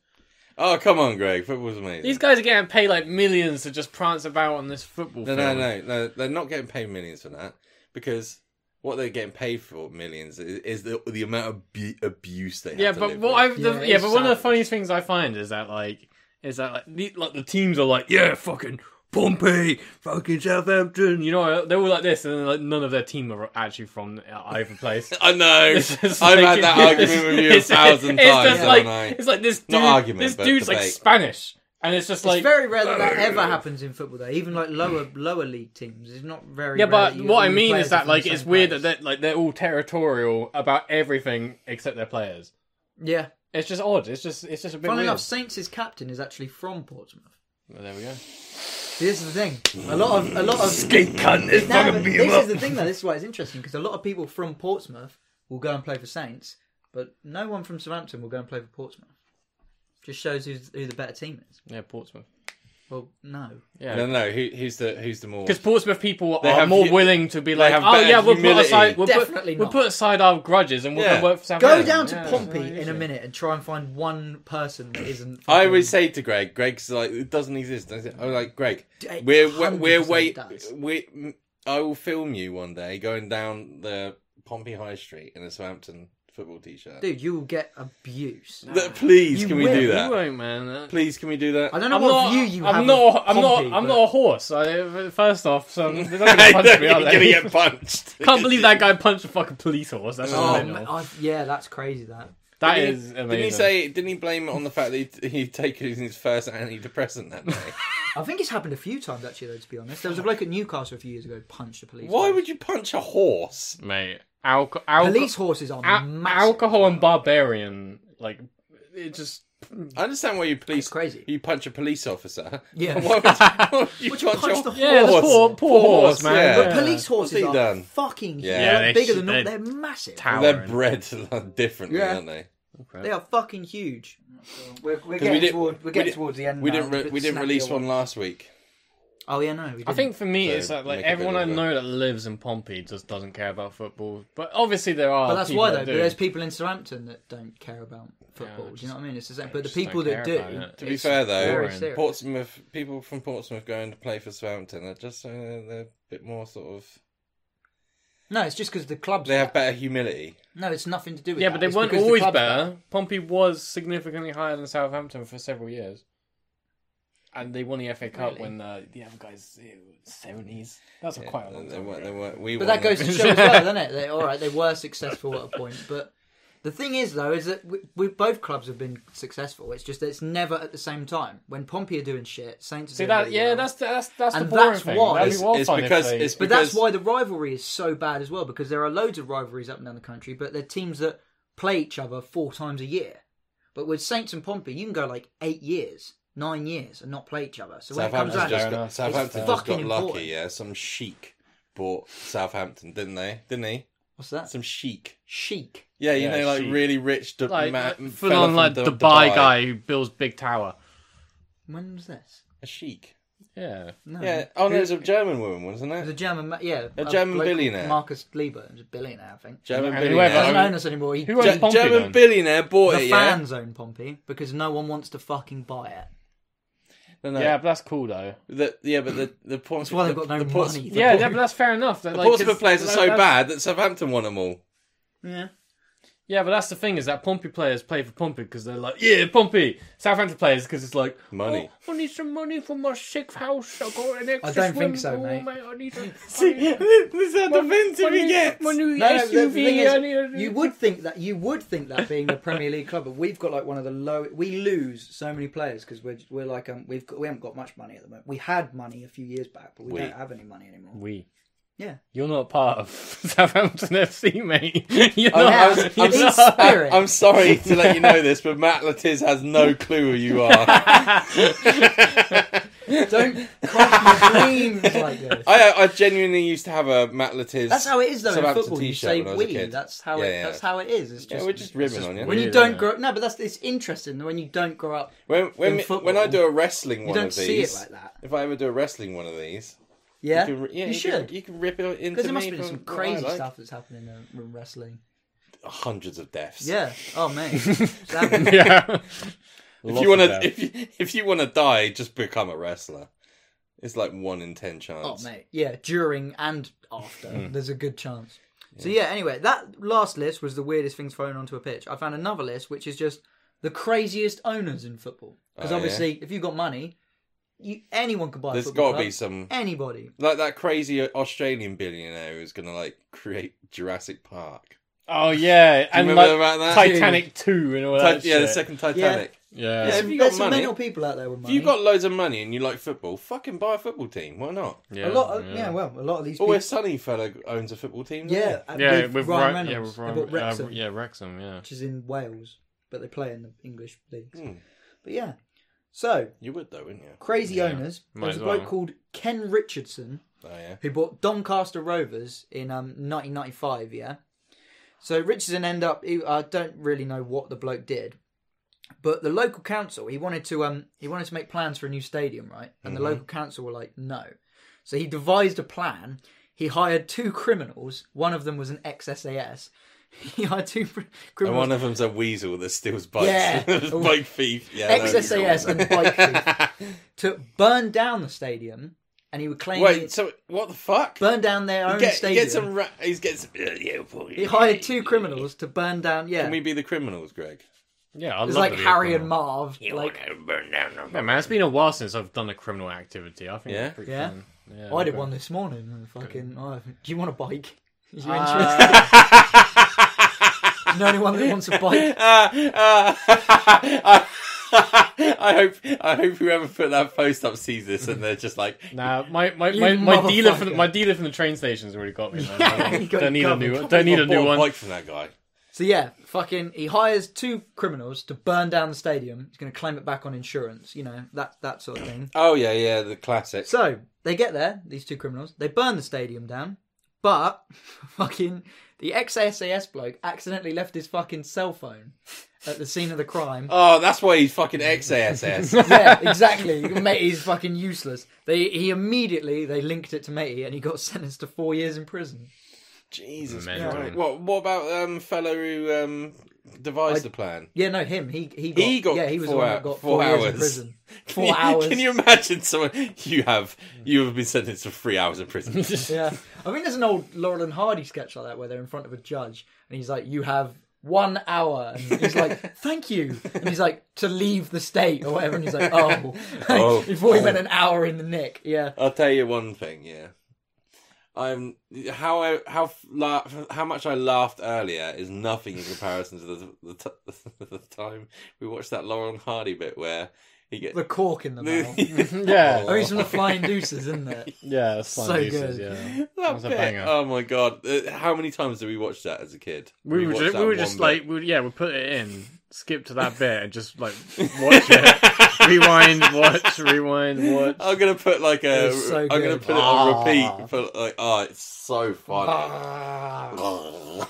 B: Oh come on, Greg, football's amazing.
C: These guys are getting paid like millions to just prance about on this football.
B: no,
C: field.
B: no, no, no, they're not getting paid millions for that because what they're getting paid for millions is, is the the amount of bu- abuse they have.
C: Yeah,
B: to
C: but
B: live
C: what
B: with.
C: I've
A: Yeah,
C: the, yeah,
A: it's
C: but one of the
A: savage.
C: funniest things I find is that like is that like the, like the teams are like yeah fucking Pompey, fucking Southampton, you know they're all like this, and then, like none of their team are actually from uh, either place.
B: I know.
C: <laughs>
B: I've
C: It's just
B: had
C: like-
B: that
C: it's-
B: argument with you a
C: it's-
B: thousand
C: it's
B: times.
C: Just
B: haven't
C: like,
B: I?
C: it's like this dude,
B: Not argument,
C: this
B: but
C: dude's like
B: debate.
C: Spanish, and it's just like
A: It's very rare that that ever happens in football, though. Even like lower lower league teams, it's not very.
C: yeah.
A: rare
C: But
A: that you-
C: what I
A: all the
C: mean
A: players
C: is
A: are
C: that
A: from the
C: like it's
A: same
C: weird
A: place.
C: that they're, like they're all territorial about everything except their players.
A: yeah.
C: It's just odd. It's just it's just a bit
A: Funnily
C: weird.
A: enough, Saints' captain is actually from Portsmouth.
C: Well, there we go.
A: See, this is the thing. A lot of a lot of
B: Skate cunt,
A: <laughs>
B: it's
A: No, but this is the thing though. This is why it's interesting because a lot of people from Portsmouth will go and play for Saints, but no one from Southampton will go and play for Portsmouth. Just shows who's, who the better team is.
C: Yeah, Portsmouth.
A: Well, no.
C: Yeah,
B: No, no, no. Who, who's the who's the more?
C: Because Portsmouth people
B: They
C: are
B: have
C: more
B: hu-
C: willing to be like,
B: have
C: oh
B: better
C: yeah, we'll
B: humility."
C: put aside, we'll
A: Definitely
C: put, we'll
A: not.
C: put aside our grudges and we'll
B: Yeah.
C: go work for Southampton.
A: Go down to
C: Yeah.
A: Pompey in a minute and try and find one person that isn't.
B: I
A: fucking-
B: always say to Greg, Greg's like it doesn't exist. does it? I'm like Greg,
A: It
B: we're we're, we're
A: 100%
B: wait,
A: does.
B: we. I will film you one day going down the Pompey High Street in a Southampton football t-shirt.
A: dude, you will get abuse.
B: Th- please,
A: You
B: can we
A: will.
B: do
C: You
B: that?
C: won't, man.
B: Please, can we do that?
A: I don't know
C: I'm
A: what
C: not.
A: view you have.
C: I'm
A: of
C: not. I'm
A: Pompey,
C: not. I'm
A: but-
C: not a horse. I, first
A: <laughs>
C: off, so
B: <laughs>
C: they're not
B: Hey,
C: gonna punch me,
B: you're
C: are
B: gonna
C: they?
B: get <laughs> punched.
C: Can't believe that guy punched a fucking police horse. That's
A: Oh,
C: phenomenal.
A: ma- I- yeah, that's crazy. That
C: That
B: Didn't he-
C: is amazing.
B: Didn't he say? Didn't he blame it on the fact that he'd, he'd taken his first antidepressant that <laughs> day?
A: I think it's happened a few times actually, though. To be honest, there was a bloke at Newcastle a few years ago who punched a police.
B: Why
A: horse.
B: would you punch a horse?
C: mate? Alco- alco-
A: police horses are
C: al-
A: massive?
C: alcohol and barbarian. Like it just
B: I understand why you police.
A: crazy.
B: You punch a police officer. <laughs>
A: Yeah.
B: But Why would, why would <laughs> you
A: Would you
B: punch,
A: punch
B: a
A: the
B: horse?
C: Yeah, the poor- poor horse, man.
B: yeah.
C: But
A: Police horses
B: he
A: are
B: done?
A: fucking huge.
B: Yeah.
J: Yeah, they
A: They're bigger
J: sh-
A: than normal.
J: they-
A: They're massive.
B: Well,
C: Tower.
B: They're bred <laughs> differently,
A: Yeah.
B: aren't they?
A: They are fucking huge. We're, we're
B: 'Cause
A: getting,
B: didn't-
A: toward, we're
B: we
A: getting
B: didn't-
A: towards the end.
B: We
A: now,
B: didn't. Re-
A: but
B: we didn't
A: snappier
B: release
A: ones.
B: one last week.
A: Oh yeah, no. We didn't.
C: I think for me,
B: So,
C: it's like, like
B: make a big
C: everyone I
B: order.
C: know that lives in Pompey just doesn't care about football. But obviously there are.
A: But that's
C: people
A: why
C: that
A: though. But
C: do.
A: there's people in Southampton that don't care about football. do
C: Yeah,
A: you know
C: just-
A: what I mean? It's the same. But the
C: just don't
A: people that
C: care
A: do,
C: about it.
B: To be
A: it's
B: fair though,
A: very
C: boring.
A: serious.
B: Portsmouth people from Portsmouth going to play for Southampton. They're just uh, they're a bit more sort of.
A: No, it's just because the clubs.
B: They have better humility.
A: No, it's nothing to do with.
C: yeah,
A: that.
C: but they
A: It's
C: weren't
A: because the
C: always
A: clubs-
C: better. Pompey was significantly higher than Southampton for several years. And they won the FA Cup when uh, the other guys seventies. That's quite a long
B: They
C: time.
B: weren't. They weren't. We.
A: But
B: won
A: that goes
C: <laughs>
B: it.
A: to show as well, doesn't it? They, all right, they were successful at a point, but the thing is, though, is that we, we both clubs have been successful. It's just that it's never at the same time. When Pompey are doing shit, Saints are
C: See
A: doing
C: that?
A: really
C: Yeah,
A: well.
C: that's the, that's that's
A: And
C: the boring
A: that's
C: thing.
A: why-
C: That'd be
B: It's,
C: well
B: it's
C: fun if
B: because
C: they-
B: it's
A: But
B: because
A: that's why the rivalry is so bad as well, because there are loads of rivalries up and down the country, but they're teams that play each other four times a year. But with Saints and Pompey, you can go like eight years, nine years, and not play each other. So when it comes
B: Southampton
A: around,
B: just
C: Fair
B: got,
C: enough.
B: Southampton
A: It's
B: just got
A: fucking
B: lucky.
A: important.
B: Yeah, some sheik bought Southampton, didn't they? Didn't he?
A: what's that?
B: Some sheik.
A: Chic.
B: Yeah, you
J: Yeah,
B: know, like
J: sheik.
B: really rich, d-
C: like
B: ma-
C: full
B: fella
C: on
B: from
C: like
B: Du-
C: Dubai, guy who builds big tower.
A: When was this?
B: A sheik.
C: Yeah,
A: No.
B: Yeah. Oh no, it was a German woman, wasn't
A: It was a
B: it?
A: German, ma- yeah,
B: A German
A: bloke called
B: billionaire.
A: Marcus Lieber, he was a billionaire, I think.
B: German
C: And
B: billionaire.
C: whoever-
A: doesn't
C: I mean-
A: own us anymore. He,
C: Who
A: the
C: owns
B: Ge-
C: Pompey
B: German
C: then?
B: billionaire bought it. Yeah.
A: fans own Pompey because no one wants to fucking buy it.
B: No, no.
C: yeah, but that's cool though.
B: The, yeah, but the the Portsmouth.
A: why they've got no
B: the Ports-
A: money.
B: The
C: Yeah,
B: Ports-
C: yeah, but that's fair enough. That,
B: the
C: like,
B: Portsmouth
C: 'cause-
B: players are
C: that-
B: so
C: that's-
B: bad that Southampton won them all.
A: Yeah.
C: Yeah, but that's the thing is that Pompey players play for Pompey because they're like, yeah, Pompey. Southampton players because it's like
B: Money.
C: "Oh, I need some money for my sick house. I got an extra.
A: I don't think
C: swimming
A: so,
C: pool,
A: mate.
C: I
A: <laughs>
C: need some.
B: <laughs> This is how defensive he gets.
C: My new
A: No, no,
C: SUV.
A: the thing is,
C: I need a-
A: you would think that you would think that being a Premier League club, but we've got like one of the low. We lose so many players because we're we're like um we've got, we haven't got much money at the moment. We had money a few years back, but we,
B: We-
A: don't have any money anymore.
B: <laughs>
C: We.
A: Yeah.
C: You're not part of <laughs> Southampton FC, mate. <laughs> You're
B: I'm,
A: Oh, Yeah,
C: not.
B: I'm-
A: it's
B: I'm
A: in
B: so-
A: spirit.
B: I'm sorry to let you
A: <laughs>
B: know this, but Matt Latiz has no clue who you are.
A: Don't crush
B: <laughs>
A: my dreams like this.
B: I, I genuinely used to have a Matt Latiz.
A: That's how it is though in
B: Southampton
A: football. You
B: t-shirt
A: say
B: when I was a
A: we.
B: kid.
A: That's how
B: Yeah,
A: it.
B: yeah.
A: That's how it is. It's
B: Yeah,
A: just
B: we're just ribbing on you.
A: when you
C: Weird,
A: don't
C: yeah.
A: grow. No, but that's it's interesting when you don't grow up.
B: When when,
A: in
B: me-
A: football,
B: when I do a wrestling
A: You
B: one
A: don't
B: of
A: see it
B: these,
A: like that.
B: if I ever do a wrestling one of these,
A: Yeah,
B: you, can, ri- yeah,
A: you
B: can-
A: should.
B: you can rip it into
A: Because there must
B: me
A: have been
B: from
A: some
B: what I
A: crazy
B: like.
A: stuff that's happening in in wrestling.
B: Hundreds of deaths.
A: Yeah. Oh
B: <laughs>
A: man. Savage.
C: <laughs> yeah.
B: If you want to, if you, if you want to die, just become a wrestler. It's like one in ten
A: Oh
B: chance.
A: mate, yeah, during and
B: Hmm.
A: after, there's a good chance. So yeah, anyway, that last list was the weirdest things thrown onto a pitch. I found another list which is just the craziest owners in football. Because
B: Oh, yeah?
A: obviously, if you've got money, you anyone can buy.
B: There's
A: a football
B: got to be
A: club.
B: some
A: anybody.
B: like that crazy Australian billionaire who's gonna like create Jurassic Park.
C: Oh yeah,
B: Do you
C: and
B: remember
C: like
B: about that?
C: Titanic two and all
B: Ti-
C: that.
B: yeah, the
C: shit.
B: second Titanic.
C: Yeah.
B: Yeah.
A: There's
B: if you got
A: there's some
B: money-
A: mental people out there with
B: If
A: money.
B: you've got loads of money and you like football, fucking buy a football team. Why not?
C: yeah.
A: a lot. Of, yeah. well, a lot of these.
B: Oh,
A: people,
B: Always Sunny fella owns a football team. doesn't
A: yeah, uh,
C: Yeah,
A: with,
C: with
A: Ryan
C: Ri-
A: Reynolds.
C: Yeah,
A: They've got
C: with Ryan- uh,
A: Wrexham,
C: yeah, Wrexham. Yeah.
A: which is in Wales, but they play in the English leagues.
B: he? Hmm.
A: But yeah, so
B: You would though, wouldn't you?
A: crazy
C: Yeah,
A: owners.
C: might
A: There's a
C: as well.
A: bloke called Ken Richardson
B: Oh yeah.
A: who bought Doncaster Rovers in um 1995. Yeah, so Richardson end up. he- I don't really know what the bloke did, but the local council he wanted to um he wanted to make plans for a new stadium, right? And
B: Mm-hmm.
A: the local council were like, no. So he devised a plan. He hired two criminals. One of them was an ex-SAS. <laughs> He hired two pr-
B: And
A: criminals.
B: one of them's a weasel that steals bikes.
A: Yeah.
B: <laughs> bike thief. Yeah. that'd be
A: ex-SAS and bike thief to burn down the stadium, and he would
B: cool.
A: claim
B: Wait.
A: he'd
B: So what the fuck?
A: burn down their own
B: Get, he
A: stadium.
B: gets some. Ra- he gets. Yeah, yeah, boy.
A: He hired two criminals to burn down. Yeah,
B: Can we be the criminals, Greg?
C: Yeah, I
A: it's
C: love
A: like
C: the
A: Harry
C: criminal.
A: and Marv. like
C: Yeah, man, it's been a while since I've done a criminal activity. I think.
B: Yeah?
C: it's pretty
A: Yeah?
C: fun. yeah
A: I did one this morning. And fucking, oh, do you want a bike? <laughs> Is you interested? know anyone that wants a bike?
B: <laughs> I hope. I hope whoever put that post up sees this and they're just like,
C: Nah, my my,
A: You
C: my, my dealer
A: motherfucker. <laughs>
C: from my dealer from the train station's already got me. Man.
A: you got
C: don't need a
A: covered.
C: new one. Don't need a
B: "I bought
C: new
B: a
C: one.
B: Bike from that guy.
A: So yeah, fucking he hires two criminals to burn down the stadium. He's going to claim it back on insurance, you know, that that sort of thing.
B: Oh yeah, yeah, the classic.
A: So, they get there, these two criminals. They burn the stadium down, but <laughs> fucking the ex-SAS bloke accidentally left his fucking cell phone at the scene of the crime.
B: Oh, that's why he's fucking
A: <laughs>
B: XASS. <laughs>
A: yeah, exactly. Matey's fucking useless. They he immediately they linked it to Matey and he got <laughs> sentenced to 4 years in prison.
B: Jesus
D: Mental.
B: Christ. What what about um fellow who um devised the plan?
A: Yeah, no, him. He he got,
B: He got
A: yeah, he was the
B: four
A: one
B: hou-
A: that got four,
B: four
A: years in
B: hours.
A: prison.
B: <laughs> Can
A: Four
B: you-
A: hours.
B: Can you imagine someone you have you have been sentenced to three hours in
A: <laughs>
B: prison?
A: Yeah. I mean, there's an old Laurel and Hardy sketch like that where they're in front of a judge and he's like, You have one hour. And he's
B: <laughs>
A: like, Thank you. And he's like, To leave the state or whatever. And he's like,
B: <laughs>
A: Oh.
B: Oh.
A: Before he went an hour in the nick. Yeah.
B: I'll tell you one thing, yeah. I'm how I, how la- how much I laughed earlier is nothing in comparison to the the, t- the <laughs> time we watched that Laurel and Hardy bit where he gets
A: The cork
B: <laughs>
A: in the <laughs> mouth.
C: Yeah,
A: I mean, it's from the Flying Deuces, isn't it?
C: yeah,
A: Flying So Deuces, good.
B: <laughs>
C: Yeah.
B: That
C: was a
B: bit-
C: banger.
B: Oh my god! Uh, how many times did we watch that as a kid?
C: We were
B: watched
C: just,
B: that
C: we were
B: one
C: just
B: bit.
C: like, we, yeah, we put it in, skip to that bit, and just like watch
B: <laughs>
C: it, rewind, watch,
A: <laughs>
C: rewind, watch.
B: I'm gonna put like a.
A: It was so
B: am gonna
A: good.
B: put it on repeat. For like, oh, it's so funny.
A: Ah.
B: <laughs>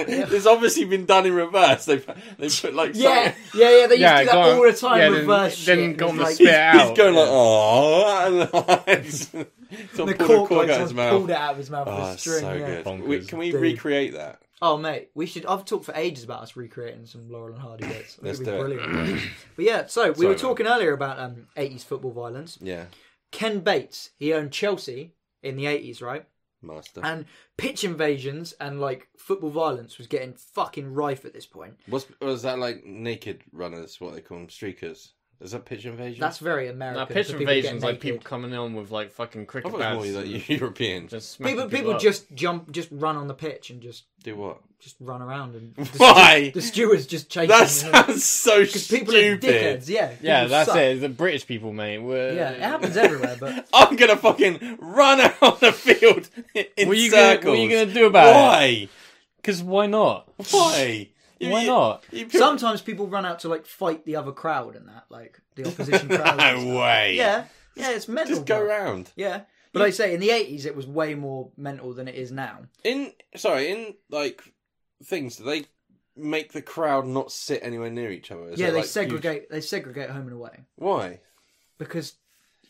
B: it's obviously been done in reverse. They they put like
A: Yeah, <laughs>
B: something-
A: yeah, yeah. They used
C: Yeah,
A: to do that
C: go on.
A: all the time.
C: Yeah, then-
A: reverse
C: then
A: shit.
C: go
A: It's
C: on the
A: like,
C: spit
B: He's, he's
C: out,
B: going like
C: yeah.
B: oh, <laughs> and he's-
A: the
B: someone pulled a
A: cork,
B: cork
A: like,
B: out of his
A: someone
B: mouth.
A: pulled it out of his mouth with
B: Oh,
A: a
B: it's
A: string.
B: so
A: yeah.
B: good. We,
C: Bonkers.
B: can we
A: Dude.
B: recreate that?
A: Oh mate, we should. I've talked for ages about us recreating some Laurel and Hardy bits. That
B: Let's
A: could be
B: do it.
A: brilliant.
B: <clears throat>
A: but yeah, so we
B: Sorry,
A: were
B: man.
A: talking earlier about um, 80s football violence.
B: Yeah,
A: Ken Bates, he owned Chelsea in the 80s, right?
B: master.
A: And pitch invasions and like football violence was getting fucking rife at this point.
B: What's was that like? Naked runners, what they call them, streakers. Is that pitch invasion?
A: That's very American.
C: Now, pitch
A: so people get
C: invasions like
A: naked.
C: people coming on with like fucking
B: I
C: cricket
B: thought it
C: bats,
B: was more <laughs>
C: and
B: like European.
C: just smacking
A: People, people
C: up.
A: just jump, just run on the pitch and just
B: Do what?
A: just run around and
B: <laughs> Why?
A: the stewards just chasing.
B: That
A: them, yeah.
B: sounds so
A: people
B: stupid.
A: are dickheads. Yeah,
C: yeah,
A: people
C: that's
A: suck.
C: it. The British people, mate. We're,
A: Yeah, it happens everywhere, but
B: <laughs> I'm gonna fucking run <laughs> out the field in
C: What are you gonna,
B: circles.
C: what are you gonna do about it?
B: Why?
C: Because why not?
B: Why? You-
C: Why
B: you-
C: not?
B: You put-
A: Sometimes people run out to like fight the other crowd and that, like the
B: <laughs>
A: opposition crowd. and
B: no
A: stuff.
B: way.
A: Yeah, yeah, it's mental.
B: Just go
A: bro.
B: round.
A: Yeah, but I say in the eighties it was way more mental than it is now.
B: In sorry, in like things do they make the crowd not sit anywhere near each other. Is
A: yeah,
B: that,
A: they
B: like, huge-
A: segregate. They segregate home and away
B: Why?
A: because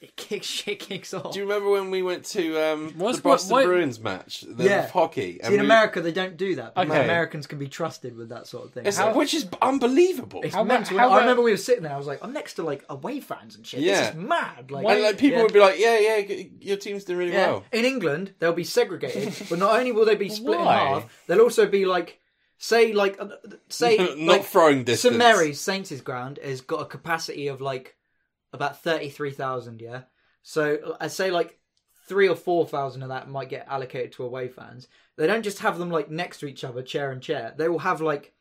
A: it kicks <laughs> shit kicks off.
B: Do you remember when we went to um,
C: What's-
B: the Boston
C: what- why-
B: Bruins match, the
A: Yeah.
B: hockey?
A: See, in
B: we-
A: America they don't do that. Because
C: Okay.
A: Americans can be trusted with that sort of thing.
B: It's-
A: How-
B: which is unbelievable.
A: it's
C: how about-
A: mental. I
C: how about-
A: remember we were sitting there. I was like, I'm next to like away fans and shit.
B: Yeah.
A: This is mad. Like,
B: and like people
A: yeah.
B: would be like, "Yeah, yeah, g- your team's doing really
A: Yeah.
B: well."
A: In England, they'll be segregated, but not only will they be split
C: Why?
A: in half, they'll also be like, say, like, uh, say,
B: <laughs> not
A: like,
B: throwing distance.
A: St Mary's Saints' ground has got a capacity of like about thirty-three thousand. Yeah, so I say like three or four thousand of that might get allocated to away fans. They don't just have them like next to each other, chair and chair. They will have like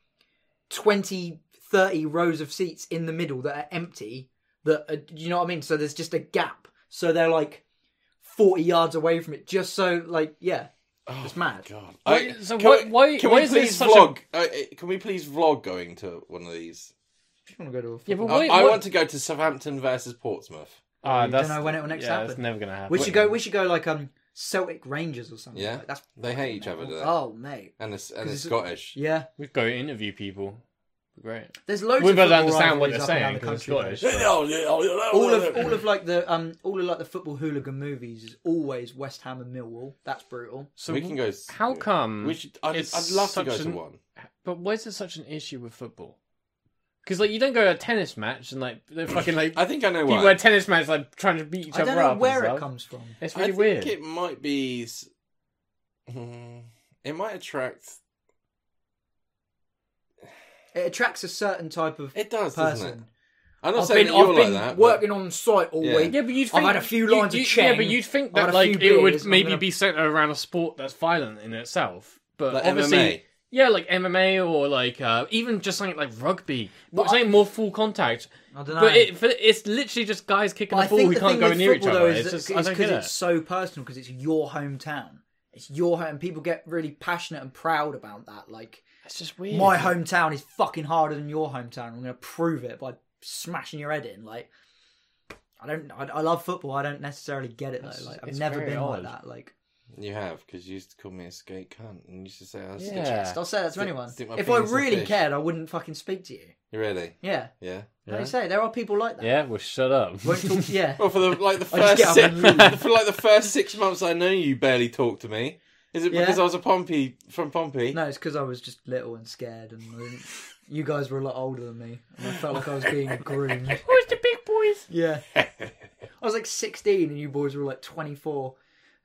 A: 20, 30 rows of seats in the middle that are empty. That are, you know what I mean? So there's just a gap. So they're like forty yards away from it, just so like yeah, it's mad.
B: Oh God.
C: Why-
B: I-
C: so
B: can
C: why-
B: we-
C: why-
B: can
C: why
B: we
C: is
B: please
C: this such a-
B: vlog? uh, uh, can we please vlog going to one of these?
A: Just wanna go to a
C: Yeah, but
A: football-
B: I-
C: why,
B: I
C: why-
B: want to go to Southampton versus Portsmouth.
C: Ah,
A: don't
C: that's-
A: know when it will next
C: yeah, It's
A: happen.
C: never gonna happen.
A: we should go. We should go like um Celtic Rangers or something.
B: Yeah,
A: like, that's
B: they hate each other, do they?
A: Oh mate,
B: And it's and
A: 'Cause
B: it's
A: it's-
B: Scottish.
C: <laughs>
A: yeah.
C: We'd go interview people. Great.
A: There's loads.
C: We
A: of
C: better
A: football
C: understand what they're
A: rivalries up and down
C: saying
A: the
C: 'cause it's
A: country, mate.
C: Scottish. but-
A: All of
C: <laughs>
A: all of like the um all of like the football hooligan movies is always West Ham and Millwall. That's brutal.
C: So
B: we can go. s-
C: How come?
B: We should. I'd,
C: Hmm. it's
B: I'd love to go
C: such
B: to
C: an-
B: one.
C: But why is there such an issue with football? Because like you don't go to a tennis match and like they're fucking like
B: I think I know
C: people
B: why.
C: at a tennis match like trying to beat each
A: I don't
C: other
A: know
C: up.
A: where
C: and
A: it
C: stuff.
A: comes from.
C: It's
B: I
C: really
B: think
C: weird.
B: it might be. s- Hmm, It might attract.
A: It attracts a certain type of
B: It does, doesn't it?
A: person.
B: I'm not
A: I've
B: saying
A: been,
B: that you're
A: I've
B: like
A: been
B: that. but-
A: working on site all
B: Yeah.
A: week.
C: Yeah, but you'd
A: I've
C: think
A: had a few
C: you-
A: lines of
C: you-
A: Cheng.
C: Yeah, but you'd think
A: I've
C: that
A: had a few
C: like it would
A: beers, I'm
C: maybe
A: gonna-
C: be centered around a sport that's violent in itself. But
B: Like
C: obviously,
B: MMA.
C: yeah, like MMA or like uh, even just something like rugby, but
A: But I-
C: something more full contact.
A: I don't know.
C: But it, for, it's literally just guys kicking
A: But
C: the ball who can't go
A: with
C: near each
A: football,
C: other.
A: though,
C: It's
A: that-
C: just I don't
A: because
C: get
A: it's
C: it.
A: so personal because it's your hometown. It's your home. People get really passionate and proud about that. Like
C: It's just weird.
A: My hometown is fucking harder than your hometown. I'm going to prove it by smashing your head in. Like, I don't. I, I love football. I don't necessarily get it
B: That's-
A: though. Like, I've
B: it's
A: never
B: very
A: been like
B: odd.
A: that. Like,
B: You have, because you used to call me a skate cunt, and you used to say I was
A: yeah.
B: yeah.
A: don't say that to
B: Stick-
A: anyone.
B: stick my
A: if I
B: penis in
A: really
B: fish.
A: cared, I wouldn't fucking speak to you.
B: Really?
A: Yeah,
B: Yeah.
A: like you say, there are people like that.
K: Yeah, well, shut up.
A: Won't
B: <laughs>
A: talk. Yeah.
B: Well, for the like the
A: I just
B: first
A: get up and
B: six, <laughs> for like the first six months I know you, barely talked to me. Is it
A: Yeah.
B: because I was a Pompey from Pompey?
A: No, it's because I was just little and scared, and I didn't- you guys were a lot older than me, and I felt like I was
B: <laughs>
A: being groomed.
C: <laughs> Where's the big boys?
A: Yeah, I was like 16, and you boys were like 24.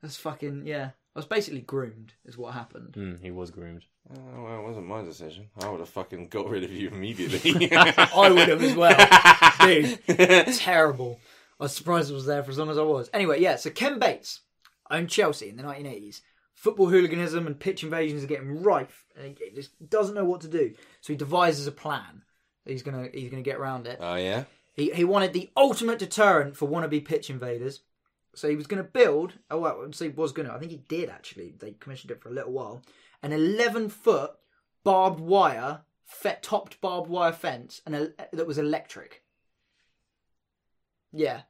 A: That's fucking yeah. I was basically groomed, is what happened.
K: Mm, he was groomed.
B: Oh, well, it wasn't my decision. I would have fucking got rid of you immediately. <laughs>
A: I would have as well, dude. Terrible. I was surprised I was there for as long as I was. Anyway, yeah. So Ken Bates owned Chelsea in the 1980s. Football hooliganism and pitch invasions are getting rife, and he just doesn't know what to do. So he devises a plan. He's gonna he's gonna get around it.
B: oh yeah.
A: He, he wanted the ultimate deterrent for wannabe pitch invaders. So he was going to build, oh, well, so he was going to, I think he did actually, they commissioned it for a little while, an 11 foot barbed wire, fe- topped barbed wire fence and a, that was electric. Yeah.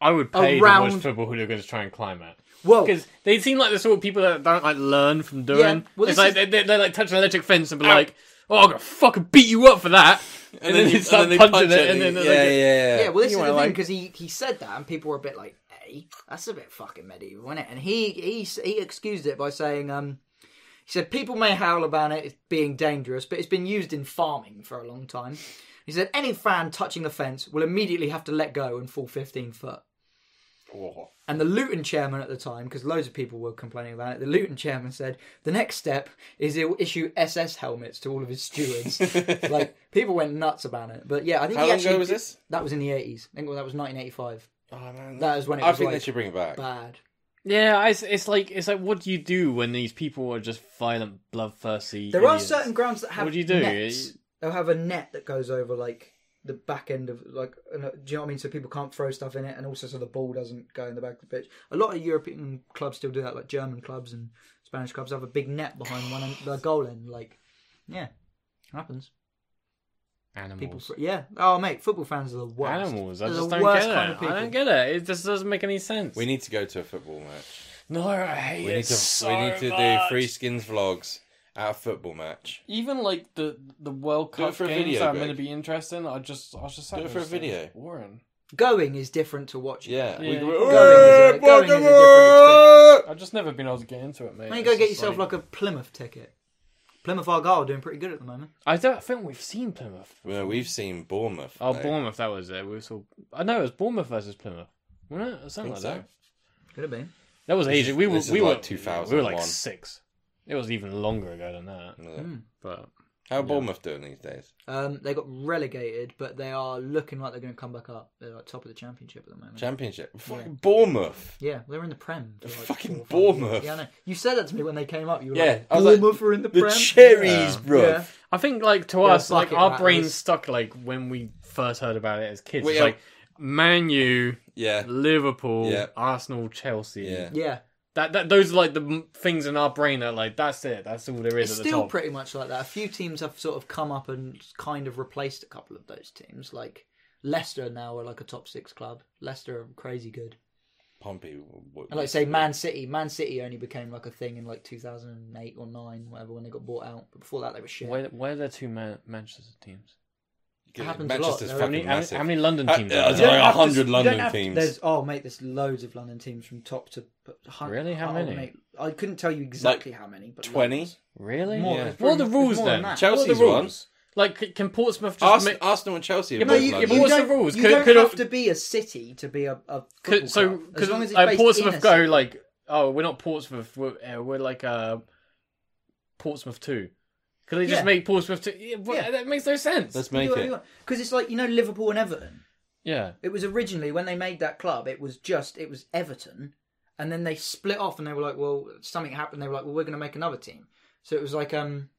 C: I would pay to
A: Around-
C: watch football hooligans try and climb it.
A: Well,
C: Because they seem like the sort of people that don't like learn from doing.
A: Yeah, well,
C: it's
A: this
C: like
A: is-
C: they, they, they like touch an electric fence and be like, "Oh, I'm gonna fucking beat you up for that," and, then,
B: you-
C: they start
B: they
C: punching
B: punch
C: it,
B: at
C: and
B: you.
C: then
B: yeah,
C: like,
B: yeah, yeah,
A: yeah, well, this is the
C: you wanna,
A: thing,
C: like-
A: because he, he said that and people were a bit like, hey, that's a bit fucking medieval, isn't it? And he, he, s- he excused it by saying, um, He said, People may howl about it as being dangerous, but it's been used in farming for a long time. He said, Any fan touching the fence will immediately have to let go and fall 15 foot.
B: Whoa.
A: And the Luton chairman at the time, because loads of people were complaining about it, the Luton chairman said, The next step is he'll issue SS helmets to all of his
B: <laughs>
A: stewards. like, people went nuts about it. But yeah, I think
B: How
A: he
B: long
A: actually.
B: ago was this?
A: That was in the 80s. I think that was 1985.
B: Oh man,
A: That was when it
B: I
A: was
B: think
A: like,
B: they should bring it back.
A: bad.
C: yeah. I- It's, it's like it's like what do you do when these people are just violent, bloodthirsty?
A: There
C: idiots?
A: are certain grounds that have
C: What do you do?
A: nets.
C: You-
A: They'll have a net that goes over like the back end of like an- do you know what I mean? So people can't throw stuff in it, and also so the ball doesn't go in the back of the pitch. A lot of European clubs still do that, like German clubs and Spanish clubs have a big net behind one and the goal end. Like, yeah, happens.
C: animals.
A: People, yeah. Oh mate, football fans are the worst.
C: Animals. I
A: They're
C: just
A: the
C: don't get
A: worst
C: it.
A: kind of people.
C: I don't get it. It just doesn't make any sense.
B: We need to go to a football match.
C: no, I hate
B: We
C: it
B: need to.
C: so
B: we need to
C: much.
B: do free skins vlogs at a football match.
C: Even like the the World
B: Do it
C: Cup
B: for a
C: games
B: video,
C: that I'm
B: Greg.
C: going to be interested in, I just I was just
B: Do it
C: like,
B: for a
C: "This thing's
B: video."
C: boring.
A: Going is different to watching.
B: Yeah.
C: Yeah.
B: We,
C: Going is
A: a- going
B: Hey,
A: is a
B: fucking
A: different
B: world!
C: I've just never been able to get into it, mate.
A: Why don't you
C: It's
A: go get
C: just
A: yourself
C: like-
A: like a Plymouth ticket? Plymouth Argyle are doing pretty good at the moment.
C: I don't think we've seen Plymouth.
B: Well, we've seen Bournemouth.
C: Oh,
B: though.
C: Bournemouth, that was it. We saw. I know it was Bournemouth versus Plymouth. Wasn't it? Or Something
B: Think
C: like
B: so.
C: that.
A: Could have been.
C: That was
B: This
C: ages.
B: is-
C: We were
B: this is
C: we
B: like
C: were
B: 2001.
C: We were like six. It was even longer ago than that.
B: Yeah.
C: But
B: How are Bournemouth doing these days?
A: Um, they got relegated, but they are looking like they're going to come back up. They're like top of the championship at the moment.
B: Championship. Fucking Bournemouth.
A: yeah, they're in the Prem. for, like,
B: Fucking
A: four or five
B: Bournemouth.
A: years. Yeah, I know. You said that to me when they came up. You were
B: Yeah,
A: like,
B: I was like,
A: Bournemouth are in the,
B: The
A: Prem.
B: cherries, bro.
A: Yeah.
C: I think like to
A: Yeah,
C: us, like
A: bucket
C: our
A: rattles.
C: brains stuck like when we first heard about it as kids.
B: Well,
C: it's
B: yeah.
C: like Man U,
B: Yeah.
C: Liverpool,
B: Yeah.
C: Arsenal, Chelsea.
B: Yeah.
A: Yeah.
C: That, that those are like the m- things in our brain that like that's it. That's all there is
A: It's
C: at the
A: still
C: top.
A: pretty much like that. A few teams have sort of come up and kind of replaced a couple of those teams. Like Leicester now are like a top six club. Leicester are crazy good.
B: Pompey. w- w-
A: And like say Man City, Man City only became like a thing in like 2008 or 9, whatever, when they got bought out. But before that, they were shit.
C: where, where are the two Man- Manchester teams?
B: Yeah,
A: happens a lot.
B: Manchester's
A: They're
C: How
B: fucking
C: many, how, many-
B: massive.
C: how many London
B: Uh,
C: teams?
B: yeah, it's
C: are
A: You
C: there?
A: don't
B: like
A: have to-
B: 100
A: you don't
B: London
A: have to-
B: teams.
A: There's, oh mate, there's loads of London teams from top to hun-
C: Really? How
A: oh,
C: many?
A: mate, I couldn't tell you exactly how many, but
B: 20?
A: loads.
C: Really?
A: More,
B: Yeah.
A: there's
C: What are
A: probably-
C: the
A: there's
C: rules
A: more than
C: then?
A: that.
B: Chelsea's
C: what are the
B: one.
C: rules? Like, c- can Portsmouth just
B: Ars-
C: make?
B: Arsenal and Chelsea. have
A: No,
B: both
A: you,
B: London.
A: you
C: What's the
A: don't,
C: rules?
A: You
C: Could-
A: don't
C: could
A: have
C: a-
A: to be a city to be a, a
C: Could-
A: football
C: so,
A: club. As
C: because
A: long as it's
C: uh,
A: based in a
C: Portsmouth go
A: city.
C: like, oh, we're not Portsmouth. We're, uh, we're like uh, Portsmouth two. Could they just
A: Yeah.
C: make Portsmouth two? Yeah, but
A: Yeah.
C: that makes no sense.
B: Let's
A: You
B: make
A: do whatever you
B: it.
A: want. Because it's like you know Liverpool and Everton.
C: Yeah.
A: It was originally when they made that club, it was just it was Everton, and then they split off, and they were like, well, something happened. They were like, well, we're going to make another team. So it was like, um,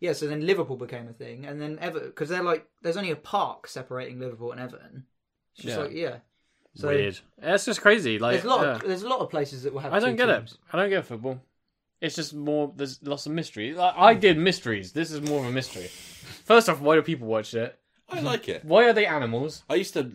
A: yeah. So then Liverpool became a thing, and then Everton because they're like, there's only a park separating Liverpool and Everton. It's just
C: Yeah.
A: like yeah. So
C: Weird. That's just crazy. Like,
A: There's a lot.
C: yeah.
A: Of, there's a lot of places that will have.
C: I don't
A: two
C: get
A: teams.
C: it. I don't get football. It's just more. There's lots of mystery. Like, I did mysteries. This is more of a mystery. First off, why do people watch it?
B: I like it.
C: Why are they animals?
B: I used to,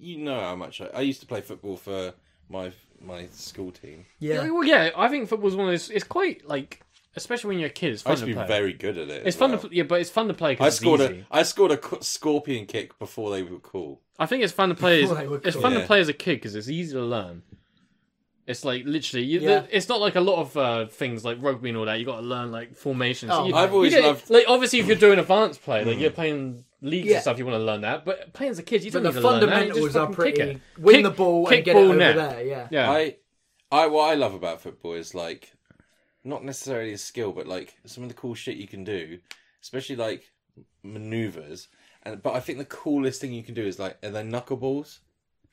B: you know how much I, I used to play football for my my school team.
C: Yeah. Well, yeah. I think football's one of those. It's quite like, especially when you're a kid. It's
B: I
C: fun
B: used
C: to
B: to be
C: play.
B: very good at it.
C: it's
B: as
C: fun
B: well.
C: to pl- yeah, but it's fun to play
B: I
C: because
B: scored
C: it's easy.
B: a I scored a qu- scorpion kick before they were cool.
C: I think it's fun to play. As,
A: Before they were
C: It's
A: cool.
C: fun
B: Yeah.
C: to play as a kid because it's easy to learn. It's like literally, you,
A: Yeah.
C: the- it's not like a lot of uh, things like rugby and all that. You got to learn like formations.
A: Oh,
C: you,
A: I've
C: you
B: always
C: get-
B: loved- Mm.
C: like obviously if you're doing advanced play, like you're playing leagues
A: Yeah.
C: and stuff, you want to learn that. But playing as a kid, you
A: But
C: don't
A: the
C: need to learn that. You
A: fundamentals
C: just
A: are
C: fucking kick
A: pretty.
C: it.
A: Win
C: Kick-
A: the ball
C: kick
A: and get
C: ball
A: it over
C: net.
A: there. Yeah.
C: Yeah,
B: I I what I love about football is like not necessarily a skill, but like some of the cool shit you can do, especially like maneuvers. And but I think the coolest thing you can do is like are there knuckleballs?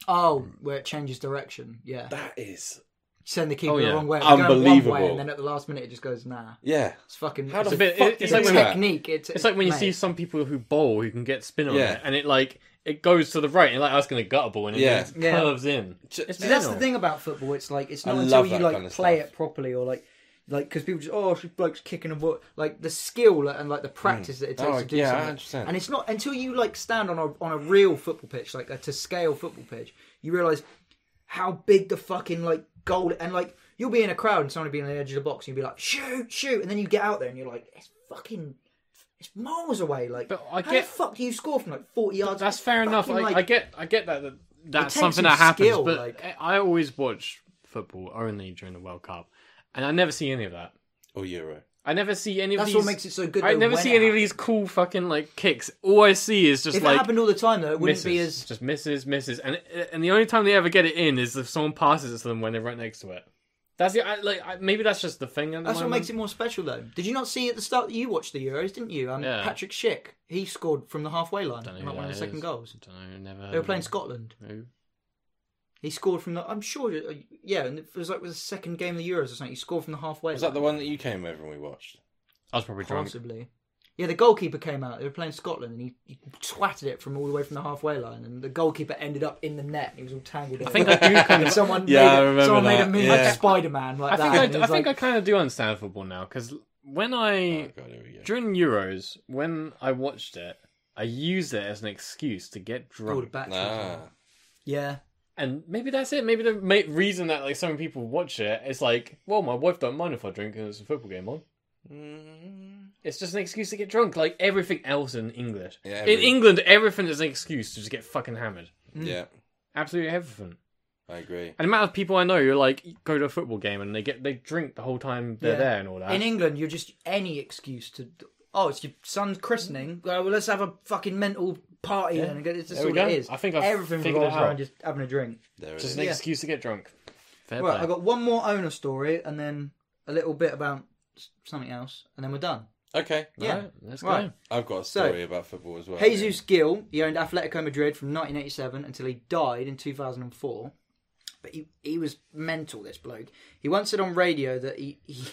A: Oh, where it changes direction. Yeah.
B: That is
A: Send the keeper
C: Oh, yeah.
A: the wrong way. It was going one way,
B: Unbelievable.
A: and then at the last minute, it just goes nah.
B: yeah.
A: It's fucking.
B: How
A: it's
B: the
A: a
C: bit-
B: fuck
C: it- it's
B: do
C: like
A: it's
C: when-
B: that?
A: technique. It's,
C: it's like when you
A: mate.
C: see some people who bowl who can get spin on
B: Yeah.
C: it, and it like it goes to the right, and you're like I was going to gut a ball, and it
B: Yeah.
C: just
A: Yeah.
C: curves in.
B: Ju-
C: It's
A: See, that's the
C: mental.
A: thing about football. It's like it's
B: I
A: not
B: love
A: until you
B: that
A: like
B: kind of
A: play
B: stuff.
A: it properly or like like because people just oh she bloke's kicking a ball like the skill and like the practice that it takes
B: Oh,
A: to do
B: yeah,
A: something.
B: 100%.
A: And it's not until you like stand on a on a real football pitch like a to scale football pitch you realize how big the fucking like goal and like you'll be in a crowd and someone will be on the edge of the box and you'll be like shoot shoot and then you get out there and you're like it's fucking. It's miles away. Like,
C: But I
A: how
C: get-
A: the fuck do you score from like forty yards?
C: That's fair enough. I,
A: Fucking, like-
C: I get, I get that, that that's
A: takes
C: something
A: some
C: that happens.
A: skill,
C: but
A: like-
C: I I always watch football only during the World Cup, and I never see any of that.
B: or Euro.
C: I never see any of
A: That's
C: these.
A: what makes it so good.
C: I
A: though,
C: never
A: when
C: see
A: it
C: any of
A: happens.
C: these cool fucking like kicks. All I see is just
A: If it
C: like
A: happened all the time, though, it wouldn't
C: misses,
A: be as
C: just misses, misses, and and the only time they ever get it in is if someone passes it to them when they're right next to it. That's the I, like I, maybe that's just the thing. At the
A: That's what
C: moment.
A: makes it more special, though. Did you not see at the start that you watched the Euros, didn't you? Um,
C: Yeah.
A: Patrick Schick, he scored from the halfway line,
C: Don't know
A: like
C: who
A: one of the
C: that
A: second
C: is.
A: goals.
C: Don't know, never.
A: They were playing Scotland.
C: Who?
A: He scored from the. I'm sure. uh, Yeah, and it was like the second game of the Euros or something. He scored from the halfway
B: Was
A: line.
B: that the one that you came over and we watched?
C: I was probably drunk.
A: Possibly. Yeah, the goalkeeper came out. They were playing Scotland, and he, he twatted it from all the way from the halfway line, and the goalkeeper ended up in the net. and He was all tangled. I
C: think I
A: <laughs>
C: do kind of-
A: someone
B: Yeah, I
A: made
B: remember
A: a, someone made a
B: that,
A: move
B: yeah.
A: like Spider Man like
C: I
A: that.
C: think I,
A: and he
C: I
A: was
C: think I
A: like,
C: kind of do understand football now because when I
B: Oh god, here we go.
C: during Euros when I watched it, I used it as an excuse to get
A: pulled
C: drunk,
A: back.
B: Nah.
A: Yeah.
C: and maybe that's it. Maybe the ma- reason that like so many people watch it is like, well, my wife don't mind if I drink and there's a football game on.
B: Ah.
C: It's just an excuse to get drunk, like everything else in England.
B: Yeah,
C: in
B: every-
C: England, everything is an excuse to just get fucking hammered.
B: Yeah,
C: Absolutely everything.
B: I agree.
C: And the amount of people I know who like go to a football game and they get they drink the whole time they're
A: Yeah.
C: there and all that.
A: In England, you're just any excuse to. Oh, it's your son's christening. Well, well, let's have a fucking mental party
C: Yeah.
A: and it's just
C: There we
A: all it
C: go.
A: is.
C: I think I've
A: everything
C: figured
A: revolves
C: it out.
A: around just having a drink.
B: There it
C: just
B: is.
C: an
A: Yeah.
C: excuse to get drunk. Fair
A: Right,
C: play.
A: I've got one more owner story and then a little bit about s- something else, and then we're done.
B: Okay,
A: Yeah.
C: Right, let's
A: Right.
C: go.
B: I've got a
A: So-
B: story about football as well.
A: Jesus Gill, he owned Atletico Madrid from 1987 until he died in 2004. But he, he was mental, this bloke. He once said on radio that he, he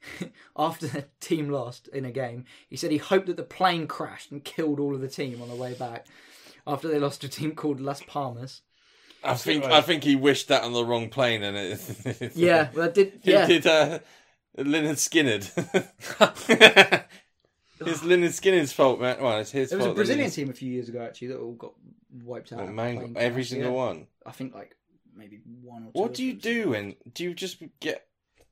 A: <laughs> after the team lost in a game, he said he hoped that the plane crashed and killed all of the team on the way back after they lost to a team called Las Palmas.
B: I think I think he wished that on the wrong plane, and it.
A: <laughs>
B: <laughs>
A: Yeah, well, that did.
B: Who
A: Yeah,
B: did uh,
A: <laughs>
B: Leonard Skinnard? <laughs> it's Leonard Skinnard's fault, man. Well, it's his
A: There was a
B: fault.
A: Brazilian
B: that
A: team a few years ago, actually, that all got wiped out.
B: Leonard-
A: in a
B: Mango-
A: plane
B: every
A: crash,
B: single
A: yeah.
B: one.
A: I think, like, maybe one or two.
B: What
A: of
B: do you
A: them.
B: do? And do you just get?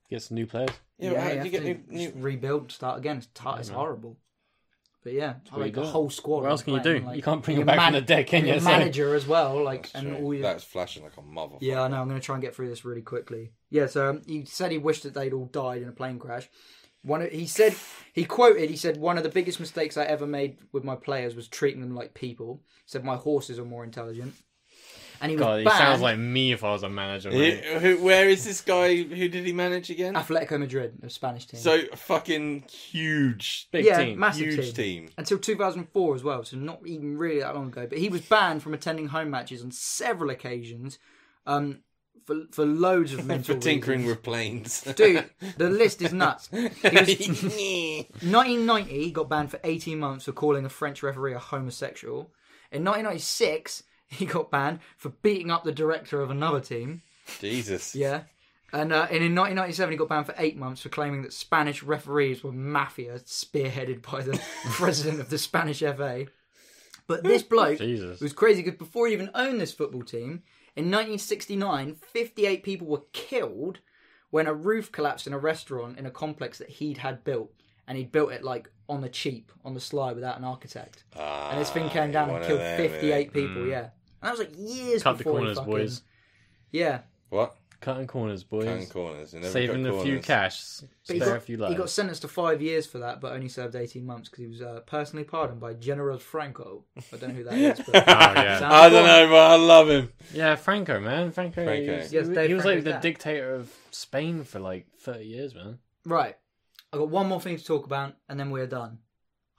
C: Get some new players.
B: Yeah,
A: yeah,
B: how
A: you
B: do you
A: have
B: get
A: to
B: new, new...
A: just rebuild, start again. It's, tar- it's horrible. But yeah, I
C: what
A: like
C: you
A: a
C: do.
A: whole squad.
C: What else can you
A: playing,
C: do?
A: like-
C: You can't bring
A: and
C: them
A: your
C: back from the deck, can
A: and
C: you? <laughs>
A: your
C: So-
A: manager as well, like and
B: Sorry,
A: all your.
B: That's flashing like a motherfucker.
A: Yeah, I know. I'm going to try and get through this really quickly. Yeah, so um, he said he wished that they'd all died in a plane crash. One, of, he said, he quoted, he said, one of the biggest mistakes I ever made with my players was treating them like people. He said my horses are more intelligent, and he was
C: God, he
A: banned.
C: sounds like me if I was a manager. mate.
B: Who- who- where is this guy? Who did he manage again?
A: Atletico Madrid, a Spanish team.
B: So fucking huge,
C: Big
A: yeah,
C: team.
A: massive
B: huge team.
A: until 2004 as well, so not even really that long ago. But he was banned from attending home matches on several occasions um, for for loads of mental
B: <laughs> for tinkering
A: reasons.
B: with planes.
A: Dude, the list
B: <laughs>
A: is nuts. He was,
B: Dude.
A: 1990, he got banned for 18 months for calling a French referee a homosexual. In 1996, he got banned for beating up the director of another team.
B: <laughs> Jesus.
A: Yeah. And, uh, and in 1997, he got banned for eight months for claiming that Spanish referees were mafia spearheaded by the <laughs> president of the Spanish FA. But this bloke
C: Jesus.
A: was crazy because before he even owned this football team, in 1969, 58 people were killed when a roof collapsed in a restaurant in a complex that he'd had built. And he'd built it like on the cheap, on the sly, without an architect.
B: Ah.
A: and this
C: Ah,
A: thing came down
B: one
A: and
B: of
A: killed
B: them,
A: 58 people, yeah. And that was like years
C: Hmm. Cut the
A: before he
C: corners,
A: fucking-
C: boys.
A: Yeah.
B: What?
C: Cutting corners, boys.
B: Cutting corners. You never
C: Saving
B: cut
C: a
A: <laughs>
C: few
B: corners.
C: cash.
A: But he,
C: Spare a
A: got,
C: few
A: he got
C: lives.
A: sentenced to five years for that, but only served 18 months because he was uh, personally pardoned by General Franco. I don't know who that is,
B: <laughs>
C: <laughs>
A: but
C: Oh, yeah.
A: Sounds
B: I don't know, but I love him.
C: yeah, Franco, man. Franco.
B: Franco.
C: He was,
A: Yes,
C: he
A: Dave
C: was
A: Franco's
C: like the
A: dad.
C: dictator of Spain for like 30 years, man.
A: Right. I've got one more thing to talk about, and then we're done.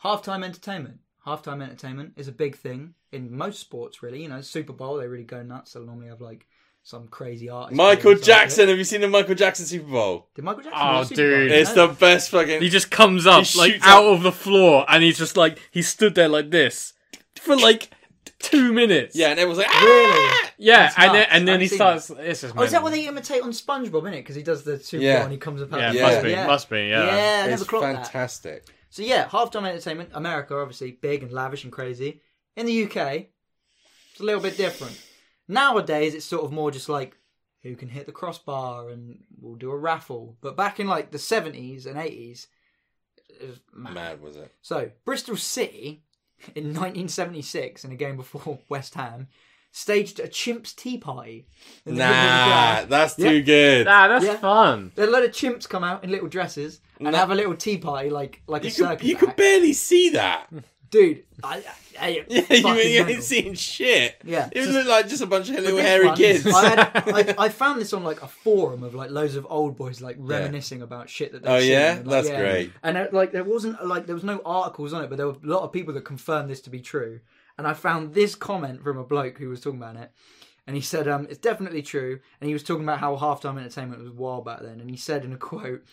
A: Halftime entertainment. Halftime entertainment is a big thing in most sports, really. You know, Super Bowl, they really go nuts. They'll normally have like some crazy artist.
B: Michael
A: playing something.
B: Jackson. Have you seen the Michael Jackson Super Bowl?
A: Did Michael Jackson?
C: Oh,
A: do a Super Bowl?
C: dude.
B: It's the best fucking.
C: He just comes up
B: He
C: like
B: shoots
C: out of the floor, and he's just like he stood there like this for like two
B: <laughs>
C: minutes.
B: Yeah, and everyone's like, ah!
A: Really?
C: yeah,
A: That's
C: and then,
A: nuts.
C: and then
A: I've
C: he
A: seen
C: starts. It's just
A: Oh, is that what
C: mental.
A: they imitate on SpongeBob, innit? Because he does the Super
B: Yeah.
A: Bowl and he comes up out
C: Yeah,
A: the
B: must
A: floor.
B: be,
C: must be, yeah.
A: Yeah, I
B: It's
A: never clocked that.
B: fantastic.
A: So yeah, halftime entertainment, America obviously big and lavish and crazy. In the UK, it's a little bit different. Nowadays, it's sort of more just like who can hit the crossbar and we'll do a raffle. But back in like the seventies and eighties, it was mad.
B: Mad was it?
A: So Bristol City <laughs> in 1976, in a game before <laughs> West Ham, staged a chimps tea party. in the middle of the
B: Nah,
A: ground.
B: that's too good.
C: Nah, that's
A: Yeah.
C: fun.
A: They let a chimps come out in little dresses and have a little tea party like like
B: You
A: a
B: could,
A: circus.
B: you could
A: act.
B: barely
A: <laughs>
B: see that. <laughs>
A: dude. I, I,
B: Yeah,
A: fucking
B: you, you
A: mental.
B: ain't seen shit.
A: Yeah.
B: It looked like just a bunch of little
A: This
B: hairy
A: one,
B: kids.
A: I, had, I, I found this on like a forum of like loads of old boys like reminiscing about shit that. they'd
B: Oh,
A: seen.
B: yeah?
A: Like,
B: That's great.
A: And uh, like there wasn't like there was no articles on it, but there were a lot of people that confirmed this to be true. And I found this comment from a bloke who was talking about it. And he said, um, it's definitely true. And he was talking about how halftime entertainment was wild back then. And he said in a <laughs> quote,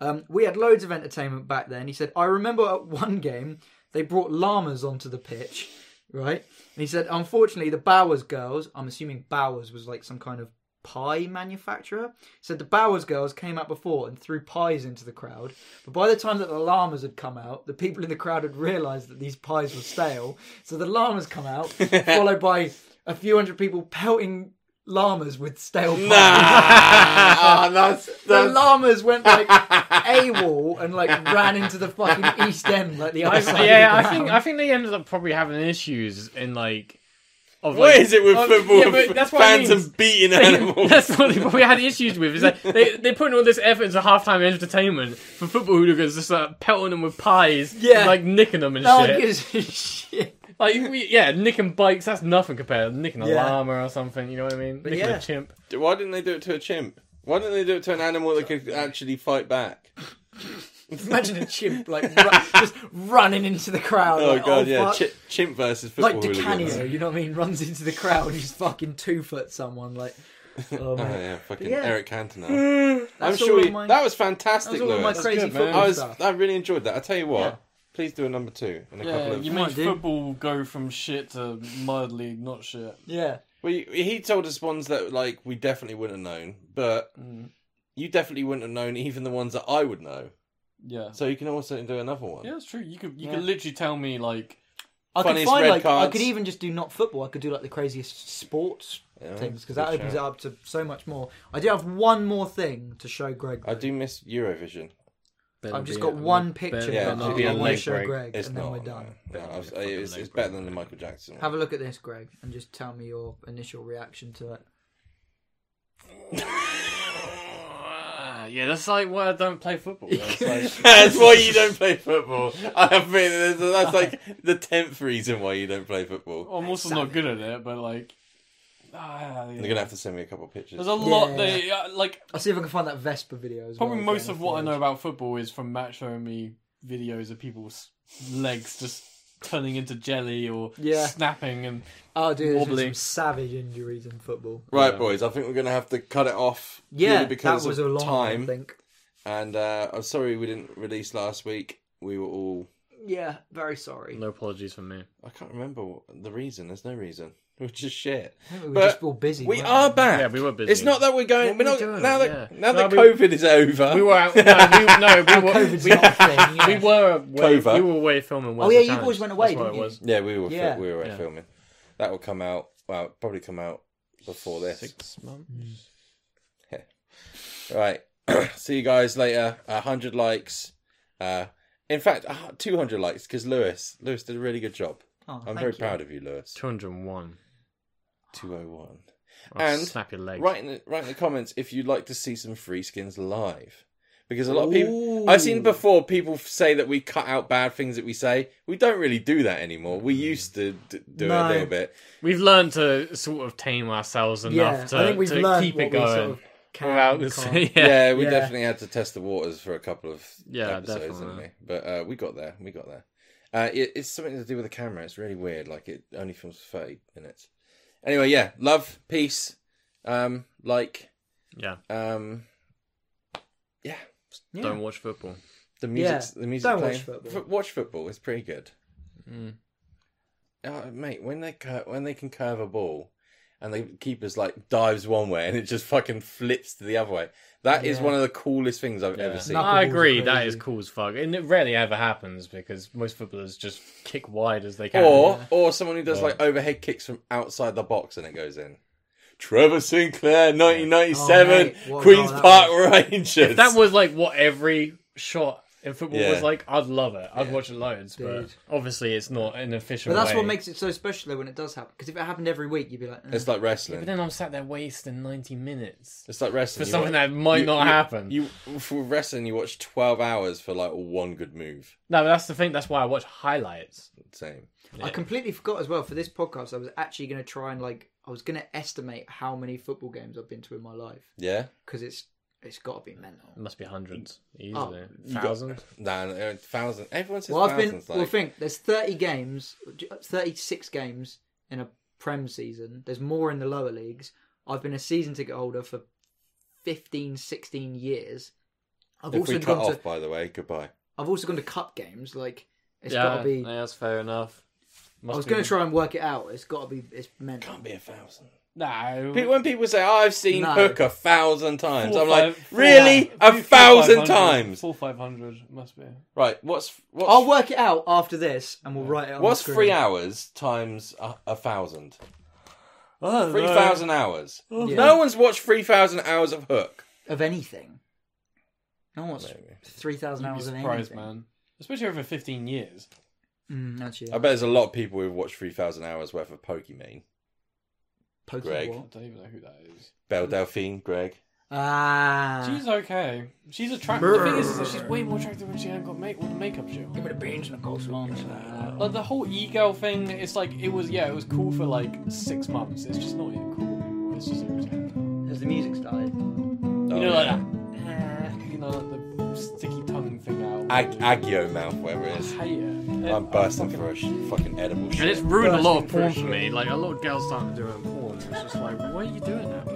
A: um, we had loads of entertainment back then. He said, I remember at one game, they brought llamas onto the pitch, right? And he said, unfortunately, the Bowers girls, I'm assuming Bowers was like some kind of pie manufacturer, said the Bowers girls came out before and threw pies into the crowd. But by the time that the llamas had come out, the people in the crowd had realised that these pies were stale. So the llamas come out, followed by a few hundred people pelting llamas with stale pies <laughs>
B: <laughs> Nah, oh, that's
A: the
B: that's
A: llamas
B: <laughs>
A: went like AWOL and like ran into the fucking East End,
B: <laughs>
A: like the other side. of
C: yeah,
A: the
C: I think
A: ground.
C: I think they ended up probably having issues in like. Of,
B: what
C: like-
B: is it with
C: Oh,
B: football
C: yeah, but
B: f-
C: that's what I
B: fans
C: mean.
A: <laughs>
B: and beating
C: They-
B: animals?
C: <laughs> That's what they probably had issues with. Is that they they put in all this effort into halftime entertainment for football hooligans, just like pelting them with pies,
A: Yeah.
C: and, like nicking them and
A: No one
C: shit.
A: gives a shit.
C: Like we, yeah, nicking bikes, that's nothing compared to nicking a
A: Yeah.
C: llama or something. You know what I mean? nicking
A: yeah.
C: a chimp.
B: Why didn't they do it to a chimp? Why didn't they do it to an animal that could actually
A: <laughs>
B: fight back?
A: Imagine a chimp like ru- just running into the crowd.
B: Oh
A: like,
B: god, yeah,
A: fuck.
B: chi- chimp versus football
A: like
B: hooligans.
A: DiCanio, you know what I mean? Runs into the crowd and just fucking two foot someone. Like,
B: <laughs>
A: oh
B: Oh
A: man,
B: yeah, fucking
A: yeah. Mm,
B: Eric Cantona. I'm
A: that's
B: sure
A: all
B: he,
A: of my,
B: that was fantastic.
A: that's all of my
B: Lewis.
A: crazy
C: good, man.
A: football
B: I was,
A: stuff.
B: I really enjoyed that. I tell you what,
A: Yeah.
B: please do a number two in a couple of.
A: made on, dude.
C: football go from shit to mildly not shit.
A: Yeah,
B: We he told us ones that like we definitely wouldn't have known, but
A: Mm.
B: you definitely wouldn't have known even the ones that I would know.
C: Yeah,
B: So you can also do another one.
C: yeah, it's true. You could you
A: Yeah.
C: could literally tell me like
A: I could
B: Funniest
A: find
B: red
A: like I
B: cards.
A: could even just do not football. I could do like the craziest sports
B: Yeah,
A: things because
B: good
A: that opens
B: shout.
A: it up to so much more. I do have one more thing to show Greg.
B: I do miss Eurovision.
A: I've just got one picture
B: yeah,
A: that
B: it'll
A: I
B: be a
A: want to
B: leg
A: show Greg,
B: It's
A: and
B: not.
A: then we're done.
B: No, no, I was-
C: fucking
B: it's,
C: leg
B: it's
C: break.
B: better than the Michael Jackson. One.
A: Have a look at this, Greg, and just tell me your initial reaction to it.
C: <sighs> Yeah, that's like why I don't
A: <laughs>
C: play football. That's like,
B: that's why you
C: <laughs>
B: don't play football. I have been. That's like the tenth reason why you don't play football.
C: I'm also not good at it, but like, <sighs> ah, yeah.
B: You're gonna have to send me a couple of pictures.
C: there's a lot.
A: Yeah.
C: They uh, like
A: I'll see if I can find that Vespa video as
C: probably
A: well.
C: most of what I know about football is from Matt showing me videos of people's legs just turning into jelly or
A: Yeah.
C: snapping and
A: Oh, dude, there's been
C: Wobbly.
A: some savage injuries in football.
B: Right, boys. I think we're gonna have to cut it off.
A: Yeah,
B: purely because
A: that was
B: of
A: a long
B: time.
A: one, I think.
B: And uh, I'm sorry we didn't release last week. We were all.
A: Yeah, very sorry.
C: No apologies from me.
B: I can't remember what, the reason. <laughs> There's no reason. which is shit.
A: We were
B: But
A: just all busy.
B: We
A: weren't
B: are back.
C: Yeah, we were busy.
B: It's not that we're going.
C: What
B: we're
C: were
B: not
C: we doing?
B: now that
C: Yeah.
B: now that
C: No, we-
B: COVID is over.
C: We were
B: <laughs>
C: out. No, we, no, we
A: we?
C: were.
A: COVID's
C: <laughs> we,
A: not a thing. Yeah.
C: we were away.
B: Covert.
C: We were away filming.
A: Oh,
C: Where's
A: yeah,
C: the
A: you
C: Challenge?
A: boys went away,
C: That's what
A: didn't
C: it
A: you?
C: was.
B: yeah, we were fil-
A: Yeah.
B: we were out
C: Yeah.
B: filming. That will come out. Well, it'll probably come out before this.
C: Six months.
B: Right. <clears throat> See you guys later. A hundred likes. Uh, in fact, two hundred likes because Lewis Lewis did a really good job.
A: Oh,
B: I'm
A: thank
B: very
A: you.
B: proud of you, Lewis.
C: Two hundred and one.
B: Two oh one.
C: I'll
B: And
C: snap your leg.
B: Write in the, write in the comments if you'd like to see some free skins live. Because a lot of people, I've seen before, people f- say that we cut out bad things that we say. We don't really do that anymore. We used to d- do it a
A: No.
B: little bit.
C: We've learned to sort of tame ourselves enough
A: Yeah,
C: to,
A: I think we've
C: to
A: learned
C: keep
A: what
C: it
A: we
C: going.
A: sort of can
C: without
A: and
C: this,
A: can't.
C: <laughs> yeah.
B: Yeah, we
A: Yeah.
B: definitely had to test the waters for a couple of
C: Yeah,
B: episodes,
C: definitely.
B: didn't we? But uh, we got there. We got there. Uh, it, it's something to do with the camera. It's really weird. Like it only films for thirty minutes. Anyway, yeah, love, peace, um, like,
C: Yeah.
B: um, yeah.
A: Yeah.
C: Don't watch football.
B: The music's the music
A: don't
B: playing.
A: watch football. Mm.
B: F- watch football. It's pretty good. Oh, mate, when they cur- when they can curve a ball, and the keeper's like dives one way and it just fucking flips to the other way. That is
A: Yeah.
B: one of the coolest things I've ever seen.
A: Knuckleballs
C: I agree.
A: are
C: That
A: crazy.
C: is cool as fuck, and it rarely ever happens because most footballers just kick wide as they can.
B: Or or someone who does like overhead kicks from outside the box and it goes in. Trevor Sinclair, 1997,
A: Oh, mate, what a
B: Queens
A: goal that
B: Park Rangers.
C: if that was like what every shot in football
B: Yeah.
C: was like, I'd love it. I'd watch it loads,
A: Dude.
C: but obviously it's not an official.
A: But that's
C: way.
A: what makes it so special though when it does happen. Because if it happened every week, you'd be like, eh.
B: It's like wrestling.
C: But then I'm sat there wasting 90 minutes
B: it's like wrestling.
C: for
B: You
C: something
B: watch-
C: that might
B: you-
C: not
B: you-
C: happen.
B: You for wrestling, you watch 12 hours for like one good move.
C: no, but that's the thing. That's why I watch highlights.
B: Same.
A: I completely forgot as well for this podcast. I was actually going to try and like I was going to estimate how many football games I've been to in my life
B: Yeah.
A: because it's it's got to be mental.
C: It must be hundreds,
A: Oh,
C: easily
B: you got-
C: thousands.
B: Nah, no, thousand. Everyone says
A: Well, I've been.
B: thousands.
A: Well,
B: like,
A: think there's 30 games, 36 games in a Prem season. There's more in the lower leagues. I've been a season ticket holder for 15, 16 years. I've
B: if
A: also
B: we cut
A: gone
B: off,
A: to.
B: by the way, goodbye.
A: I've also gone to cup games. Like it's
C: yeah,
A: got to be.
C: yeah, that's fair enough. Must
A: I was
C: be-
A: going to try and work it out. It's got to be. It's mental.
B: Can't be a thousand.
C: No.
B: Pe- When people say, oh, "I've seen
A: No.
B: Hook a thousand times,"
C: Four,
B: I'm like,
C: five- four,
B: "Really?
C: five-
B: A
C: three, four,
B: thousand
C: 500.
B: times?"
C: Four five hundred must be.
B: Right. What's what's,
A: I'll work it out after this, and we'll write it. On
B: what's
A: the screen.
B: three hours times a, a thousand?
C: Oh,
B: Three thousand hours.
A: Yeah.
B: No one's watched three thousand hours of Hook.
A: of anything? No one wants
B: Maybe.
A: three thousand hours of
C: surprised,
A: anything.
C: man. Especially over fifteen years.
A: Mm, actually,
B: I bet there's a lot of people who've watched three thousand hours worth of Pokemon.
A: Pokemon
B: Greg.
A: what?
C: I don't even know who that is.
B: Belle Delphine, Greg.
A: Ah,
C: She's okay. She's attractive. The thing is, is that she's way more attractive when she hadn't got make- with makeup shit. on.
A: Give me the beans and a cold salami.
C: Like the whole e-girl thing, it's like it was. Yeah, it was cool for like six months. It's just not even cool anymore. It's just irritating.
A: Has the music started?
C: You
B: Oh,
C: know, like
B: yeah.
C: that. You know, like the sticky tongue thing out.
B: Ag- Agio mouth, whatever it is.
C: I hate it.
B: I'm bursting
C: fucking-
B: for a sh- fucking edible shit.
C: ruined
A: a lot of porn for
C: me. Like a lot of girls starting to do it in porn. It's just like, what are you doing now?